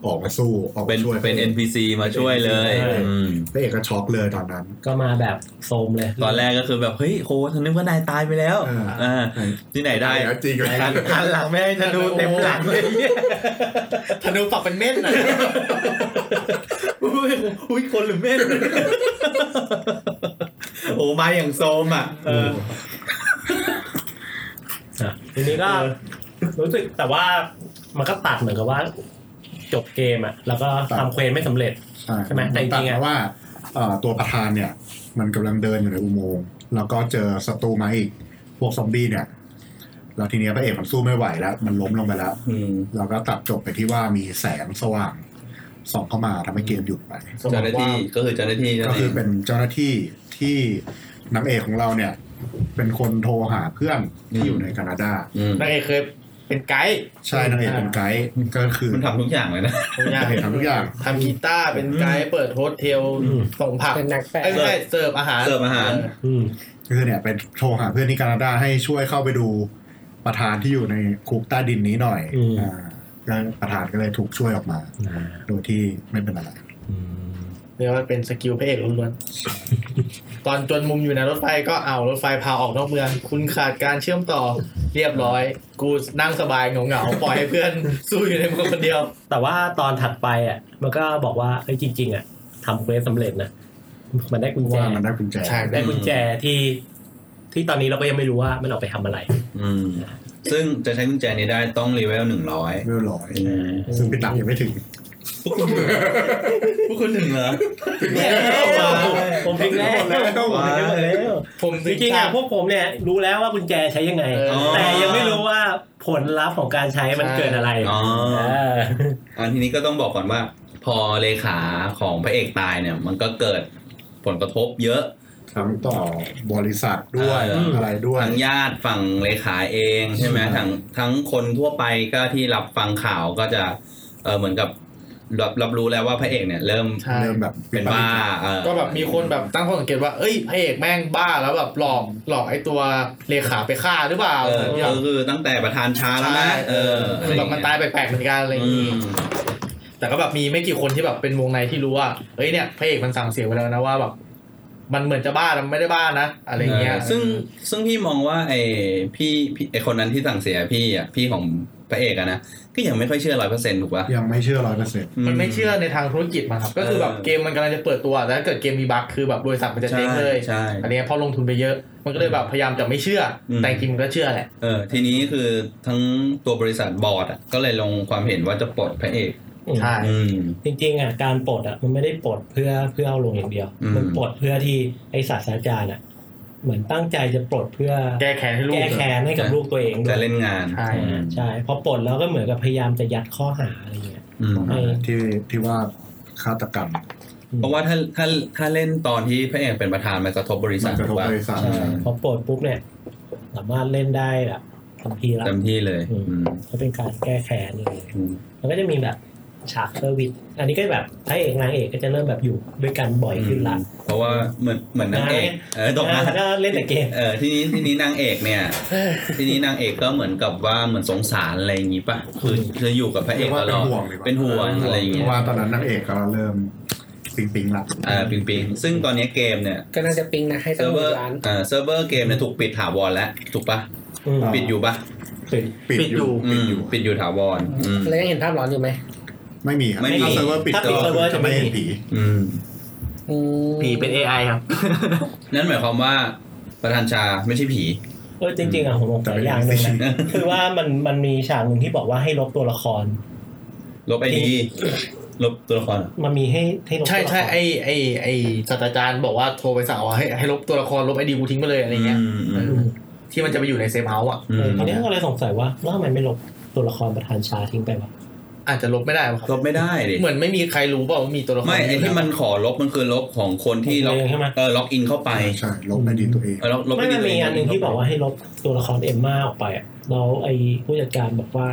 S3: ออกมาสู้ออก
S2: เป็
S3: มาน ช่วย
S2: เป็น NPC มาช่วยเลยอืม
S3: พระเอกก็ช็อกเลยตอนนั้น
S1: ก็มาแบบโซมเลย
S2: ตอนแรกก็คือแบบเฮ้ยโหฉันนึกว่านายตายไปแล้ว
S3: อ่า
S2: อ่าที่ไหนได้
S3: แล้วจริงเลย
S2: หันหันหลังแม่งธนูเต็มหลังเลย
S5: ธนูปักเป็นเม่นอะ
S2: อุ้ยอุ้ยคนหรือเม่น
S9: โอ้มาอย่างโซมอ่ะ
S2: เออ
S1: อ่ะทีนี้ก็รู้สึกแต่ว่ามันก็ตัดเหมือนกับว่า จบเกมอ่ะ แล้วก็ทำเควสไม่สำเร็จ ใช่ไหมแต่จริงๆอะ
S3: ตัดมาว่าเอ่อตัวประธานเนี่ย มันกำลังเดินอยู่ในอุโมงค์แล้วก็เจอศัตรูมาอีกพวกซอมบี้เนี่ยแล้วทีเนี้ยพระเอกมันสู้ไม่ไหวแล้ว มันล้มลงไปแล้ว เราก็ตัดจบไปที่ว่ามีแสงสว่างส่องเข้ามาทำให้เกมหยุดไป
S9: เจ้าหน้าที่ก็คือเจ้าหน้าที่
S3: ก็คือเป็นเจ้าหน้าที่ที่นางเอกของเราเนี่ย เป็นคนโทรหาเพื่อนที่อยู่ในแคนาดา
S2: ม
S5: นางเอกเคยเป็นไกด์
S3: ใช่นางเอกเป็นไกด์ก็คือ
S2: มันทำทุกอย่างเลยนะ
S3: นางเอกทำทุกอย่าง
S5: ทำกีตาร์เป็นไกด์เปิดโฮสเทลส่งผัก
S4: เป็นนักแปล
S5: เอ้ยไม่ใช่เสิร์ฟอาหาร
S2: เสิร์ฟอาหาร
S1: อืม
S3: คือเนี่ยเป็นโทรหาเพื่อนที่แคนาดาให้ช่วยเข้าไปดูประธานที่อยู่ในคุกใต้ดินนี้หน่อยอ่าแล้วประธานก็เลยถูกช่วยออกมา
S1: อ่า
S3: โดยที่ไม่เป็นอะไร
S1: อืม
S5: เรียกว่าเป็นสกิลพระเอกล้วนๆตอนจนมุมอยู่ในรถไฟก็เอารถไฟพาออกนอกเมือง คุณขาดการเชื่อมต่อเรียบร้อย กูนั่งสบายเหงาๆปล่อยให้เพื่อนสู้อยู่ในเมืองคนเดียว
S1: แต่ว่าตอนถัดไปอ่ะ มันก็บอกว่าเอ้ยจริง ๆ อ่ะทำเควสสำเร็จนะมันได้กุญแจ
S3: ว่ามันได้กุญแจ
S5: ใช่
S1: ได้กุญแจที่ ที่ตอนนี้เราก็ยังไม่รู้ว่ามันเอาไปทำอะไร
S2: อืม ซึ่งจะใช้กุญแจนี้ได้ต้องเลเวลหนึ่งร้อย
S3: เรียบร้อย ซึ่งพี่ตักยังไม่ถึง
S2: พวกคุณถึงเหรอ
S1: ผมพลิกแล้วผมพลิกได้หมดแล้ว
S5: ผม
S1: จริงๆ
S5: ตา
S1: อ่ะ
S5: ม
S1: พวกผมเนี่ยรู้แล้วว่ากุญแจใช้ยังไง
S5: เออ
S1: แต่ยังไม่รู้ว่าผลลัพธ์ของการใช้มันเกิดอะไร
S2: อ๋อ
S1: เออ
S2: อันทีนี้ก็ต้องบอกก่อนว่า พอเลขาของพระเอกตายเนี่ย มันก็เกิดผลกระทบเยอะ
S3: ทั้งต่อบริษัทด้วย
S2: เอออ
S3: อะไรด้วย
S2: ทั้งญาติฝั่งเลขาเองใช่ไหม
S3: ใช่
S2: ทั้งทั้งคนทั่วไปก็ที่รับฟังข่าวก็จะเออเหมือนกับรับรับรู้แล้วว่าพระเอกเนี่ย เริ่ม
S5: ใช่
S3: เริ่มแบบ
S2: เป็นบ้าเออ
S5: ก็แบบมีคนแบบตั้งข้อสังเกตว่า เอ้ยพระเอกแม่งบ้าแล้วแบบหลอกหลอกไอ้ตัวเลขาไปฆ่าหรือเปล่า
S2: เอ
S5: อะไร
S2: อ
S5: อย่างเงี้ย
S2: ก็คือตั้งแต่ประธานชาแล้ว
S5: ใช่
S2: นะเออ
S5: คือแบบมันตายแปลกๆเหมือนกันอะไรอย่าง
S2: อื
S5: งี้
S2: ม
S5: แต่ก็แบบมีไม่กี่คนที่แบบเป็นวงในที่รู้ว่าเอ้ยเนี่ยพระเอกมันสั่งเสียไว้แล้วนะว่าแบบมันเหมือนจะบ้าแต่มันไม่ได้บ้านะอะไรอย่างเงี้ย
S2: ซึ่งซึ่งพี่มองว่าไอ้พี่พี่ไอ้คนนั้นที่สั่งเสียพี่อ่ะพี่ของพระเอกอะนะก็ยังไม่ค่อยเชื่อร้อยเปอร์เซ็นต์ถูกป่ะ
S3: ยังไม่เชื่อร้อยเปอร์เซ็นต์
S5: มันไม่เชื่อในทางธุรกิจมันครับก็คือแบบเกมมันกำลังจะเปิดตัวแต่ถ้าเกิดเกมมีบั๊กคือแบบบริษัทมันจะ
S2: ใช่
S5: เจ๊งเลย
S2: ใช่
S5: อันเนี้ยพอลงทุนไปเยอะ มันก็เลยแบบพยายามจะไม่เชื่ออ
S2: ม
S5: แต่จริงๆมันก็เชื่อแหละ
S2: เออทีนี้คือทั้งตัวบริษัทบอร์ดอะก็เลยลงความเห็นว่าจะปลดพระเอก
S5: ใช่
S2: อืม
S1: จริงๆอ่ะการปลดอ่ะมันไม่ได้ปลดเพื่อเพื่อเอาลงอย่างเดียว
S2: อืม
S1: มันปลดเพื่อที่ไอศาสตราจารย์อ่ะเหมือนตั้งใจจะปลดเพื่อ
S5: แก้แค้นให้ลูก
S1: แก้แค้นให้กับลูกตัวเองด้
S2: จะ
S1: วย
S2: เล่นงาน
S5: ใช่
S2: อืม
S1: ใช่พอปลดแล้วก็เหมือนกับพยายามจะยัดข้อหาอะไรเงี้ย
S2: อืม
S1: เออ
S3: ที่ที่ว่าฆาตกรรม
S2: เพราะว่าถ้าถ้าถ้าเล่นตอนที่พระเอกเป็นประธานมันกระทบบริษั
S3: มัน
S2: ท
S3: กระท
S2: ถู
S3: บ
S2: กป่ะ
S3: บริษัท
S1: ใช่พอปลดปุ๊บเนี่ย สามารถเล่นได้แบบทันทีละ
S2: เต็มที่เลย
S1: อืม
S2: อืม
S1: ก็เป็นการแก้แค้นอะไรเลย
S2: อืม
S1: มันก็จะมีแบบ ฉากเซอร์วิสอันนี้ก็แบบพระเอกนางเอกก็จะเริ่มแบบอยู่ด้วยกันบ่อยขึ้นละ
S2: เพราะว่าเหมือนเหมือนนางเอก เออต
S1: งาง
S2: กานน
S1: ก็เล่นแต่เกม
S2: เออทีนี้ทีนี้นางเอกเนี่ย ทีนี้นางเอกก็เหมือนกับว่าเหมือนสงสารอะไรอย่างงี้ป่ะคือจะอยู่กับพระเอกตลอด
S3: เรียกว่าเป็นห่วงดี
S2: เป็นห่วง
S3: กว่า
S2: อะไรอย่าง
S3: เพ
S2: เงี้ย
S3: ราะว่าตอนนั้นนางเอกก็เริ่มปิงปิงละ
S2: เออปิงปิงซึ่งตอนเนี้ยเกมเนี่ย
S4: ก็น่าจะปิงนะให้สัก
S2: เซิร์ฟ
S4: ห
S2: เวอ
S4: มื่
S2: ร์
S4: นล้าน
S2: เออเซิร์ฟเวอร์เกมเนี่ยถูกปิดถาวรแล้วถูกป่ะ
S1: อืม
S2: ปิดอยู่ป่ะ
S1: ปิด
S3: ปิด
S5: ปิด
S3: อ
S5: อยู่
S3: ยู่
S2: อื
S3: ปิด
S2: ม
S3: อยู่
S2: ปิดอยู่ถาวรอืม
S4: แล้วยังเห็นภาพหลอนอยู่ไหม
S3: ไม่มีครับ
S2: ไม่มี
S3: ถ้าเซิร์ฟเวอร์ปิด
S1: ถ้าปิด
S3: ก็
S1: เซิร์ฟเวอร์
S3: จะ
S1: จะไม่
S3: ไม่เห็
S1: มี
S3: นผี
S2: อืม
S4: อืม
S5: ผีเป็น AI ครับ
S2: นั่นหมายความว่าประธานชาไม่ใช่ผี
S1: เออจริง ๆอ่ะผมสง
S3: แต่
S1: สัย
S3: ไม่
S1: อย่างห
S3: มี
S1: นึง
S3: สิ
S1: นะคือว่ามันมันมีฉากหนึ่งที่บอกว่าให้ลบตัวละคร
S2: ลบไอดีลบตัวละคร
S1: มันมีให้ให้ลบ
S5: ใช่
S1: ตัวละคร
S5: ใช่ไอไอไอศาสตราจารย์บอกว่าโทรไปสั่งว่าให้ให้ลบตัวละครลบไอดีกูทิ้งไปเลยอะไรเงี้ย
S2: อืมอืม
S5: เออที่มันจะไปอยู่ในเซฟเฮาส์อ่ะ
S2: อื
S1: เอ
S2: ม
S1: อตอนนี้ก็เลยสงสัยว่าแล้วทำไมไม่ลบตัวละครประธานชาทิ้งไปวะ
S5: อาจจะลบไม่ได้ป่ะค
S2: ล
S5: รับบ
S2: ไม่ได้ดิ
S5: เหมือนไม่มีใครรู้เปล่าว่ามีตัวละคร
S2: ไม่ไอที่มัน
S5: ยู่
S2: ขอลบมันคือลบของคนที่ล็อก
S1: เองใช่ไหม
S2: เออล็อกอินเข้าไป
S3: ใช่ลบในดินตัวเอง
S2: เออล็อกลบ
S1: ไม่
S2: ID
S1: มันมีอันหนึ่งที่บอกว่าให้ลบตัวละครเอมมาออกไปอ่ะแล้วไอ้ผู้จัดการบอกว่า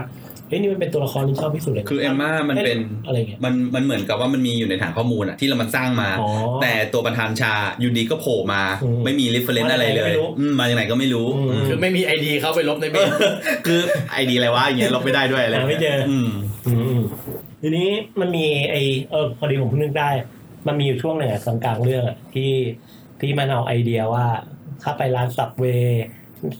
S1: เฮ้ยนี่มันเป็นตัวละครที่ชอบที่สุดเลย
S2: คือเอมม่ามันเป็น
S1: อะไรเงี้ย
S2: มันมันเหมือนกับว่ามันมีอยู่ในฐานข้อมูลอะที่เรามันสร้างมา
S1: อ๋อ
S2: แต่ตัวประธานชาอยู่ดีก็โผล่มา
S1: อืม
S2: ไม่มีรีเฟรนซ์อะไรเลย
S1: มาจากไหนก็ไม่รู้
S2: อืม
S1: อืม
S2: มาจากไหนก็ไม่รู้อืม
S5: คือไม่มีไอดีเข้าไปลบในเบส
S2: คือไอดีอะไรวะอย่างเงี้ยลบไม่ได้ด้วยอะไร
S1: หาไม่เจอ
S2: ม
S1: อืมทีนี้มันมีไอเออพอดีผมเพิ่งนึกได้ มันมีอยู่ช่วงหนึ่งอะกลางกลางๆเรื่องอะที่ที่มันเอาไอเดียว่า ถ้าไปร้านสับเว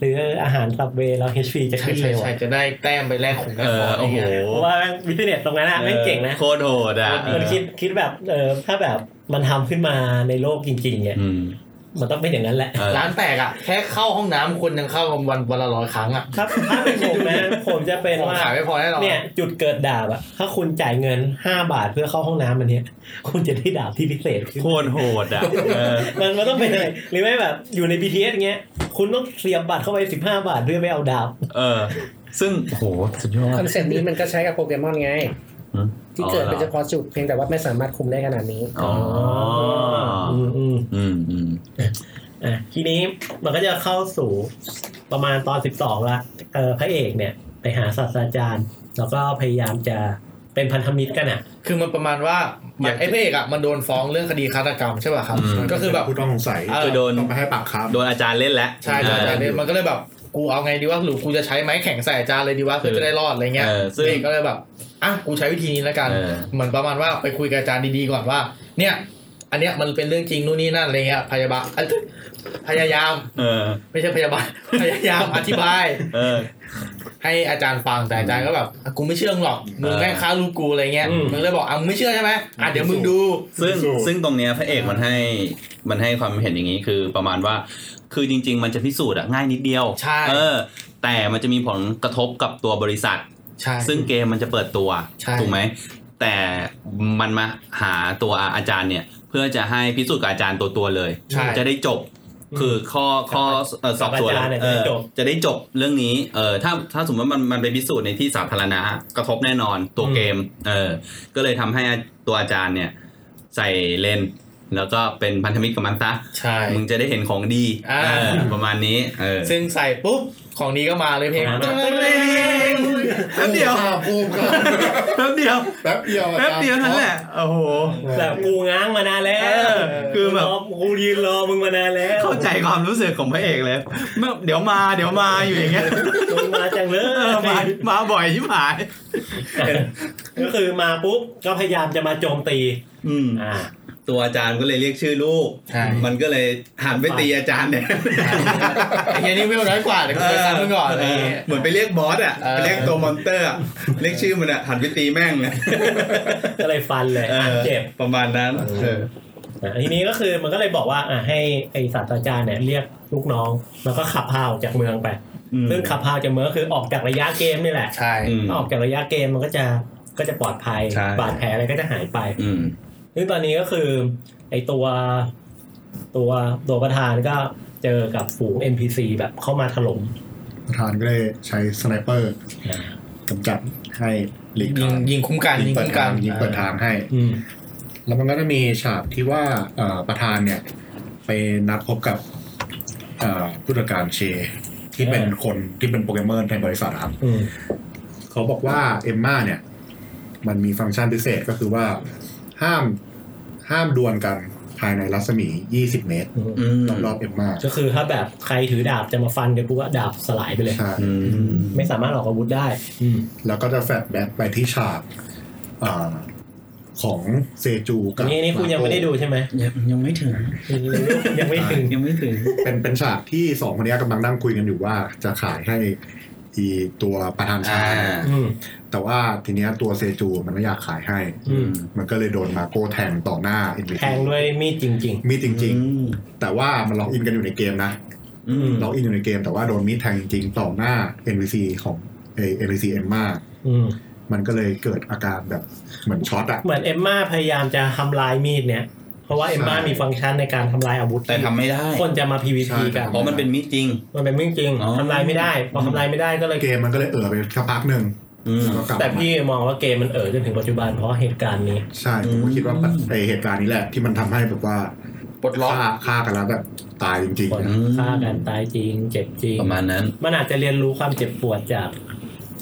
S1: ซื้ออาหารสับเวแล้ว HP จะ
S5: ใช่
S1: ขึ้น
S5: ใช่
S1: เร็ว
S5: ใช่
S1: อะ
S5: จะได้แต้มไปแลกของแล
S2: เอก
S5: ข
S2: อ
S5: องอะไร
S2: โอ้โห
S5: เงี้ย
S1: เพราะว่าวิทเนสตรงนั้นอะแม่งเจ๋งนะ
S2: โคตรโหดอ่ะ
S1: มันคิดคิดแบบเออถ้าแบบมันทำขึ้นมาในโลกจริงๆเนี่ย
S2: อืม
S1: มันต้องเป็นอย่างนั้นแหละ
S2: เออ
S5: ร้านแตกอ่ะ แค่เข้าห้องน้ำคนยังเข้ากันวันวันละร้อยครั้งอ่ะ
S1: ครับถ้าเป็นผมนะผมจะเป็น
S5: ของ
S1: ว่า
S5: ขายไม่พอแน่นอน
S1: เนี่ยจุดเกิดดาบอะถ้าคุณจ่ายเงิน 5 บาทเพื่อเข้าห้องน้ำอันเนี้ยคุณจะได้ดาบที่พิเศษขึ้น
S2: โคตรโหดอ่ะเออ
S1: มันมันต้องเป็นอะไรหรือไม่แบบอยู่ใน BTS เงี้ย คุณต้องเสียบบัตรเข้าไป 15 บาทเพื่อไปเอาดาว
S2: เออ ซึ่งโอ้โหสุดยอด
S4: คอนเซ็ปต์นี้มันก็ใช้กับโปเกมอนไง
S2: อืม
S4: ที่เกิดเป็นเฉพาะจุดเพียงแต่ว่าไม่สามารถคุมได้ขนาดนี้
S2: อ๋อ
S1: อืมอืม
S2: อืมอืม
S1: อ่ะทีนี้มันก็จะเข้าสู่ประมาณตอน 12 ละเออพระเอกเนี่ย ไปหาศาสตราจารย์ แล้วก็พยายามจะเป็นพันธมิตรกันอ่ะ
S5: คือมันประมาณว่ามันไอ้พระเอกอ่ะมันโดนฟ้องเรื่องคดีฆาตกรรมใช่ป่ะครับ ก็คือแบบ
S3: ผู้ต้องสงสัย
S5: เอ
S2: คือโดน
S3: ต้องไปให้ปากคำ
S2: โดนอาจารย์เล่นแล้ว
S5: ใช่ใช่ใช่เนี่ยมันก็เลยแบบกูเอาไงดีวะหรือกูจะใช้ไม้แข็งใส่อาจารย์เลยดีวะเพื่อจะได้รอดอะไรเงี้ย
S2: เออซึ่ง
S5: เอกก็เลยแบบอ่ะกูใช้วิธีนี้แล้วกัน
S2: เออ
S5: เหมือนประมาณว่าไปคุยกับอาจารย์ดีๆก่อนว่า เนี่ย อันเนี้ยมันเป็นเรื่องจริงนู่นนี่นั่นอะไรเงี้ยพยาบาลเอ้ยพยายาม
S2: เออ
S5: ไม่ใช่พยาบาล พยายามอธิบาย
S2: เออ
S5: ให้อาจารย์ฟังแต่อาจารย์ก็แบบอ่ะกูไม่เชื่อมึงหรอกมึงแค่ค้าลูกกูอะไรเงี้ย
S1: อืม
S5: มึงเลยบอกอ่ะมึงไม่เชื่อใช่ไหมอ่ะเดี๋ยวมึงดู
S2: ซึ่ง
S3: สู้
S2: ซึ่งตรงเนี้ยพระเอกมันให้มันให้ความเห็นอย่างนี้คือประมาณว่า คือจริง ๆ มันจะพิสูจน์อะง่ายนิดเดียว
S5: ใช่
S2: เออ แต่มันจะมีผลกระทบกับตัวบริษัท
S5: ใช่
S2: ซึ่งเกมมันจะเปิดตัว
S5: ใช่
S2: ถูกไหมแต่มันมาหาตัวอาจารย์เนี่ย เพื่อจะให้พิสูจน์กับอาจารย์ตัวตัวๆเลย
S5: ใช่
S2: จะได้จบคือข้อข้อเอ่อสอบสวน
S1: อาจารย์เนี่ย
S2: เอ
S1: จะ
S2: อ
S1: ได้จบ
S2: จะได้จบเรื่องนี้เออถ้าถ้าสมมติว่ามันมันไปพิสูจน์ในที่สาธารณะกระทบแน่นอนตัวเกมเออก็เลยทำให้ตัวอาจารย์เนี่ย ใส่เลนส์แล้วก็เป็นพันธมิตรกับมันซะ
S5: ใช่
S2: มึงจะได้เห็นของดี
S5: อ่า
S2: เออประมาณนี้เออ
S5: ซึ่งใส่ปุ๊บของนี้ก็มาเลยเพลง
S1: มาแล้ว
S2: แป๊บเดี ยว
S3: บูมครับ
S2: แป๊บเดียว
S3: แป๊บเดียว
S2: แป๊บเดียวนั่นแหละโอ้โห
S1: แบบกูง้างมานานแล้ว
S2: เออคือแบบ
S1: กูยืนรอมึงมานานแล้ว
S2: เข้าใจความรู้สึกของพระเอกเลยเมื่อเดี๋ยวมาเดี๋ยวมาอยู่อย่างเงี้ย
S1: มึงมาจังเล
S2: เออยมามาบ่อยชิบหาย
S1: ก็คือมาปุ๊บก็พยายามจะมาโจมตี
S2: อืม
S1: อ่า
S6: ตัวอาจารย์ก็เลยเรียกชื่อลูก
S5: ใช่
S6: มันก็เลยหันไปตีอาจารย์เนี่ย
S5: ไอ้เฮียนี่ไม่น้อยกว่าเดี๋ยวกูไปซ้ำมึงก่อนอะไรอย่างเงี้ย
S6: เหมือนไปเรียกบอสอ่ะ
S5: เออ
S6: ไปเรียกตัวมอนเตอร์อะเรียกชื่อมันอ่ะหันไปตีแม่งอะ
S1: ก็เลยฟันเลย
S6: เอ
S1: อ่ะ
S6: อ
S1: เจ็บ
S6: ประมาณนั้นเออ
S1: อ่ะทีนี้ก็คือมันก็เลยบอกว่าอ่ะให้ไอศาสตราจารย์เนี่ยเรียกลูกน้อง แล้วก็ขับพาออกจากเมืองไป
S2: อืม
S1: ซึ่งขับพาออกจากเมืองก็คือออกจากระยะเกมนี่แหละ
S5: ใช่
S2: อืม
S1: ถ้าออกจากระยะเกมมันก็จะก็จะปลอดภัย
S2: ใช่
S1: บาดแผลอะไรก็จะหายไป
S2: อืม
S1: ซึ่งตอนนี้ก็คือไอตัวตัวตัวประธานก็เจอกับฝูง NPC แบบเข้ามาถล่ม
S3: ประธานก็เลยใช้สไนเปอร์
S1: อ่ะ
S3: กำจัดให้หลีก
S5: ยิ
S3: ทาง ง
S5: ยิงคุ้มกัน
S3: ยิ
S5: ยิ
S3: ง
S5: ง
S3: เปิด
S5: คุ้ม
S3: ทา
S5: กั
S3: ง
S5: น
S3: ยิงเปิดทางให้
S1: อืม
S3: แล้วมันก็จะมีฉากที่ว่าเอ่อประธานเนี่ย ไปนัดพบกับเอ่อผู้จัดการเช ที่เป็นคนที่เป็นโปรแกรมเมอร์ในบริษัทอะครับ
S1: อืม
S3: เขาบอกว่าเอมมาเนี่ย มันมีฟังก์ชันพิเศษก็คือว่าห้ามห้ามดวลกันภายในรัศมี 20 เมตร
S6: อืม
S3: รอบๆเอ็มมา
S1: ก็คือถ้าแบบใครถือดาบจะมาฟันเดี๋ยวกูว่าดาบสลายไปเลย
S3: ใช่
S6: อืม
S1: ไม่สามารถออกอาวุธได้ อืม
S3: แล้วก็จะแฟลชแบ็กไปที่ฉากอ่าของเซจูกับ
S1: นี่นี่คุณยังไม่ได้ดูใช่ไหม
S2: ยังยังไม่ถึง
S1: ยังยังไม่ถึง
S2: ยังไม่ถึง
S3: เป็นเป็นฉากที่สองคนเนี้ยกำลังนั่งคุยกันอยู่ว่าจะขายให้อีตัวประธานชา
S2: อ่า
S1: อืม
S3: แต่ว่าทีเนี้ยตัวเซจูมันไม่อยากขายให้
S1: อืม
S3: มันก็เลยโดนมาโกแทงต่อหน้าอินวิ
S1: แทงด้วยมีดจริง
S3: มีดจริง
S2: อืม
S3: ๆ แต่ว่ามันล็อกอินกันอยู่ในเกมนะ
S2: อืม
S3: ล็อกอินอยู่ในเกม แต่ว่าโดนมีดแทงจริงๆ ต่อหน้า NPC ของเอ็นพีซีเอ็มมา
S1: ๆ อืม
S3: มันก็เลยเกิดอาการแบบเหมือนช็อตอะ
S1: เหมือนเอมมาพยายามจะทำลายมีดเนี่ย เพราะว่าเอมมามีฟังก์ชันในการทำลายอาวุธ
S2: แต่ทำไม่ได้
S1: คนจะมา PVP กัน
S2: เพราะมันเป็นมิตรจริง
S1: มันเป็นเรื่องจริง
S2: อ๋อ
S1: ทำลายไม่ได้พอทำลายไม่ได้ก็เลย
S3: เกมมันก็เลยเออไปสักพักหนึ่ง
S2: อืม
S3: แล้วก็กลับ
S1: แต่
S3: มา
S1: พี่มองว่าเกมมันเอ๋อจนถึงปัจจุบันเพราะเหตุการณ์นี้
S3: ใช่ผมก็คิดว่าปัจไอ้เหตุการณ์นี้แหละที่มันทำให้แบบว่า
S5: ปลดล็อก
S3: ฆ่าฆ่ากันแล้วแบบตายจริง
S1: คน
S2: อืม
S1: ฆ่ากันตายจริง เจ็บจริง
S2: ประมาณนั้น
S1: มันอาจจะเรียนรู้ความเจ็บปวดจาก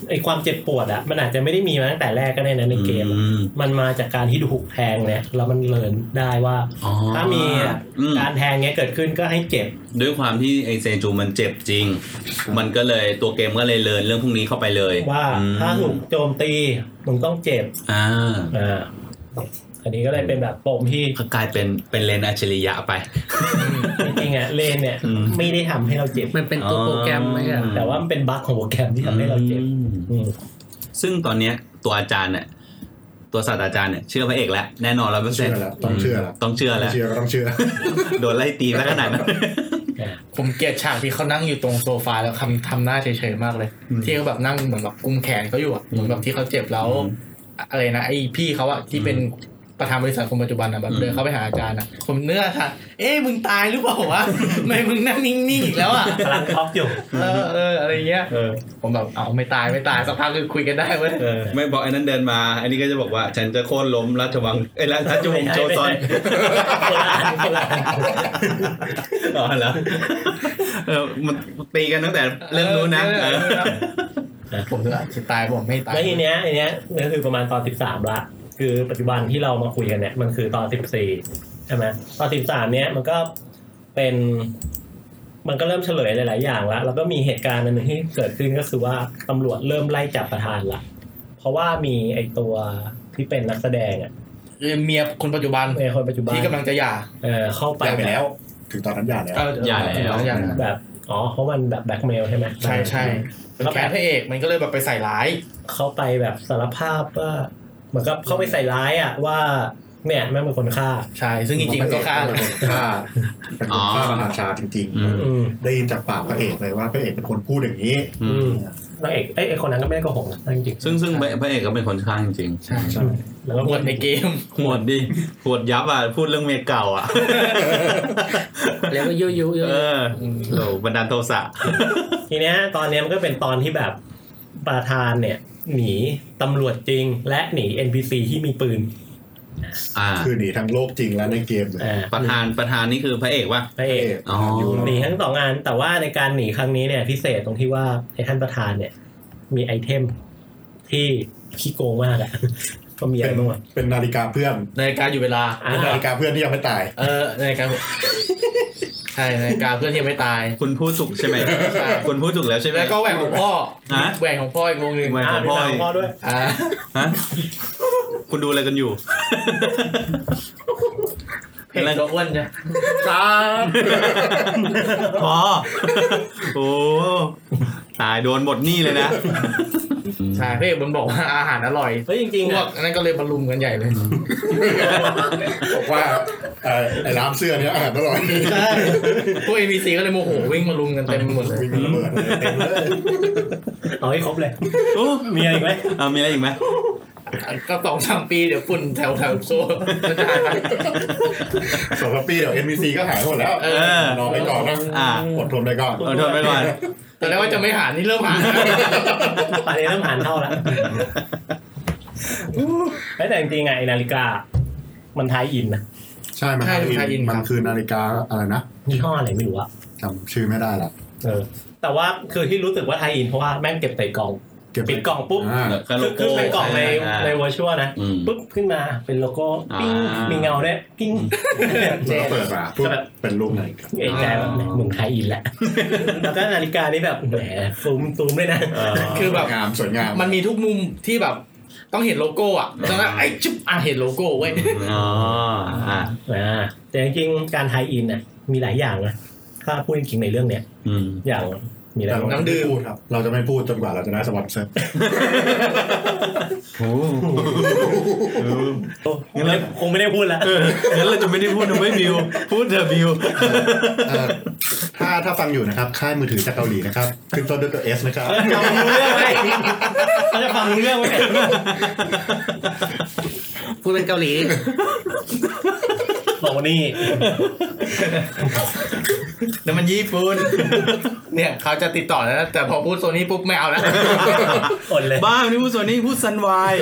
S1: ไอความเจ็บปวดอะมันอาจจะไม่ได้มีมาตั้งแต่แรกก็ได้นะในเกมอะ
S2: อืม
S1: มันมาจากการที่ถูกแทงเนี่ยแล้วมันเรียนได้ว่า
S2: อ๋อ
S1: ถ้ามีอะ
S2: อืม
S1: การแทงเนี้ยเกิดขึ้นก็ให้เจ็บ
S2: ด้วยความที่ไอเซจูมันเจ็บจริง มันก็เลยตัวเกมก็เลยเลินเรื่องพวกนี้เข้าไปเลย
S1: ว่า
S2: อืม
S1: ถ้าถูกโจมตีมึงต้องเจ็บ
S2: อ่า
S1: อ่า อันนี้ก็เลยเป็นแบบปมที่
S2: ก็กลายเป็นเป็นเลนอัจฉริยะไป
S1: จริงๆอ่ะเลนเนี่ย
S2: อืม
S1: ไม่ได้ทำให้เราเจ็บ
S4: มันเป็นตัวโปรแกรมไหมอะ
S1: แต่ว่ามันเป็นบั๊กของโปรแกรมที่ทำให้เราเจ็บ
S2: อืม
S1: อืม
S2: ซึ่งตอนเนี้ยตัวอาจารย์เนี่ยตัวศาสตราจารย์เนี่ยเชื่อพระเอกแล้วแน่นอนร้อยเปอ
S3: ๆ
S2: ร์เซ็
S3: เชื่
S2: น
S3: อ
S2: ต์
S3: แล้วต้องเชื่อแล้ว
S2: ต้องเชื่อแล้ว
S3: เชื่อก็ต้องเชื่อ
S2: โดนไล่ตีแล้วขนาดนั้น
S5: ผมเกลียดฉากที่เขานั่งอยู่ตรงโซฟาแล้วทำทำหน้าเฉยๆมากเลย ที่เขาแบบนั่งเหมือนแบบกุมแขนเขาอยู่อะเหมือนแบบที่เขาเจ็บแล้วอะไรนะไอ้พี่เขาอะที่เป็นประธานบริษัทคนปัจจุบันอะแบบเดินเข้าไปหาอาจารย์อะผมเนื้อค่ะ เอ๊ะมึงตายหรือเปล่าวะ ทำไมมึงนั่งนิ่งๆอีกแล้วอะ
S1: กำลังท็อกอยู่
S5: เออเอออะไรเงี้ย
S9: เออ
S5: ผมแบบเอาไม่ตายไม่ตายสักพักคือคุยกันได้เว้ย
S9: เออไม่บอกไอ้นั้นเดินมา อันนี้ก็จะบอกว่าฉันจะโค่นล้มราชวังเอ้ยราชวงศ์โจซอน
S1: คนละอันคนละอัน
S9: อ๋อเหรอ
S2: เออมันตีกันตั้งแต่เรื่องนู้นนะ
S5: เออเออครับผมเนื้อจะตายผมไม่ตาย
S1: แล้วทีเนี้ยไอเนี้ยก็คือประมาณตอน 13 ละ คือปัจจุบันที่เรามาคุยกันเนี่ยมันคือตอน 14 ใช่ไหมตอน 13 เนี้ยมันก็เป็น มันก็เริ่มเฉลยหลาย ๆ อย่างละแล้วก็มีเหตุการณ์อันหนึ่งที่เกิดขึ้นก็คือว่าตำรวจเริ่มไล่จับประธานละ เพราะว่ามีไอตัวที่เป็นนักแสดงอ่ะ
S5: คือเมียคนปัจจุบัน
S1: ในคนปัจจุบัน
S5: ที่กำลังจะหย่า
S1: เออเข้าไป
S3: ไปไปแล้ว ถึงตอนนั้นหย่าแล้ว
S5: เออ
S2: หย่าแล้ว
S5: หย่าแล้ว
S1: แบบอ๋อเพราะมันแบบแบล็กเมลใช่ไหม
S5: ใช่ใช่เป็นแค้นพระเอกมันก็เลยแบบไปใส่ร้าย
S1: เขาไปแบบสารภาพว่าเหมือนกับเขาไปใส่ร้ายอ่ะว่าเนี่ยแม่งเป็นคนฆ่า
S5: ใช่ ซึ่งจริงๆมันก็ฆ่า
S3: เป็นคนฆ่าเป็นคนฆ่า
S2: อ๋อ
S3: ประธานชาจริง
S2: อืม
S1: อืม
S3: ๆ ได้ยินจากปากพระเอกเลยว่าพระเอกเป็นคนพูดอย่างนี้
S2: อื
S1: อื
S2: ม
S1: มนางเอกเอ้ยไอ้คนนั้นก็ไม่ได้โกหกนะจริงๆ
S2: ซึ่งซึ่งพระพระเอกก็เป็นคนข้างจริง
S5: ใช่
S1: อืมแล้วก็
S5: หมดในเกม
S2: โหดดิโหดยับอ่ะ พูดเรื่องเมียเก่าอ่ะ
S4: แล้วก็ยุยุยุ
S2: เออโหบันดาลโทสะ
S1: ทีเนี้ยตอนเนี้ยมันก็เป็นตอนที่แบบประธานเนี่ย หนีตำรวจจริง และหนี NPC ที่มีปืน
S2: อ่า
S3: คือหนีทั้งโลกจริงและในเกมเลย
S1: อ่า
S2: ประธานประธานนี่คือพระเอกว่า
S1: พระเอก
S2: อ๋อ
S1: หนีทั้งสองงาน แต่ว่าในการหนีครั้งนี้เนี่ยพิเศษตรงที่ว่าไอ้ท่านประธานเนี่ย มีไอเทมที่ขี้โกงมากอะ ก็มีอะไรบ้างวะ
S3: เป็นนาฬิกาเพื่อน
S5: ในาฬิการอยู่เวลา
S1: อ่ะ
S3: เป็นนาฬิกาเพื่อนที่ยังไม่ตาย
S5: เออในาฬิการใช่ในาฬิการเพื่อนที่ยังไม่ตาย
S2: คุณพูดถูกใช่ไหม
S5: ใช่
S2: คุณพูดถูกแล้วใช่ไหม
S5: แล้วก็แหวนของพ่อ
S2: ฮะ
S5: แหวนของพ่ออีกวงหนึ่ง
S2: ไม่
S1: อ่า
S2: ของ
S1: มีตาม
S2: พ่อ
S1: พ่อด้วย
S5: อ่า
S2: ฮะคุณดูอะไรกันอยู่
S5: เพลงตัวอ้วนจ้ะ
S2: อ๋อ โอ้ตายโดนหมดหนี่เลย นะ
S5: ใช่พระเอกมันบอกว่าอาหารอร่อย
S1: เฮ้ยจริงๆ
S5: พว
S1: อ่ะ
S5: กอันนั้นก็เลยบรรลุมกันใหญ่เลย
S3: บอกว่าเอ่อไอ้ร้านเสื้อเนี้ยอาหารอร่อย
S5: ใช่ พวกเอ็นีซีก็เลยโมโหวิ่งมารุมกันเต็มไปหมดเลย
S3: วิ่งระเบิดเลยเต็มเลย
S1: เอาให้ครบเลย
S2: โอ้
S1: มีอะไรอีกไหม
S2: เอามีอะไรอีกไหม
S5: ก็สองสามปีเดี๋ยวฝุ่นแถวแถวโซ่ มันจะหายไป
S3: สองสามปีเดี๋ยว NPC ก็หายหมดแล้ว
S5: เอ
S2: อ
S3: รอไปก่อนนะ
S2: อ่า
S3: อดทนไปก่อน
S2: เอาทนไปก่อน
S5: ตอนแรกว่าจะไม่หานี่เริ่มหาแล้ว
S1: ตอนนี้ต้องผ่านเท่าละเฮ้ยแต่จริงๆไงนาฬิกา มันทายอินนะ
S3: ใช่มันมันคือนาฬิกาอะไรนะ
S1: ยี่ห้ออะไรไม่รู้อะ
S3: จำชื่อไม่ได้ละ
S1: เออ แต่ว่าคือที่รู้สึกว่าทายอินเพราะว่าแม่งเก็บใส่กล่อง
S3: เก็บไว้
S1: ปิดกล่องปุ๊บ
S3: อ่า
S2: แล้วก็โล
S1: คือ
S2: โก้
S1: คือเป็นกล่องใน
S2: ช่
S1: ใน
S2: อ่า
S1: วอชัวนะ
S2: อืม
S1: ปุ๊บขึ้นมาเป็นโลโก้ปิ้ง
S2: อ่ามี
S1: มีเงาด้วยปิ้ง
S3: แล้วก็เปิดมาปุ๊บเป็นรูปไหนครับ
S1: เอกใจว่าแหม่มึงไทยอินแหละ แล้วก็นาฬิกานี่แบบแหมซูมซูมด้วยนะ
S5: คือ
S3: ส
S5: แบ
S3: วย
S5: บ
S3: งามสวยงาม
S5: มันมีทุกมุมที่แบบต้องเห็นโลโก้อะแล้วก็ไอ้จุ๊บอ่ะเห็นโลโก้เว้ย
S2: อ๋ออ่ะ
S1: อ่าแต่จริงๆการไทยอินเนี่ยมีหลายอย่างนะ ถ้าพูดจริงๆในเรื่องเนี้ย
S2: อืม
S1: อย่างมีอะไร
S3: แต่
S1: บ้าง
S3: เรา
S5: น้ำดื่
S3: ไม่
S5: ม
S3: พูดครับ เราจะไม่พูดจนกว่าเราจะได้สปอนเซอร์
S1: งั้นเลยคงไม่ได้พูดแล้ว
S2: งั้นเราจะไม่ได้พูดนะไม่บิว พูดเถอะบิว
S3: เอ่อถ้าถ้าฟังอยู่นะครับ ค่ายมือถือจากเกาหลีนะครับขึ้นต้นด้วยตัวเอสนะครับ
S1: จะฟังรู้เรื่องไหมเขาจะฟังรู้เรื่องไหม
S4: พูดเป็นเกาหลี
S1: บอกว่านี่
S5: แล้วมันญี่ปุ่นเนี่ยเขาจะติดต่อแล้วนะแต่พอพูดโซนี่ปุ๊บไม่เอาแล้ว
S1: อดเลย
S2: บ้าไม่ได้พูดส่วนนี้พูดซันวาย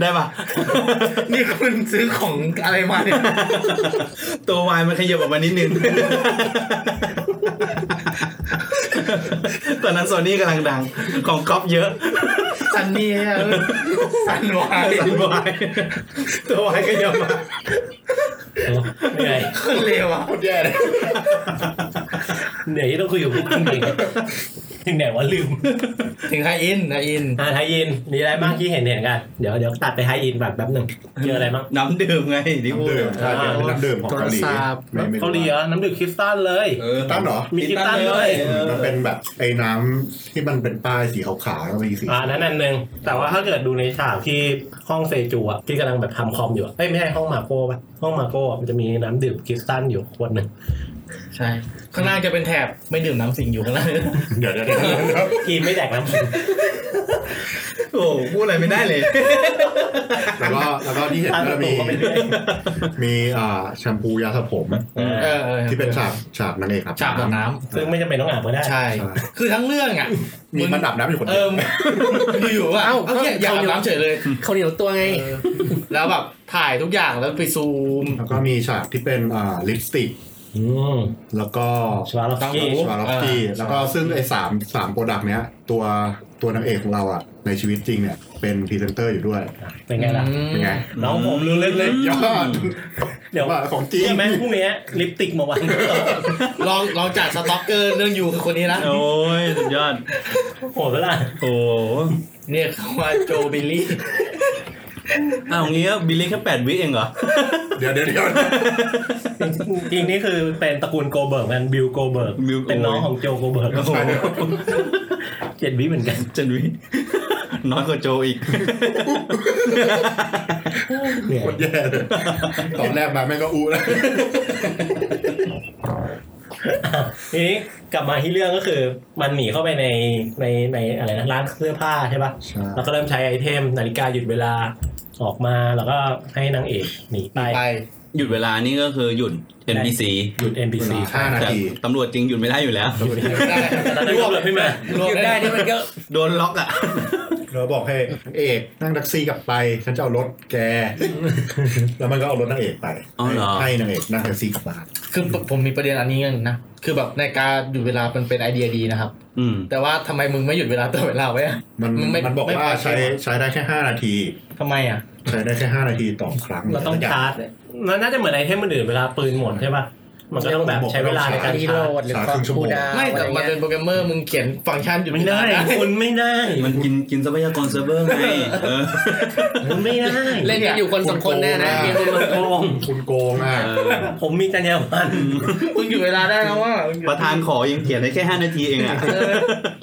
S2: ได้ปะ
S5: นี่คุณซื้อของอะไรมาเนี่ย
S2: ตัววายมันขยับออกมานิดนึง ตอนนั้นโซนี่กำลังดัง ของก๊อฟเยอะ
S5: สันนี่อะสันวาย
S2: ซันวาย ตัววายขยับมา
S1: เหนื่อย
S5: คนเลวอะ
S3: แย่เลย
S1: เหนื่อยที่ต้องคุยกับพวกคุณเองถึงไหนว่าลืม
S5: ถึงไฮอินไฮอิน
S1: อ่าไทยอิน มีอะไรบ้างที่เห็นเห็นกัน เดี๋ยวเดี๋ยวตัดไปไทยอินแบบแป๊บหนึ่งเจออะไรบ้าง
S9: น้ำดื่มไงที่พูด
S3: น้ำดื่มใช่เป็นน้ำดื่มของเกาหลี
S4: โทรศัพท์
S3: ไม่ไม่รู้
S1: เกาหลีเหรอน้ำดื่มคริสตัลเลย
S9: เออ
S3: ตั้มเหรอ
S1: มีคริสตัลเลย
S3: มันเป็นแบบไอ้น้ำที่มันเป็นป้ายสีขาวๆแล้วมีสี
S1: อ่านั้นอันหนึ่งแต่ว่าถ้าเกิดดูในฉากที่ห้องเซจูอะที่กำลังแบบทำคอมอยู่อะเอ้ยไม่ใช่ห้องมาโก้ปะห้องมาโก้อะมันจะมีน้ำดื่มคริสตัลอยู่ขวดหนึ่ง
S5: ใช่ ข้างล่างจะเป็นแถบไม่ดื่มน้ำสิงอยู่ข้างล่าง
S3: เดี๋ยวเดี๋ยวเดี๋ยวเดี๋ยว
S1: กินไม่แดกน้ำดื่ม
S2: โอ้โหพูดอะไรไม่ได้เลย
S3: แล้วก็แล้วก็ที่เห็น
S1: ตาม
S3: ก็
S1: ประตู
S3: มี
S1: ก็ไป เรื่อย
S3: มีอ่าแชมพูยาสระผม
S5: เอ
S1: เออ
S5: อออ
S3: ที่เป็นฉากฉากนั่นเองครับ
S5: ฉากอาบน้
S1: ซึ่งไม่จำเป็นต้องอาบก็ได้
S5: ำใช่ คือทั้งเรื่องอ่ะ
S3: มีมันดับน้ำอยู่คน
S5: เอ
S3: เดียว
S5: ออยู่ๆว่า
S4: เอ้า
S5: เอ้าเนี่ยอยากอาบน้ำเฉยเลย
S4: เขาเหนียวตัวไง
S5: แล้วแบบถ่ายทุกอย่างแล้วไปซูม
S3: แล้วก็มีฉากที่เป็นอ่าลิปสติก
S1: อืม
S3: แล้วก็
S1: ชวาลอฟสกี้
S5: โอ้
S3: สวาล็อกกี้แล้วก็ซึ่งไอ้สามสามโปรดักต์เนี้ย ตัวตัวนางเอกของเราอ่ะในชีวิตจริงเนี่ย เป็นพรีเซนเตอร์อยู่ด้วย
S1: เป็นไงล่ะ
S3: เป็นไง
S1: น้องผมรู้ลึกเลย
S3: ยอด
S1: เดี๋ยว
S3: ว่าของจริง
S1: ใช่ไหมพรุ่งนี้ลิปติกมาวาง
S5: ลองลองจากสต็อกเกอร์เรื่องอยู่คือคนนี้นะ
S2: โอ้ยสุดยอด
S1: โหดเวล่ะ
S2: โอ้โห
S5: เนี่ยเขาว่าโจบิลลี่
S2: อ้าวงี้บิลลี่แค่แปดวิเองเหรอ
S3: เดี๋ยวเดี๋ยวเดี๋ยว
S1: จริงๆนี่คือเป็นตระกูลโกเบิร์กกันบิลโกเบิร์ก
S2: Bill
S1: เป็นน้องของโจโกเบิร์ก
S2: โอ้โห
S1: เจ็ดวิเหมือนกัน
S2: เจน วิน้อยกว่าโจอีก
S1: เนี่ย
S3: แย่ เลยตอนแรกมาแม่งก็อู้แล้ว
S1: ทีนี้กลับมาที่เรื่องก็คือมันหนีเข้าไปในในในอะไรนะร้านเสื้อผ้าใช่ปะ
S3: ใช่
S1: แล้วก็เริ่มใช้ไอเทมนาฬิกาหยุดเวลาออกมาแล้วก็ให้นางเอกหนีไป
S5: ไป
S2: หยุดเวลานี่ก็คือหยุด NPC
S1: หยุด NPC
S3: ห้านา
S2: แต่
S3: ที
S2: ตำรวจจริงหยุดไม่ได้อยู่แล้ว
S5: ได้
S1: แต่ตอนนั้นรวบเลยพี่มา
S5: รวม
S4: หยุดได้
S5: ได้
S4: นี่มันก็
S2: โดนล็อกอ่ะ
S3: เราบอกให้นางเอกนั่งแท็กซี่กลับไปฉันจะเอารถแก แล้วมันก็เอารถนางเอกไป
S2: อ๋อเหรอ
S3: ให้นางเอกนั่งแท็กซี่กลับบ้าน
S5: คือผมมีประเด็นอันนี้กันนะ คือแบบในการหยุดเวลามันเป็นไอเดียดีนะครับ
S2: อืม
S5: แต่ว่าทำไมมึงไม่หยุดเวลาต่อเวลาไว้อะ
S3: มัน
S5: มันไม่
S3: มันบอก
S5: ไม่
S3: ว่า
S5: ไป
S3: ใช้ใช้ได้แค่ห้านาที
S5: ทำไมอ่ะ
S3: ใช้ได้แค่ห้านาทีต่อครั้ง
S1: เราต้องชาร์จมันน่าจะเหมือนไอเทมอื่นๆเวลาปืนหมดใช่ปะมันก็ต้องแบบใช้เวลาในการ
S4: รี
S1: ชา
S4: โหล
S1: ร์จ
S4: ดหรือความคูลดาวน์
S5: ไม่
S4: อะไร
S5: แต่มัน
S4: เงี้ย
S5: เป็นโปรแกรมเมอร์มึงเขียนฟังก์ชันหยุด
S1: ไม่
S5: เวลา
S1: ได้
S5: นะ
S1: คุณไม่ได้
S2: มันกินกินทรัพยากรเซิร์ฟเวอร์ไงเออ
S1: คุณไม่ได้
S4: เล่นกันอยู่คนสองคนแน่นะเกม
S1: คุณโกง
S3: คุณโกงอ่ะ
S2: เออ
S1: ผมมีจรรยาบรรณ
S5: มึงหยุดเวลาได้นะว่า
S2: ประธานขอยังเขียนได้แค่ 5 นาทีเองอ่ะ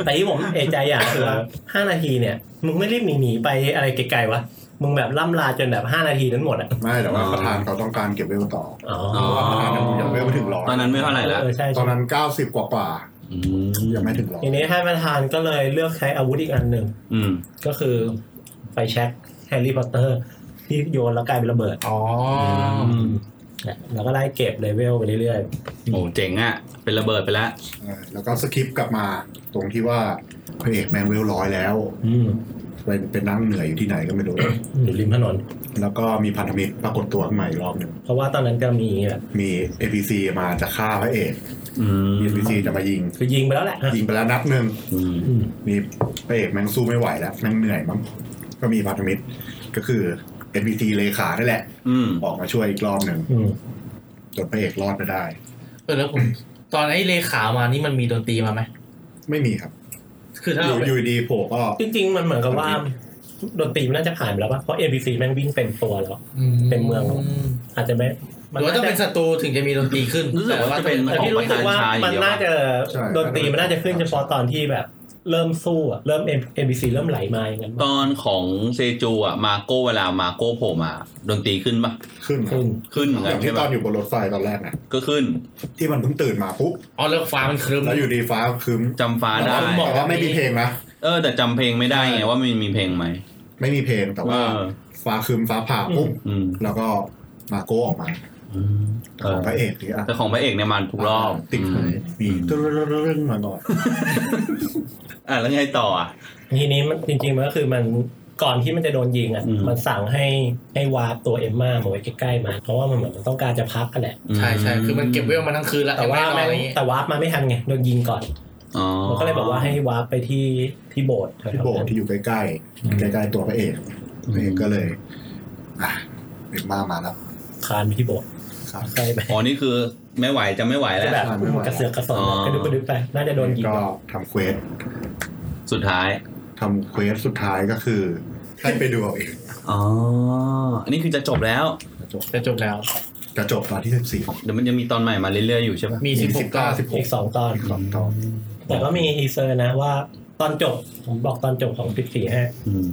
S1: แต่ที่ผมเอะใจอย่างคือว่าห้านาทีเนี่ย มึงไม่รีบหนีหนีไปอะไรไกลๆวะ มึงแบบล่ำลาจนแบบห้านาทีนั้นหมดอ่ะ
S3: ไม่แต่ว่า
S2: อ๋อ
S3: ประธานเขาต้องการเก็บเวลต่อ
S1: อ๋อ
S3: เพราะว่าประธานยังไม่ถึงร้อย
S2: ตอนนั้นไม่เท่าไหร่ละ
S1: เออใช่
S3: ตอ
S1: ใช่
S3: นนั้นเก้าสิบกว่ากว่า
S2: อืม
S3: ๆยังไม่ถึงร้อย
S1: ทีนี้ท่านประธานก็เลยเลือกใช้อาวุธอีกอันหนึ่ง
S2: อืม
S1: ก็คือไฟแช็กแฮร์รี่พอตเตอร์ ที่โยนแล้วกลายเป็นระเบิด
S5: อ๋อ
S1: แล้วก็ไล่เก็บเลเวลไปเรื่อย
S2: โอ้เจ๋งอ่ะ เป็นระเบิดไปแล้ว
S3: เออแล้วก็สคริปต์กลับมาตรงที่ว่าพระเอกแมงเวลร้อยแล้ว
S1: ๆอืม
S3: เป็นเป็นนั่งเหนื่อยอยู่ที่ไหนก็ไม่รู้
S1: อยู่ริมถนน
S3: แล้วก็มีพันธมิตรปรากฏตัวขึ้นมาอีกรอบหนึ่ง
S1: เพราะว่าตอนนั้นก็มีแบบ
S3: มี APC มาจะฆ่าพระเอก
S2: อืม
S3: มี APC จะมายิง
S1: คือยิงไปแล้วแหละอ่ะ
S3: ยิงไปแล้วนัดหนึ่ง
S2: อืม
S1: อืม
S3: มีพระเอกแม่งสู้ไม่ไหวแล้วแม่งเหนื่อยมั้งก็มีพันธมิตรก็คือ APC เลขานี่แหละ
S2: อืม
S3: ออกมาช่วยอีกรอบหนึ่ง
S1: อืม
S3: จนพระเอกรอดไปได้
S5: เออแล้วผมตอนไอ้เลขามานี่มันมีดนตรีมาไหม
S3: ไม่มีครับ
S5: คือถ้า
S3: อ
S5: เรา
S3: ยู่
S5: ไป
S3: อยู่ดีโผล่ก็
S1: จริง ๆ มันเหมือนกับว่าดนตรีมันน่าจะผ่านไปแล้วป่ะเพราะ ABC แม่งวิ่งเต็มตัวแล้ว เป็นเมืองหรอ อาจจะไม่
S5: หรือว่าต้อ
S1: า
S5: ง
S1: จะ
S5: เป็นศัตรูถึงจะมีดนตรีขึ้น
S2: รู้สึกว่าจะเป็น
S5: แต่
S1: แต่
S5: ว่า
S1: พี่รู้สึกว่ามันน่าจะดนตรีมันน่าจะขึ้นเฉพาะตอนที่แบบ เริ่มสู้อะเริ่ม MBC เริ่มไหลมาอย่างนั้น
S2: ตอนของเซจูอ่ะมาโก้เวลามาโก้โผล่มา ดนตรีขึ้นปะ
S3: ขึ้น
S1: ขึ้น
S2: ขึ้นเหมือน
S3: อ
S2: กัใช่
S3: ย่าน งที่ตอ
S2: ปะ
S3: นอยู่บนรถไฟตอนแรกนะ
S2: ก็ขึ้น
S3: ที่มันเพิ่งตื่นมาปุ๊บ
S5: อ๋อแล้วฟ้ามันครึ้ม
S3: แล้วอยู่ดีฟ้าคืม
S2: จำฟ้าได้
S5: อ๋อเหมาะ
S3: แต่ว่าไม่มีเพลงนะ
S2: เออ แต่จำเพลงไม่ได้ไงว่ามันมีเพลงไหม
S3: ไม่มีเพลงแต่ว่า
S2: เออ
S3: ฟ้าคืมฟ้าผ่าปุ๊บ
S2: อืม
S3: แล้วก็มาโก้ออกมา
S2: อืมเอ
S3: ข
S2: อ
S3: องพระเอกนี่อ่ะ
S2: แต่ของพระเอกเนี่ยมันทุกรอบ
S3: ติด
S2: อื
S3: หู
S2: ม
S3: มีเรื่องมาก่อน
S2: อ่ะแล้วไงต่ออ่ะ
S1: ทีนี้มันจริงๆมันก็คือมันก่อนที่มันจะโดนยิงอ่ะ
S2: อืม
S1: มันสั่งให้ให้วาร์ปตัวเอมมามาไว้ใกล้ๆมันเพราะว่ามันเหมือนมันต้องการจะพักกันแหละ
S5: ใช่ใช่คือมันเก็บเวลมาทั้งคืนแล้ว
S1: แต่ว่า
S5: ไอ้
S1: แม่ง
S5: นอนอะไรอย่างงี้
S1: แต่วาร์ปมาไม่ทันไงโดนยิงก่อน
S2: อ๋อ
S1: มันก็เลยบอกว่าให้วาร์ปไปที่ที่โบสถ์แถวๆ
S3: พี่โบ
S1: นั้น
S3: ที่อยู่ใกล้ๆ ใกล้ๆตัวพระเอกพระเอกก็เลย อ่ะเอ็มมามาแล้ว
S1: คานไปที่โบสถ์
S3: ครับ
S1: ใกล้ไป
S2: อ๋อนี่คือไม่ไหวจะไม่ไหว
S1: ก็
S2: แล้ว
S1: แบบ
S3: ไม่ไหว
S1: กระเสือกกระสน
S2: อ๋อ
S1: กระดึบกระดึบไปน่าจะโดนยิง
S3: ก็
S1: ก่อน
S3: ทำเควส
S2: สุดท้าย
S3: ทำเควสสุดท้ายก็คือให้ไปดูเอาเอง
S2: อ๋อ อันนี้คือจะจบแล้ว
S3: จบ
S5: จะจบแล้ว
S3: จะจบตอนที่สิบสี่
S2: เดี๋ยวมันจะมีตอนใหม่มาเรื่อยๆอยู่ใช่ปะ
S5: มีสิบหก
S3: เก้าสิบห
S1: อี
S3: ก
S1: กสองตอน
S3: สองตอน
S1: แต่ก็มีทีเซอร์นะว่าตอนจบ ผมบอกตอนจบของสิบสี่ฮะ
S2: อืม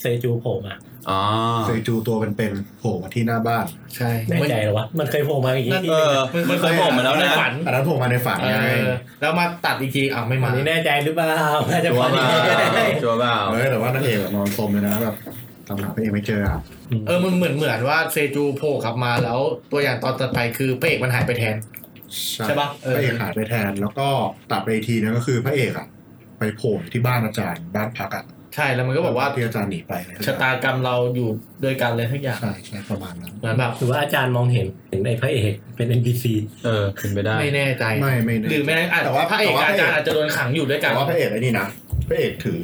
S1: เซจูโผล่มา
S2: อ๋อ
S3: เซจูตัวเป็นๆโผล่มาที่หน้าบ้าน
S5: ใช่
S1: แน่
S5: มัน
S1: ใจเหรอวะ มันเคยโผล่มาอย่างนี้
S5: นั่น
S1: ที่
S2: เออมันเคยโผล่มาแล้วนะ
S5: ใฝัน
S3: อันนั้นโผล่มาในฝัน
S5: เอ
S3: ไง
S5: อแล้วมาตัดอีกทีอ้าวไม่
S1: อั
S5: มาน
S1: นี้แน่ใจหรือเปล่าน่าจะ
S2: ชัว
S1: พอ
S2: ร์เป
S1: ดี
S2: ล่าชัวร์เปล่า
S3: เฮ้ยแต่ว่านางเอกอะนอนสมเลยนะแบบตามหาพระเอกไม่เจออ่ะ
S5: เออมันเหมือนเหมือนว่าเซจูโผล่กลับมาแล้วตัวอย่างตอนต่อไปคือพระเอกมันหายไปแทน ใช่ปะเออ
S3: พระเอกหายไปแทน แล้วก็ตัดไปอีกทีนึงก็คือพระเอกอ่ะ ไปโผล่ที่บ้านอาจารย์บ้านพักอ่ะ
S5: ใช่แล้วมันก็บอกว่า
S3: ที่อาจารย์หนีไปนะ
S5: ชะตากรรมเราอยู่ด้วยกันเลยทุกอย่าง
S3: ใช่ใช่ประมาณนั้น
S5: เหมือนแบบ
S1: หรือว่าอาจารย์มองเห็นเห็นไอ้พระเอกเป็น NPC
S2: เออเป็นไปได้
S5: ไม่แน่ใจ
S3: ไม่ไม่
S5: หรือไม่งั้นอาจ
S3: แต่ว่า
S5: พระเอกกับอาจารย์อาจ
S3: แต่
S5: จะโดนขังอยู่ด้วยกัน
S3: ว่าพระเอกไอ้นี่นะพระเอกถือ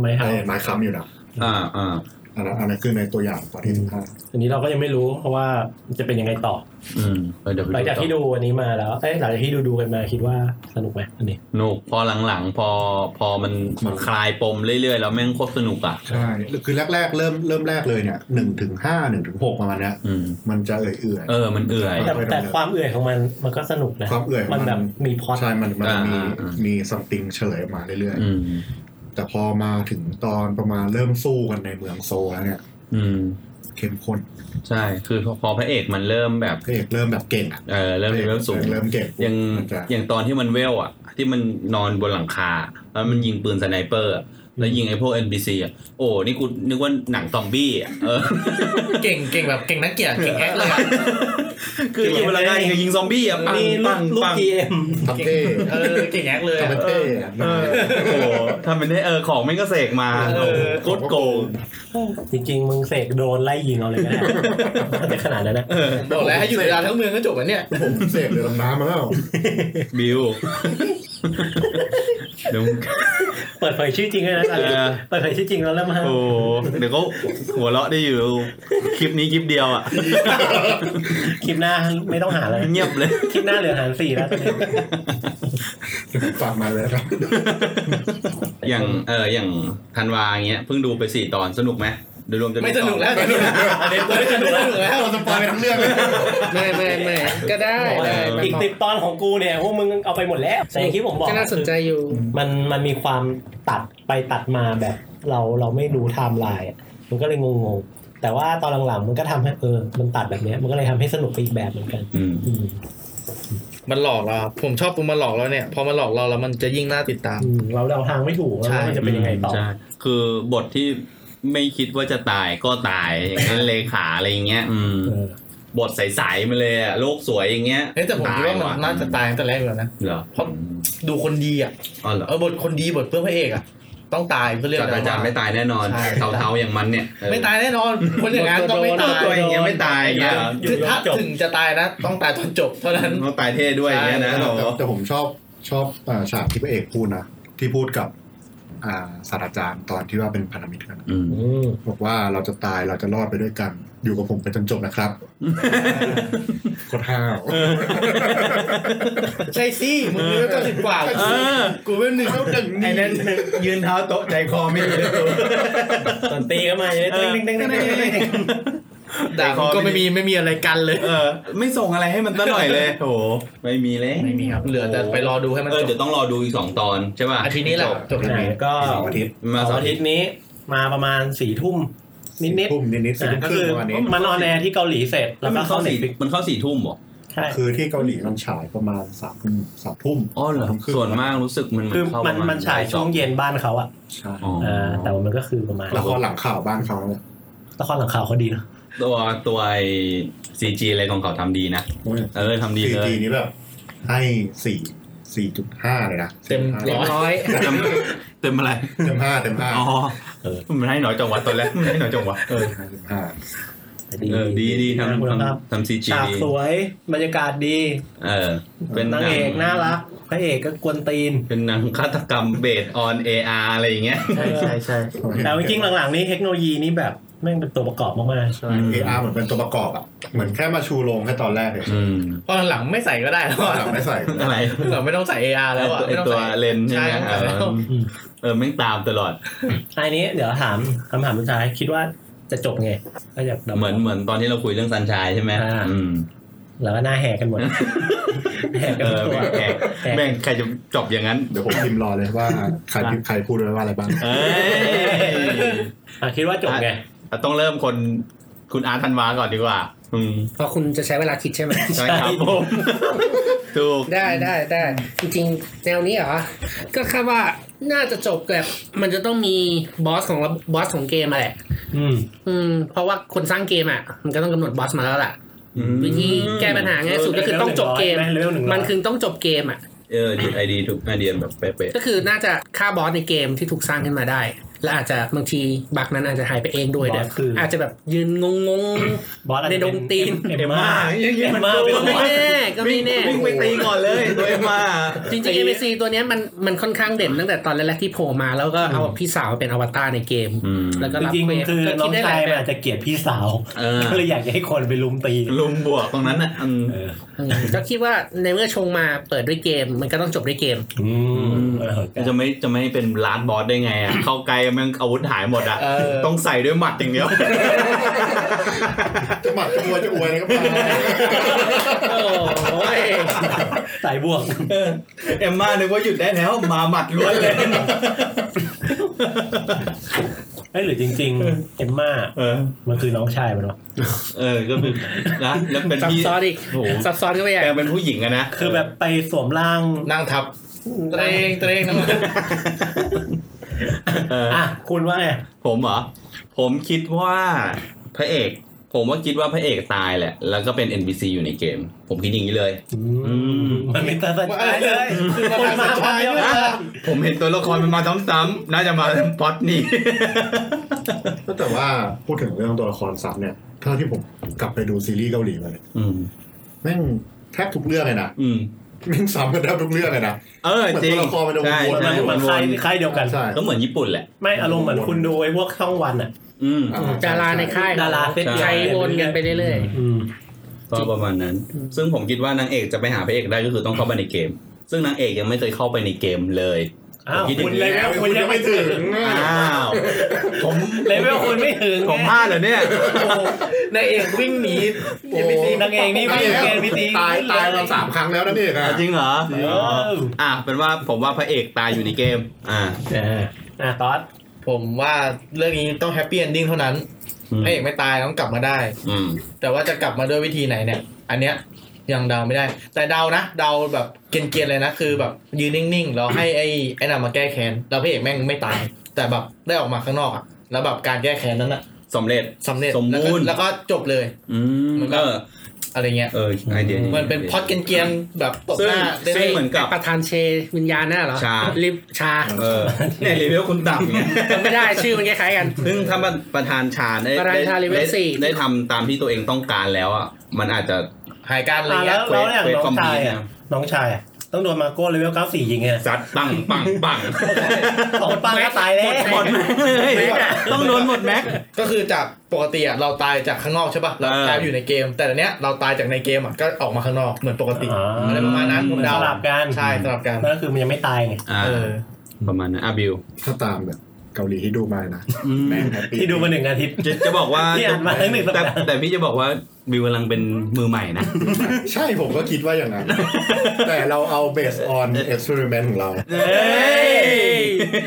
S1: ไม่ค
S3: ไอ้
S1: รับ
S3: ไม้ค้ำอยู่นะ
S2: อ่าอ่า
S3: อันนั้นอันนั้นคือในตัวอย่างตอนที่สิบห้า
S1: อันนี้เราก็ยังไม่รู้เพราะว่ามันจะเป็นยังไงต่อ
S2: อืมเออเดี๋ยวไป
S1: หลังจาก
S2: ต่อ
S1: ที่ดูอันนี้มาแล้วเอ้ยหลังจากที่ดูดูๆกันมาคิดว่าสนุกไหมอันนี้
S2: หนุกพอหลังๆ พอพอมันคลายปมเรื่อยๆ แล้วแม่งโคตรสนุกอ่ะ
S3: ใช่คือแรกๆเริ่มเริ่มแรกเลยเนี่ยหนึ่งถึงห้าหนึ่งถึงหกประมาณเนี้ย
S2: อืม
S3: มันจะเอื่อยๆ
S2: เออมันเอื่อย
S1: แต่
S3: ไม่ต้อง
S1: แต่
S3: เลย
S1: ความเอื่อยของมันมันก็สนุกนะ
S3: ความเอื่อยของมัน
S1: มันแบบมีพล็อต
S3: ใช่มันมันจะมี
S2: อ่าอ่า
S3: มีสัมติงเฉลยออกมาเรื่อย
S2: อืม
S3: ๆ แต่พอมาถึงตอนประมาณเริ่มสู้กันในเมืองโซลแล้วเนี่ย
S2: อืม
S3: เข้มข้น
S2: ใช่ คือพอพระเอกมันเริ่มแบบ
S3: พระเอกเริ่มแบบเก่งอ่ะ
S2: เออเริ่มเลเวลสูง
S3: เริ่มเก่งปุ๊บ
S2: อย่าง
S3: มันจะ
S2: อย่างตอนที่มันเวลอ่ะ ที่มันนอนบนหลังคา แล้วมันยิงปืนสไนเปอร์อะแล้วยิงไอ้พวก NPC อ่ะโอ้นี่กูนึกว่าหนังซอมบี้อ่ะเออ
S5: เก่งเก่งแบบเก่งนักเกียรติเก่งแอคเลยอะ
S2: คือยิงเวลาไงยิงซอมบี้อ่ะปัง
S1: นี่ลู
S2: ปั
S1: ก
S2: ง
S1: ลูก
S2: ปัง
S1: เกม
S3: ทำเท่
S5: เออเก่งแอคเลยอะ
S3: ทำเท่อะ
S2: เออโอ้โหทำเป็นได้เออของแม่งก็เสกมา
S5: เออ
S2: โคตรโกง
S1: จริงๆมึงเสกโดนไล่ยิงเอาเลยก็ได้มัน จะขนาดนั้นนะ
S2: เออ
S5: บอกแล้วให้อยู่ในร้านทั้งเมืองก็จบอันเนี่ย
S3: ผมเสกเรือดำน้ำมาแล้ว
S2: บิวเดี๋ยวมึง
S1: เปิดเผยชื่อจริงเลยนะตอน
S2: เอ
S1: นี้
S2: อ
S1: เปิดเผยชื่อจริงแล้วเริ่มฮะ
S2: โอ้โหเดี๋ยวเขาหัวเราะได้อยู่ คลิปนี้คลิปเดียวอ่ะ
S1: คลิปหน้าไม่ต้องหาแล้ว
S2: เงียบเลย
S1: คลิปหน้าเหลือหารสี่ แล้วตอนนี้
S3: ฝากมาแล้วครับ
S2: อย่างเอออย่างธันวาอย่างเงี้ยเพิ่งดูไปสี่ตอนสนุกไหมโดยรวมจะ
S5: ไม่สนุกแล้วตอนนี้
S1: อันนี้
S5: ไม่สนุกแล้ว
S3: แล้วเราสปอยไปทั้งเรื่องเลย
S4: ไม่ไม่ไม่ก็ได้ได้มัน
S1: อีก
S4: เหมาะ
S1: ติดตอนของกูเนี่ยพวกมึงเอาไปหมดแล้วแต่อย่างที่ผมบอก
S4: ก็น่าสนใจอยู่
S1: มันมันมีความตัดไปตัดมาแบบ เราเราไม่รู้ไทม์ไลน์อะมันก็เลยงงๆแต่ว่าตอนหลังๆมันก็ทำให้เออมันตัดแบบเนี้ยมันก็เลยทำให้สนุกไปอีกแบบเหมือนกัน
S2: อืม
S1: อืม
S5: มันหลอกเราครับผมชอบปูมันหลอกเราเนี่ย พอมันหลอกเราแล้วมันจะยิ่งน่าติดตาม
S1: อืมเราเราทางไม่ถูกว่า
S5: ใช่
S1: มันจะเป็นยังไงต่อ
S2: ใช่คือบทที่ไม่คิดว่าจะตายก็ตายอย่างนั้นเลขาอะไรอย่างเงี้ย อืม
S1: เออบ
S2: ทใสๆมาเลยอะโลกสวยอย่างเงี้ย
S5: เฮ้ยแต่ผมคิดว่ามันน่าจะตายตั้งแต่แรกอยู่แล้วนะ
S2: เหรอ
S5: เพราะ ดูคนดีอ่ะ
S2: อ๋อเหรอ
S5: เออบทคนดีบทเพื่อพระเอกอ่ะ ต้องตายเพื่อเรื่อง
S2: ศาสตราจารย์ไม่ตายแน่นอน
S5: ใช่
S2: เทาๆอย่างมันเนี่ยเออ
S5: ไม่ตายแน่นอน คนอย่างนั้นต้องไม่ตาย
S9: ตัวอย่างเงี้ยไม่ตายอย่างเงี้ย
S1: อยู่
S5: คือ
S1: จ
S5: ถ้าน
S1: จบ
S5: ถึงจะตายนะ ต้องตายตอนจบเท่า นั้น
S9: ต้องตายเท่ด้วยอย่างเงี้ยนะโอ้โห
S3: แต่แต่ผมชอบชอบเอ่อฉากที่พระเอกพูดนะที่พูดกับอ่าศาสตราจารย์ตอนที่ว่าเป็นพันธมิตรกันอะบอกว่าเราจะตายเราจะรอดไปด้วยกัน อยู่กับผมไปจนจบนะครับ โคตรห้าว
S5: ใช่สิ มึงเลือกเก้าสิบกว่ากูเป็นหนึ่งเท่าหนึ่ง
S9: ไอ้นั่นยืนเท้าโต๊ะใจคอไม่ดีเลยตัว
S1: ตอนตีก็มาเลยเด้งเด้งเด้งเด้งเด้ง
S5: ด่าผมก็ไม่มีไม่มีอะไรกันเลย
S9: เออ ไม่ส่งอะไรให้มันซะหน่อยเลยโอ้โห
S2: ไม่มีเลย
S5: ไม่มีครับ เหลือแต่ไปรอดูให้มัน
S2: เออ
S5: จ
S2: เดี๋ย
S5: บ
S2: วต้องรอดูอีกสองตอนใช่ป่ะ
S5: อาทิตย์นี้แหละจบแล้ว
S1: อ่ะก็
S3: เสาร์อาทิตย์
S2: มา
S1: เสา
S2: สอ
S1: ร์
S2: ง
S1: อา
S2: อา
S1: ทิ
S2: ทิ
S1: ต
S2: ต
S1: ย์
S2: ย์
S1: นี้มาประมาณสี่ทุ่มนิดนิด
S3: ทุ่มนิดนิดๆสี่ทุ่ม
S1: ก็
S3: ค
S1: คื
S3: รึ่ง
S1: อ
S3: ประมาณนี้
S1: มันออนแอร์ที่เกาหลีเสร็จ
S2: แล้
S1: แล้วว
S2: มั
S1: ก็
S2: นเข้า
S1: เข้าเน็
S2: สี่
S1: ตฟิก
S2: มันเข้าสี่ทุ่มเหรอ
S1: ใช่
S3: คือที่เกาหลีมันฉายประมาณสามทุ่มสามทุ่ม
S2: อ๋อเหรอ
S3: ามครึ่ง
S2: ส่วนมากรู้สึกมัน
S1: คือ
S2: เข้า
S1: มัน
S2: ประ
S1: มันฉายช่วงเย็นบ้านเขาอ่ะ
S3: ใช่
S2: อ๋ออ
S1: อ่าแต่ว่ามันก็คือประมาณ
S3: ละครหลังข่าวบ้านเขาเนี่ย
S1: ละครหลังข่าวเขาดีเนอะ
S2: ตัวตัวไอซีจีอะไรของเขาทำดีนะ
S3: โอ้ย
S2: เออทำดี
S3: สี่
S2: เลย
S3: ทีนี้แบบให้สี่สี่จุดห้าเลยนะ
S4: เต็ม
S3: สี่จุ
S4: ร้
S3: ดห้า
S4: อย
S2: เต็มเต็มอะไร
S3: เต็มห้าเต็มห้า
S2: อ๋อเออมันให้น้อยจังหวะตอนแรก มันให้น้อยจังหวะเออ
S3: เต็มห้า
S1: แต่
S2: เออดีดีทำ
S1: คุณภาพ
S2: ทำทำซีจี
S1: ฉาก
S2: ดี
S1: สวยบรรยากาศดี
S2: เออ เป็น
S1: นาง
S2: ห
S1: เอกน่ารักพระเอกก็กวนตีน
S2: เป็นหนังฆาตกรรมเบสออนเออาร์อะไรอย่างเงี้ย
S5: ใช่ใช่ใช่
S1: แต่จริงๆหลังๆนี้เทคโนโลยีนี้แบบแม่งเป็นตัวประกอบมากๆ
S3: เออาร์เหมือนเป็นตัวประกอบอะเหมือนแค่มาชูโรงแค่ตอนแรกเลย
S2: อืม
S5: เพราะหลังไม่ใส่ก็ได้แล้วอะ
S3: หลังไม่ใส่
S2: อะไร
S5: หลังไม่ต้องใส่ AR แล้วอะ
S2: ไอ
S5: ไม่ต้อง
S2: ตัว
S5: ใส่
S2: เลนส์ใช่ไหม
S5: ใช่
S2: เออ
S5: แล้ว
S2: เออแม่งตามตลอด
S1: อันนี้เดี๋ยวถามคำถามสุดท้ายคิดว่าจะจบไงก็อยากดำ
S2: เหมือนเหมือนตอนที่เราคุยเรื่องซันชายใช่ไหม
S1: อ่า
S2: อืม
S1: แล้วก็หน้าแหกกันหมดแหกกั
S2: เอน อ
S1: หมด
S2: แม่ง
S1: แหก
S2: แม่งใครจะจบอย่างนั้น
S3: เดี๋ยวผมพิมพ์รอเลยว่าใครพิมพ์ใครพูดไว้ว่าอะไรบ้าง
S2: เอ้ย
S1: อ่ะคิดว่าจบไง
S2: เราต้องเริ่มคนคุณอาร์ตธันวาก่อนดีกว่า อืม
S4: เพราะคุณจะใช้เวลาคิดใช่ไหม
S2: ใช่ครับผมถูก
S4: ได้ได้ได้จริงๆ แนวนี้เหรอ ก็คาดว่าน่าจะจบแบบมันจะต้องมีบอสของบอสของเกมอะแหละ
S1: อืม
S4: อืม เพราะว่าคนสร้างเกมอ่ะ มันก็ต้องกำหนดบอสมาแล้วล่ะ
S2: อืม
S4: วิธีแก้ปัญหาง่ายสุดก็คือต้องจบเกม
S1: เลเวลหนึ่ง
S4: มันคือต้องจบเกมอ่ะ
S2: เออดีไอดีถูกไอเดียแบบเป๊ะ
S4: ก็คือน่าจะฆ่าบอสในเกมที่ถูกสร้างขึ้นมาได้ และอาจจะบางทีบักนั้นอาจจะหายไปเองด้วยเดี๋ยวอาจจะแบบยืนงงง
S1: บอส
S4: ในดงตีน
S1: เอ็มมา
S9: อย่างเงี้ย
S1: เอ็ม
S9: มัน
S1: มา
S9: ตัว
S1: เป็น
S4: ๆก็
S1: บอ
S4: ไม่
S1: ส
S4: แน่ก็ไม่แน่
S9: วิ่งไปตีก่อนเลย
S2: ๆด้วยมา
S4: จริงๆ MSC ตัวเนี้ยมันมันค่อนข้างเด่นตั้งแต่ตอนแรกๆที่โผล่มาแล้วก็เอาพี่สาวเป็นอวตารในเกม
S2: อืม
S4: แล้วก็
S1: จ
S4: รับ
S1: ริง
S4: เวฟ
S1: ๆคือ
S4: ก็
S1: น้อ
S4: คิด
S1: ง
S4: ได้หลา
S1: ชาย ยมั
S4: แบ
S1: นอา
S4: บ
S1: จจะเกลียดพี่สาว
S2: เออ
S1: ก็เลยอยากจะให้คนไปลุมตี
S2: ลุมบวกตรงนั้นอ่ะอืม
S1: เออ
S4: อืมก็คิดว่าในเมื่อชงมาเปิดด้วยเกม มันก็ต้องจบด้วยเกม
S1: อืม
S2: จะไม่จะไม่เป็นลาดบอสได้ไงอ่ะ เข้าใกล้แมันอาวุธหายหมดอ่ะ
S5: เออ
S2: ต้องใส่ด้วยหมัดอย่างเดียว
S3: จะหมัดจะอวยจะอวยอะไรก็ไป
S4: โอ้ย
S1: สายบวก
S2: เอมมานึกว่าหยุดได้แล้ว มาหมัดล้วนเลย
S1: เอ้ยหรือจริง ๆ เอ็มมา
S2: เออ
S1: มันคือน้องชายมันวะ
S2: เออ ก็คือนะแล้วเป็น
S4: ซับ
S2: พี่
S4: ซ้อนอีก
S2: โอ้โห
S4: ซับซ้อนก็ไปใหญ่
S2: แปลงเป็นผู้หญิงอะนะ
S1: คือแบบไปสวมร่าง
S5: นั่งทับเตรงเตรงนะ
S2: เออ
S1: อ่ะคุณว่าไง
S2: ผมเหรอ ผมคิดว่าพระเอก ผมว่าคิดว่าพระเอกตายแหละ แล้วก็เป็น NPC อยู่ในเกม ผมคิดอย่างนี้เลย ม
S1: มันไม่ตัดสินใจเลย
S5: คือมา
S1: คนมาค
S5: ทำชาน ย
S1: เดียว
S5: ด้วย
S1: นะ
S2: ผมเห็นตัวละครมันมาซ้ำๆน่าจะมาพล็อตนี้
S3: แต่ว่าพูดถึงเรื่องตัวละครซับเนี่ยเท่าที่ผมกลับไปดูซีรีส์เกาหลีมาเนี่ย
S2: อืม
S3: แม่งแทบทุกเรื่องเลยนะ
S2: อืม
S3: แม่งซ้ำกันแทบทุกเรื่องเลยนะ
S2: เออจริง
S3: เหมือนตัวละครมันจะวนๆ
S2: ใช่
S1: มัน
S2: ใช่
S1: เหมือนค่ายค่ายเดียวกัน
S3: ใช่
S2: ก็เหมือนญี่ปุ่นแหละ
S1: ไม่อารมณ์เหมือนคุณดูไอ้พวกช่องวันอ่ะ
S2: อืม
S4: ดาราในค่าย
S1: ดาราเซตใหญ่
S4: ใช้วนกันไปเรื่อย
S1: อืม
S2: ก็ประมาณนั้น ซึ่งผมคิดว่านางเอกจะไปหาพระเอกได้ก็คือต้องเข้าไปในเกม ซึ่งนางเอกยังไม่เคยเข้าไปในเกมเลย
S1: อ้าว
S2: ผมคิดอ
S1: คุณ
S2: ย่างนี้
S1: เลเวลคุณยังไม่ถึง
S2: อ้าวผม
S1: เลเวลคุณไม่ถึง
S2: ผมพลาดเหรอเนี่ย
S5: นายเอกวิ่งหนี
S1: เอ็มบีซีนางเองนี่
S3: ตา
S1: ไม่
S3: ยแล้ว
S1: เอ็มบีซี
S3: ตายตายมาสามครั้งแล้วนะนี่นะ
S2: จริงเหรอ
S1: เอ
S2: อ๋อ
S1: อ
S2: อ่ะเป็นว่าผมว่าพระเอกตายอยู่ในเกม อ่า
S1: อ่ะตอส
S5: ผมว่าเรื่องนี้ต้องแฮปปี้เอนดิ้งเท่านั้น
S2: อืม
S5: พระเอกไม่ตายต้องกลับมาได้
S2: อืม
S5: แต่ว่าจะกลับมาด้วยวิธีไหนเนี่ย อันเนี้ยยังเดาไม่ได้ แต่เดานะเดาแบบเกรียนๆเลยนะคือแบบยืนนิ่งๆแล้วให้ไอ้ไอ้นามาแก้แค้นแล้วพระเอกแม่งไม่ตาย แต่แบบได้ออกมาข้างนอกอะแล้วแบบการแก้แค้นนั้นอะ
S2: สำเร็จ
S5: สำเร็จ
S2: สมบูรณ์
S5: แล้วก็แล้วก็จบเลย
S2: อืม
S5: มันก็
S2: เออ
S5: อะไรเงี้ย
S2: เออไอเดียดี
S5: มันเป็นพล็อดเกรียนๆแบบตบ
S2: ซึ่
S5: ห
S2: ง
S5: น้าเล่น
S2: ซึ่งเหมือนกับ
S4: ประธานเชวิญญาณน่ะเหรอ
S2: ชา
S4: ลิฟชา
S2: เออเนี่ยรีวิวคุณต่ำ เนี่ย
S4: จำไม่ได้ชื่อมันคล้ายๆกัน
S2: ซึ่งถ้าประประธานชาได้
S4: ประธานชา
S2: ได้
S4: level
S2: ได้
S4: สี่
S2: ได้ทำตามที่ตัวเองต้องการแล้วอ่ะมันอาจจะ
S5: หายการอะไร
S1: อ่ะแล้วย
S5: เงี้
S1: แล้วอย่าง
S2: เควส
S1: น้
S2: ค
S1: อ
S2: อม
S1: ง
S2: พลี
S1: ชาย
S2: ท
S1: อ่ะ
S2: นะ
S1: น้องชายอ่ะต้องโดนมาโก้เลเวลเก้าสี่ ยิงไง
S2: ซัดปังปังปัง
S1: สองปังก็ตายแล้ว
S2: หมดแม็กเลยต้องโดนหมดแม็ก
S5: ก็คือจากปกติอะเราตายจากข้างนอกใช่ป่ะเรา
S2: เออ
S5: ตายอยู่ในเกม แต่อันเนี้ยเราตายจากในเกมอะก็ออกมาข้างนอกเหมือนปกติ
S1: อ๋อ
S5: อะไรประมาณนั้นผม
S1: ส
S5: เดา
S1: ลับกัน
S5: ใช่สลับกัน
S1: นั่นก็คือมันยังไม่ตายไง
S2: อ่า
S5: เออ
S2: ประมาณนั้นอ่ะบิว
S3: ถ้าตามแบบเกาหลีที่ดูมานะแม่งแฮปปี้
S1: ที่ดูมาหนึ่งอาทิตย์
S2: จะจะบอกว่า
S1: เนี่ยมาทั้งหนึ่งสัปดาห์
S2: แต่แต่พี่จะบอกว่าบิวกำลังเป็นมือใหม่นะ
S3: ใช่ผมก็คิดว่าอย่างนั้น แต่เราเอาเบสออนเอ็กซ์เพร์เมนต์ของเรา
S2: เอ้ย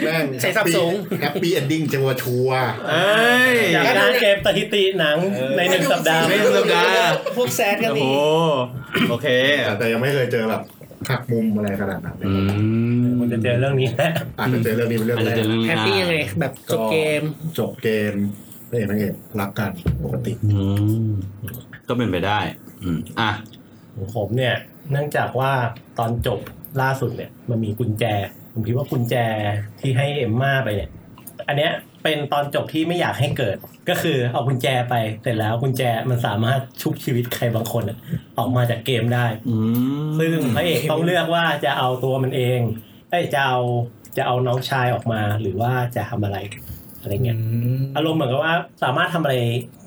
S3: แม่ง
S4: ใช้สับสูง
S3: แฮปปี้เอนดิ้งจัวชัวร์
S2: เอ้ย
S1: จากการเก็บสถิติหนังในหนึ่งสัปดาห์
S2: ไม่ธรรมดา
S4: พวกแซดก็
S2: โอ้
S4: มี
S2: โหโอเค
S3: แต่แต่ยังไม่เคยเจอแบบหักมุมอะไรขนาดนั้น
S2: อืม
S1: คุณจะเจอเรื่องนี้แหละ
S3: อาจจะเจอเรื่องนี้เป็นเรื่อง
S2: อาจ
S3: แร
S2: จะ
S3: ก
S2: เจอเรื่อง
S4: แฮปปี้ยังไงแบบจบเกม
S3: จบเกมพระเอกนางเอกรักกันปกติ
S2: อืมก็เป็นไปได้อืมอ่ะ
S1: ผมเนี่ย เนื่องจากว่าตอนจบล่าสุดเนี่ย มันมีกุญแจ ผมคิดว่ากุญแจที่ให้เอ็มม่าไปเนี่ย อันเนี้ยเป็นตอนจบที่ไม่อยากให้เกิด ก็คือเอากุญแจไปเสร็จแล้วกุญแจมันสามารถชุบชีวิตใครบางคนอะออกมาจากเกมได้
S2: อืม
S1: ซึ่งพระเอกต้องเลือกว่าจะเอาตัวมันเองเอ้ยจะเอาจะเอาน้องชายออกมาหรือว่าจะทำอะไรอะไรเงี้ยอารมณ์เหมือนกับว่าสามารถทำอะไร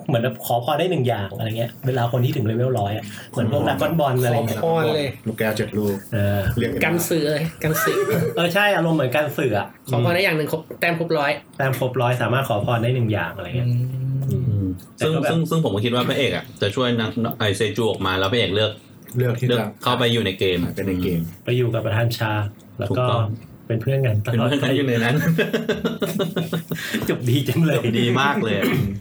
S1: เหมือนแบบขอพรได้หนึ่งอย่างอะไรเงี้ยเวลาคนที่ถึงเลเวลร้อยอะเหมือนพวกดักก้อนบอลอะไรเงี้ย
S4: ขอพรเลย
S3: ลูกแก้วเจ็ดลูก
S1: เออ
S3: เรียกเอ็ม
S4: กันสื่อเลยกันสื่อ
S1: เออใช่อารมณ์เหมือนการสื่ออะ
S4: ขอพอได้อย่างหนึ่งครบแต้มครบร้อย
S1: ตามครบร้อยสามารถขอพรได้หนึ่งอย่างอะไรเงี้ย
S2: อืมซึ่ง
S1: แต่ก็แบบ
S2: ซึ่งซึ่งผมก็คิดว่าพระเอกอ่ะจะช่วยนางไอเซจูออกมาแล้วพระเอกเลือก
S3: เลือกที่
S2: เลือก
S3: จะ
S2: เข้าไปอยู่ในเกม
S3: เป็นในเกม
S1: ไปอยู่กับประธานชา แล้ว
S2: ถูก
S1: ก็
S2: ต้อง
S1: เป็นเพื่อนกันต
S2: เป็น
S1: ลอด
S2: เพื่อนกันอยู่ในนั้น
S1: จบดีจังเลย
S2: ดีมากเลย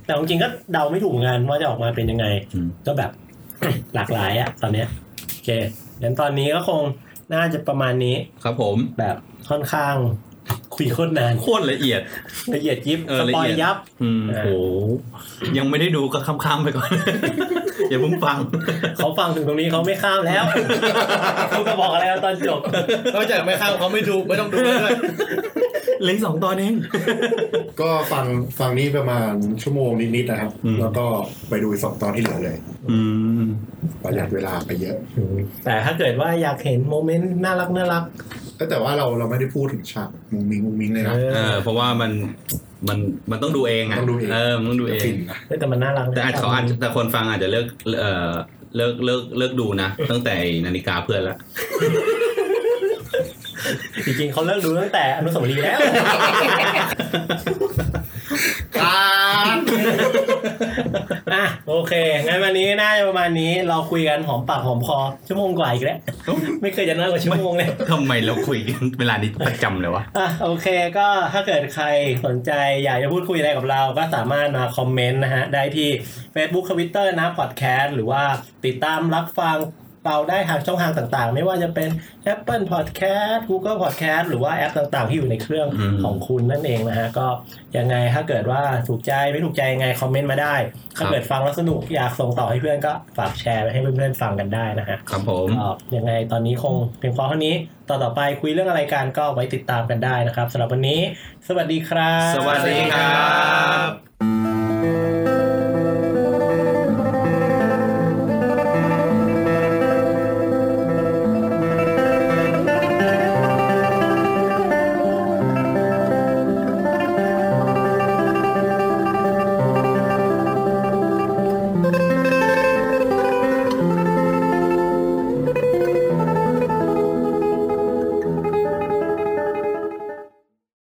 S1: แต่จริงๆก็เดาไม่ถูกเหมือนกันว่าจะออกมาเป็นยังไง
S2: อืม
S1: ก็แบบ หลากหลายอะตอนเนี้ยโอเคงั้นตอนนี้ก็คงน่าจะประมาณนี้
S2: ครับผม
S1: แบบค่อนข้างคุยโคตรนาน
S2: โคตรละเอียด
S1: ละเอียดยิบ
S2: เออ
S1: ส
S2: ละ
S1: ปอ
S2: เอี
S1: ย
S2: ยด
S1: ยับ
S2: อืม
S1: อ่า
S2: โหยังไม่ได้ดูก็ค้ำๆไปก่อน อย่าเพิ่งฟัง
S1: เขาฟังถึงตรงนี้เขาไม่ข้ามแล้ว คุณจะบอกอะไรเอาตอนจบ
S5: นอกจากไม่ข้ามเขาไม่ดูไม่ต้องดูด้วย
S2: เหลยสองตอนเอง
S3: ก็ฟังฟังนี้ประมาณชั่วโมงนิดๆนะครับ
S2: อืม
S3: แล้วก็ไปดูอีกสองตอนที่เหลือเลย
S2: อืม
S3: ประหยัดเวลาไปเยอะ
S1: แต่ถ้าเกิดว่าอยากเห็นโมเมนต์น่ารักน่ารัก
S3: เอ้ยแต่ว่าเราเราไม่ได้พูดถึงฉากมุงมิงมุงมิงเลยนะ
S2: เออ เพราะว่ามันมันมันต้องดูเองอ่ะ
S3: ต้องดูเอง
S2: เออมันต้องดูเอง
S3: ฟินนะ
S1: เฮ้ยแต่มันน่ารักนะ
S2: แต่อาจเขาอาจแต่คนฟังอาจจะเลิกเออเลิกเลิกเลิกดูนะตั้งแต่นาฬิกาเพื่อนละ
S1: จริงๆเขาเลิกดูตั้งแต่อนุสาวรีย์แล้ว อ่ะโอเคงั้นวันนี้น่าจะประมาณนี้เราคุยกันหอมปากหอมคอชั่วโมงกว่าอีกแล้ว ไม่เคยจะน้อยกว่าชั่วโมงเลย
S2: ทำไมเราคุยกันเวลานี้ประจำเลยวะ
S1: อ่ะโอเคก็ถ้าเกิดใครสนใจอยากจะพูดคุยอะไรกับเราก็สามารถมาคอมเมนต์นะฮะ ได้ที่ Facebook Twitter นะพอดแคสต์หรือว่าติดตามรับฟังเราได้ทางช่องทางต่างๆ ไม่ว่าจะเป็น Apple Podcast Google Podcast หรือว่าแอปต่างๆ ที่อยู่ในเครื่อง
S2: อืม
S1: ของคุณนั่นเองนะฮะก็ยังไงถ้าเกิดว่าถูกใจไม่ถูกใจยังไงคอมเมนต์มาได้ ถ้าเกิดฟังแล้วสนุกอยากส่งต่อให้เพื่อนก็ฝากแชร์ไปให้เพื่อนๆฟังกันได้นะฮะ
S2: ครับผม
S1: ก็ยังไงตอนนี้คงเพียงพอเท่านี้ ต่อนต่อไปคุยเรื่องอะไรกันก็ไว้ติดตามกันได้นะครับสำหรับวันนี้ สวัสดีครับ
S2: สวัสดีครับ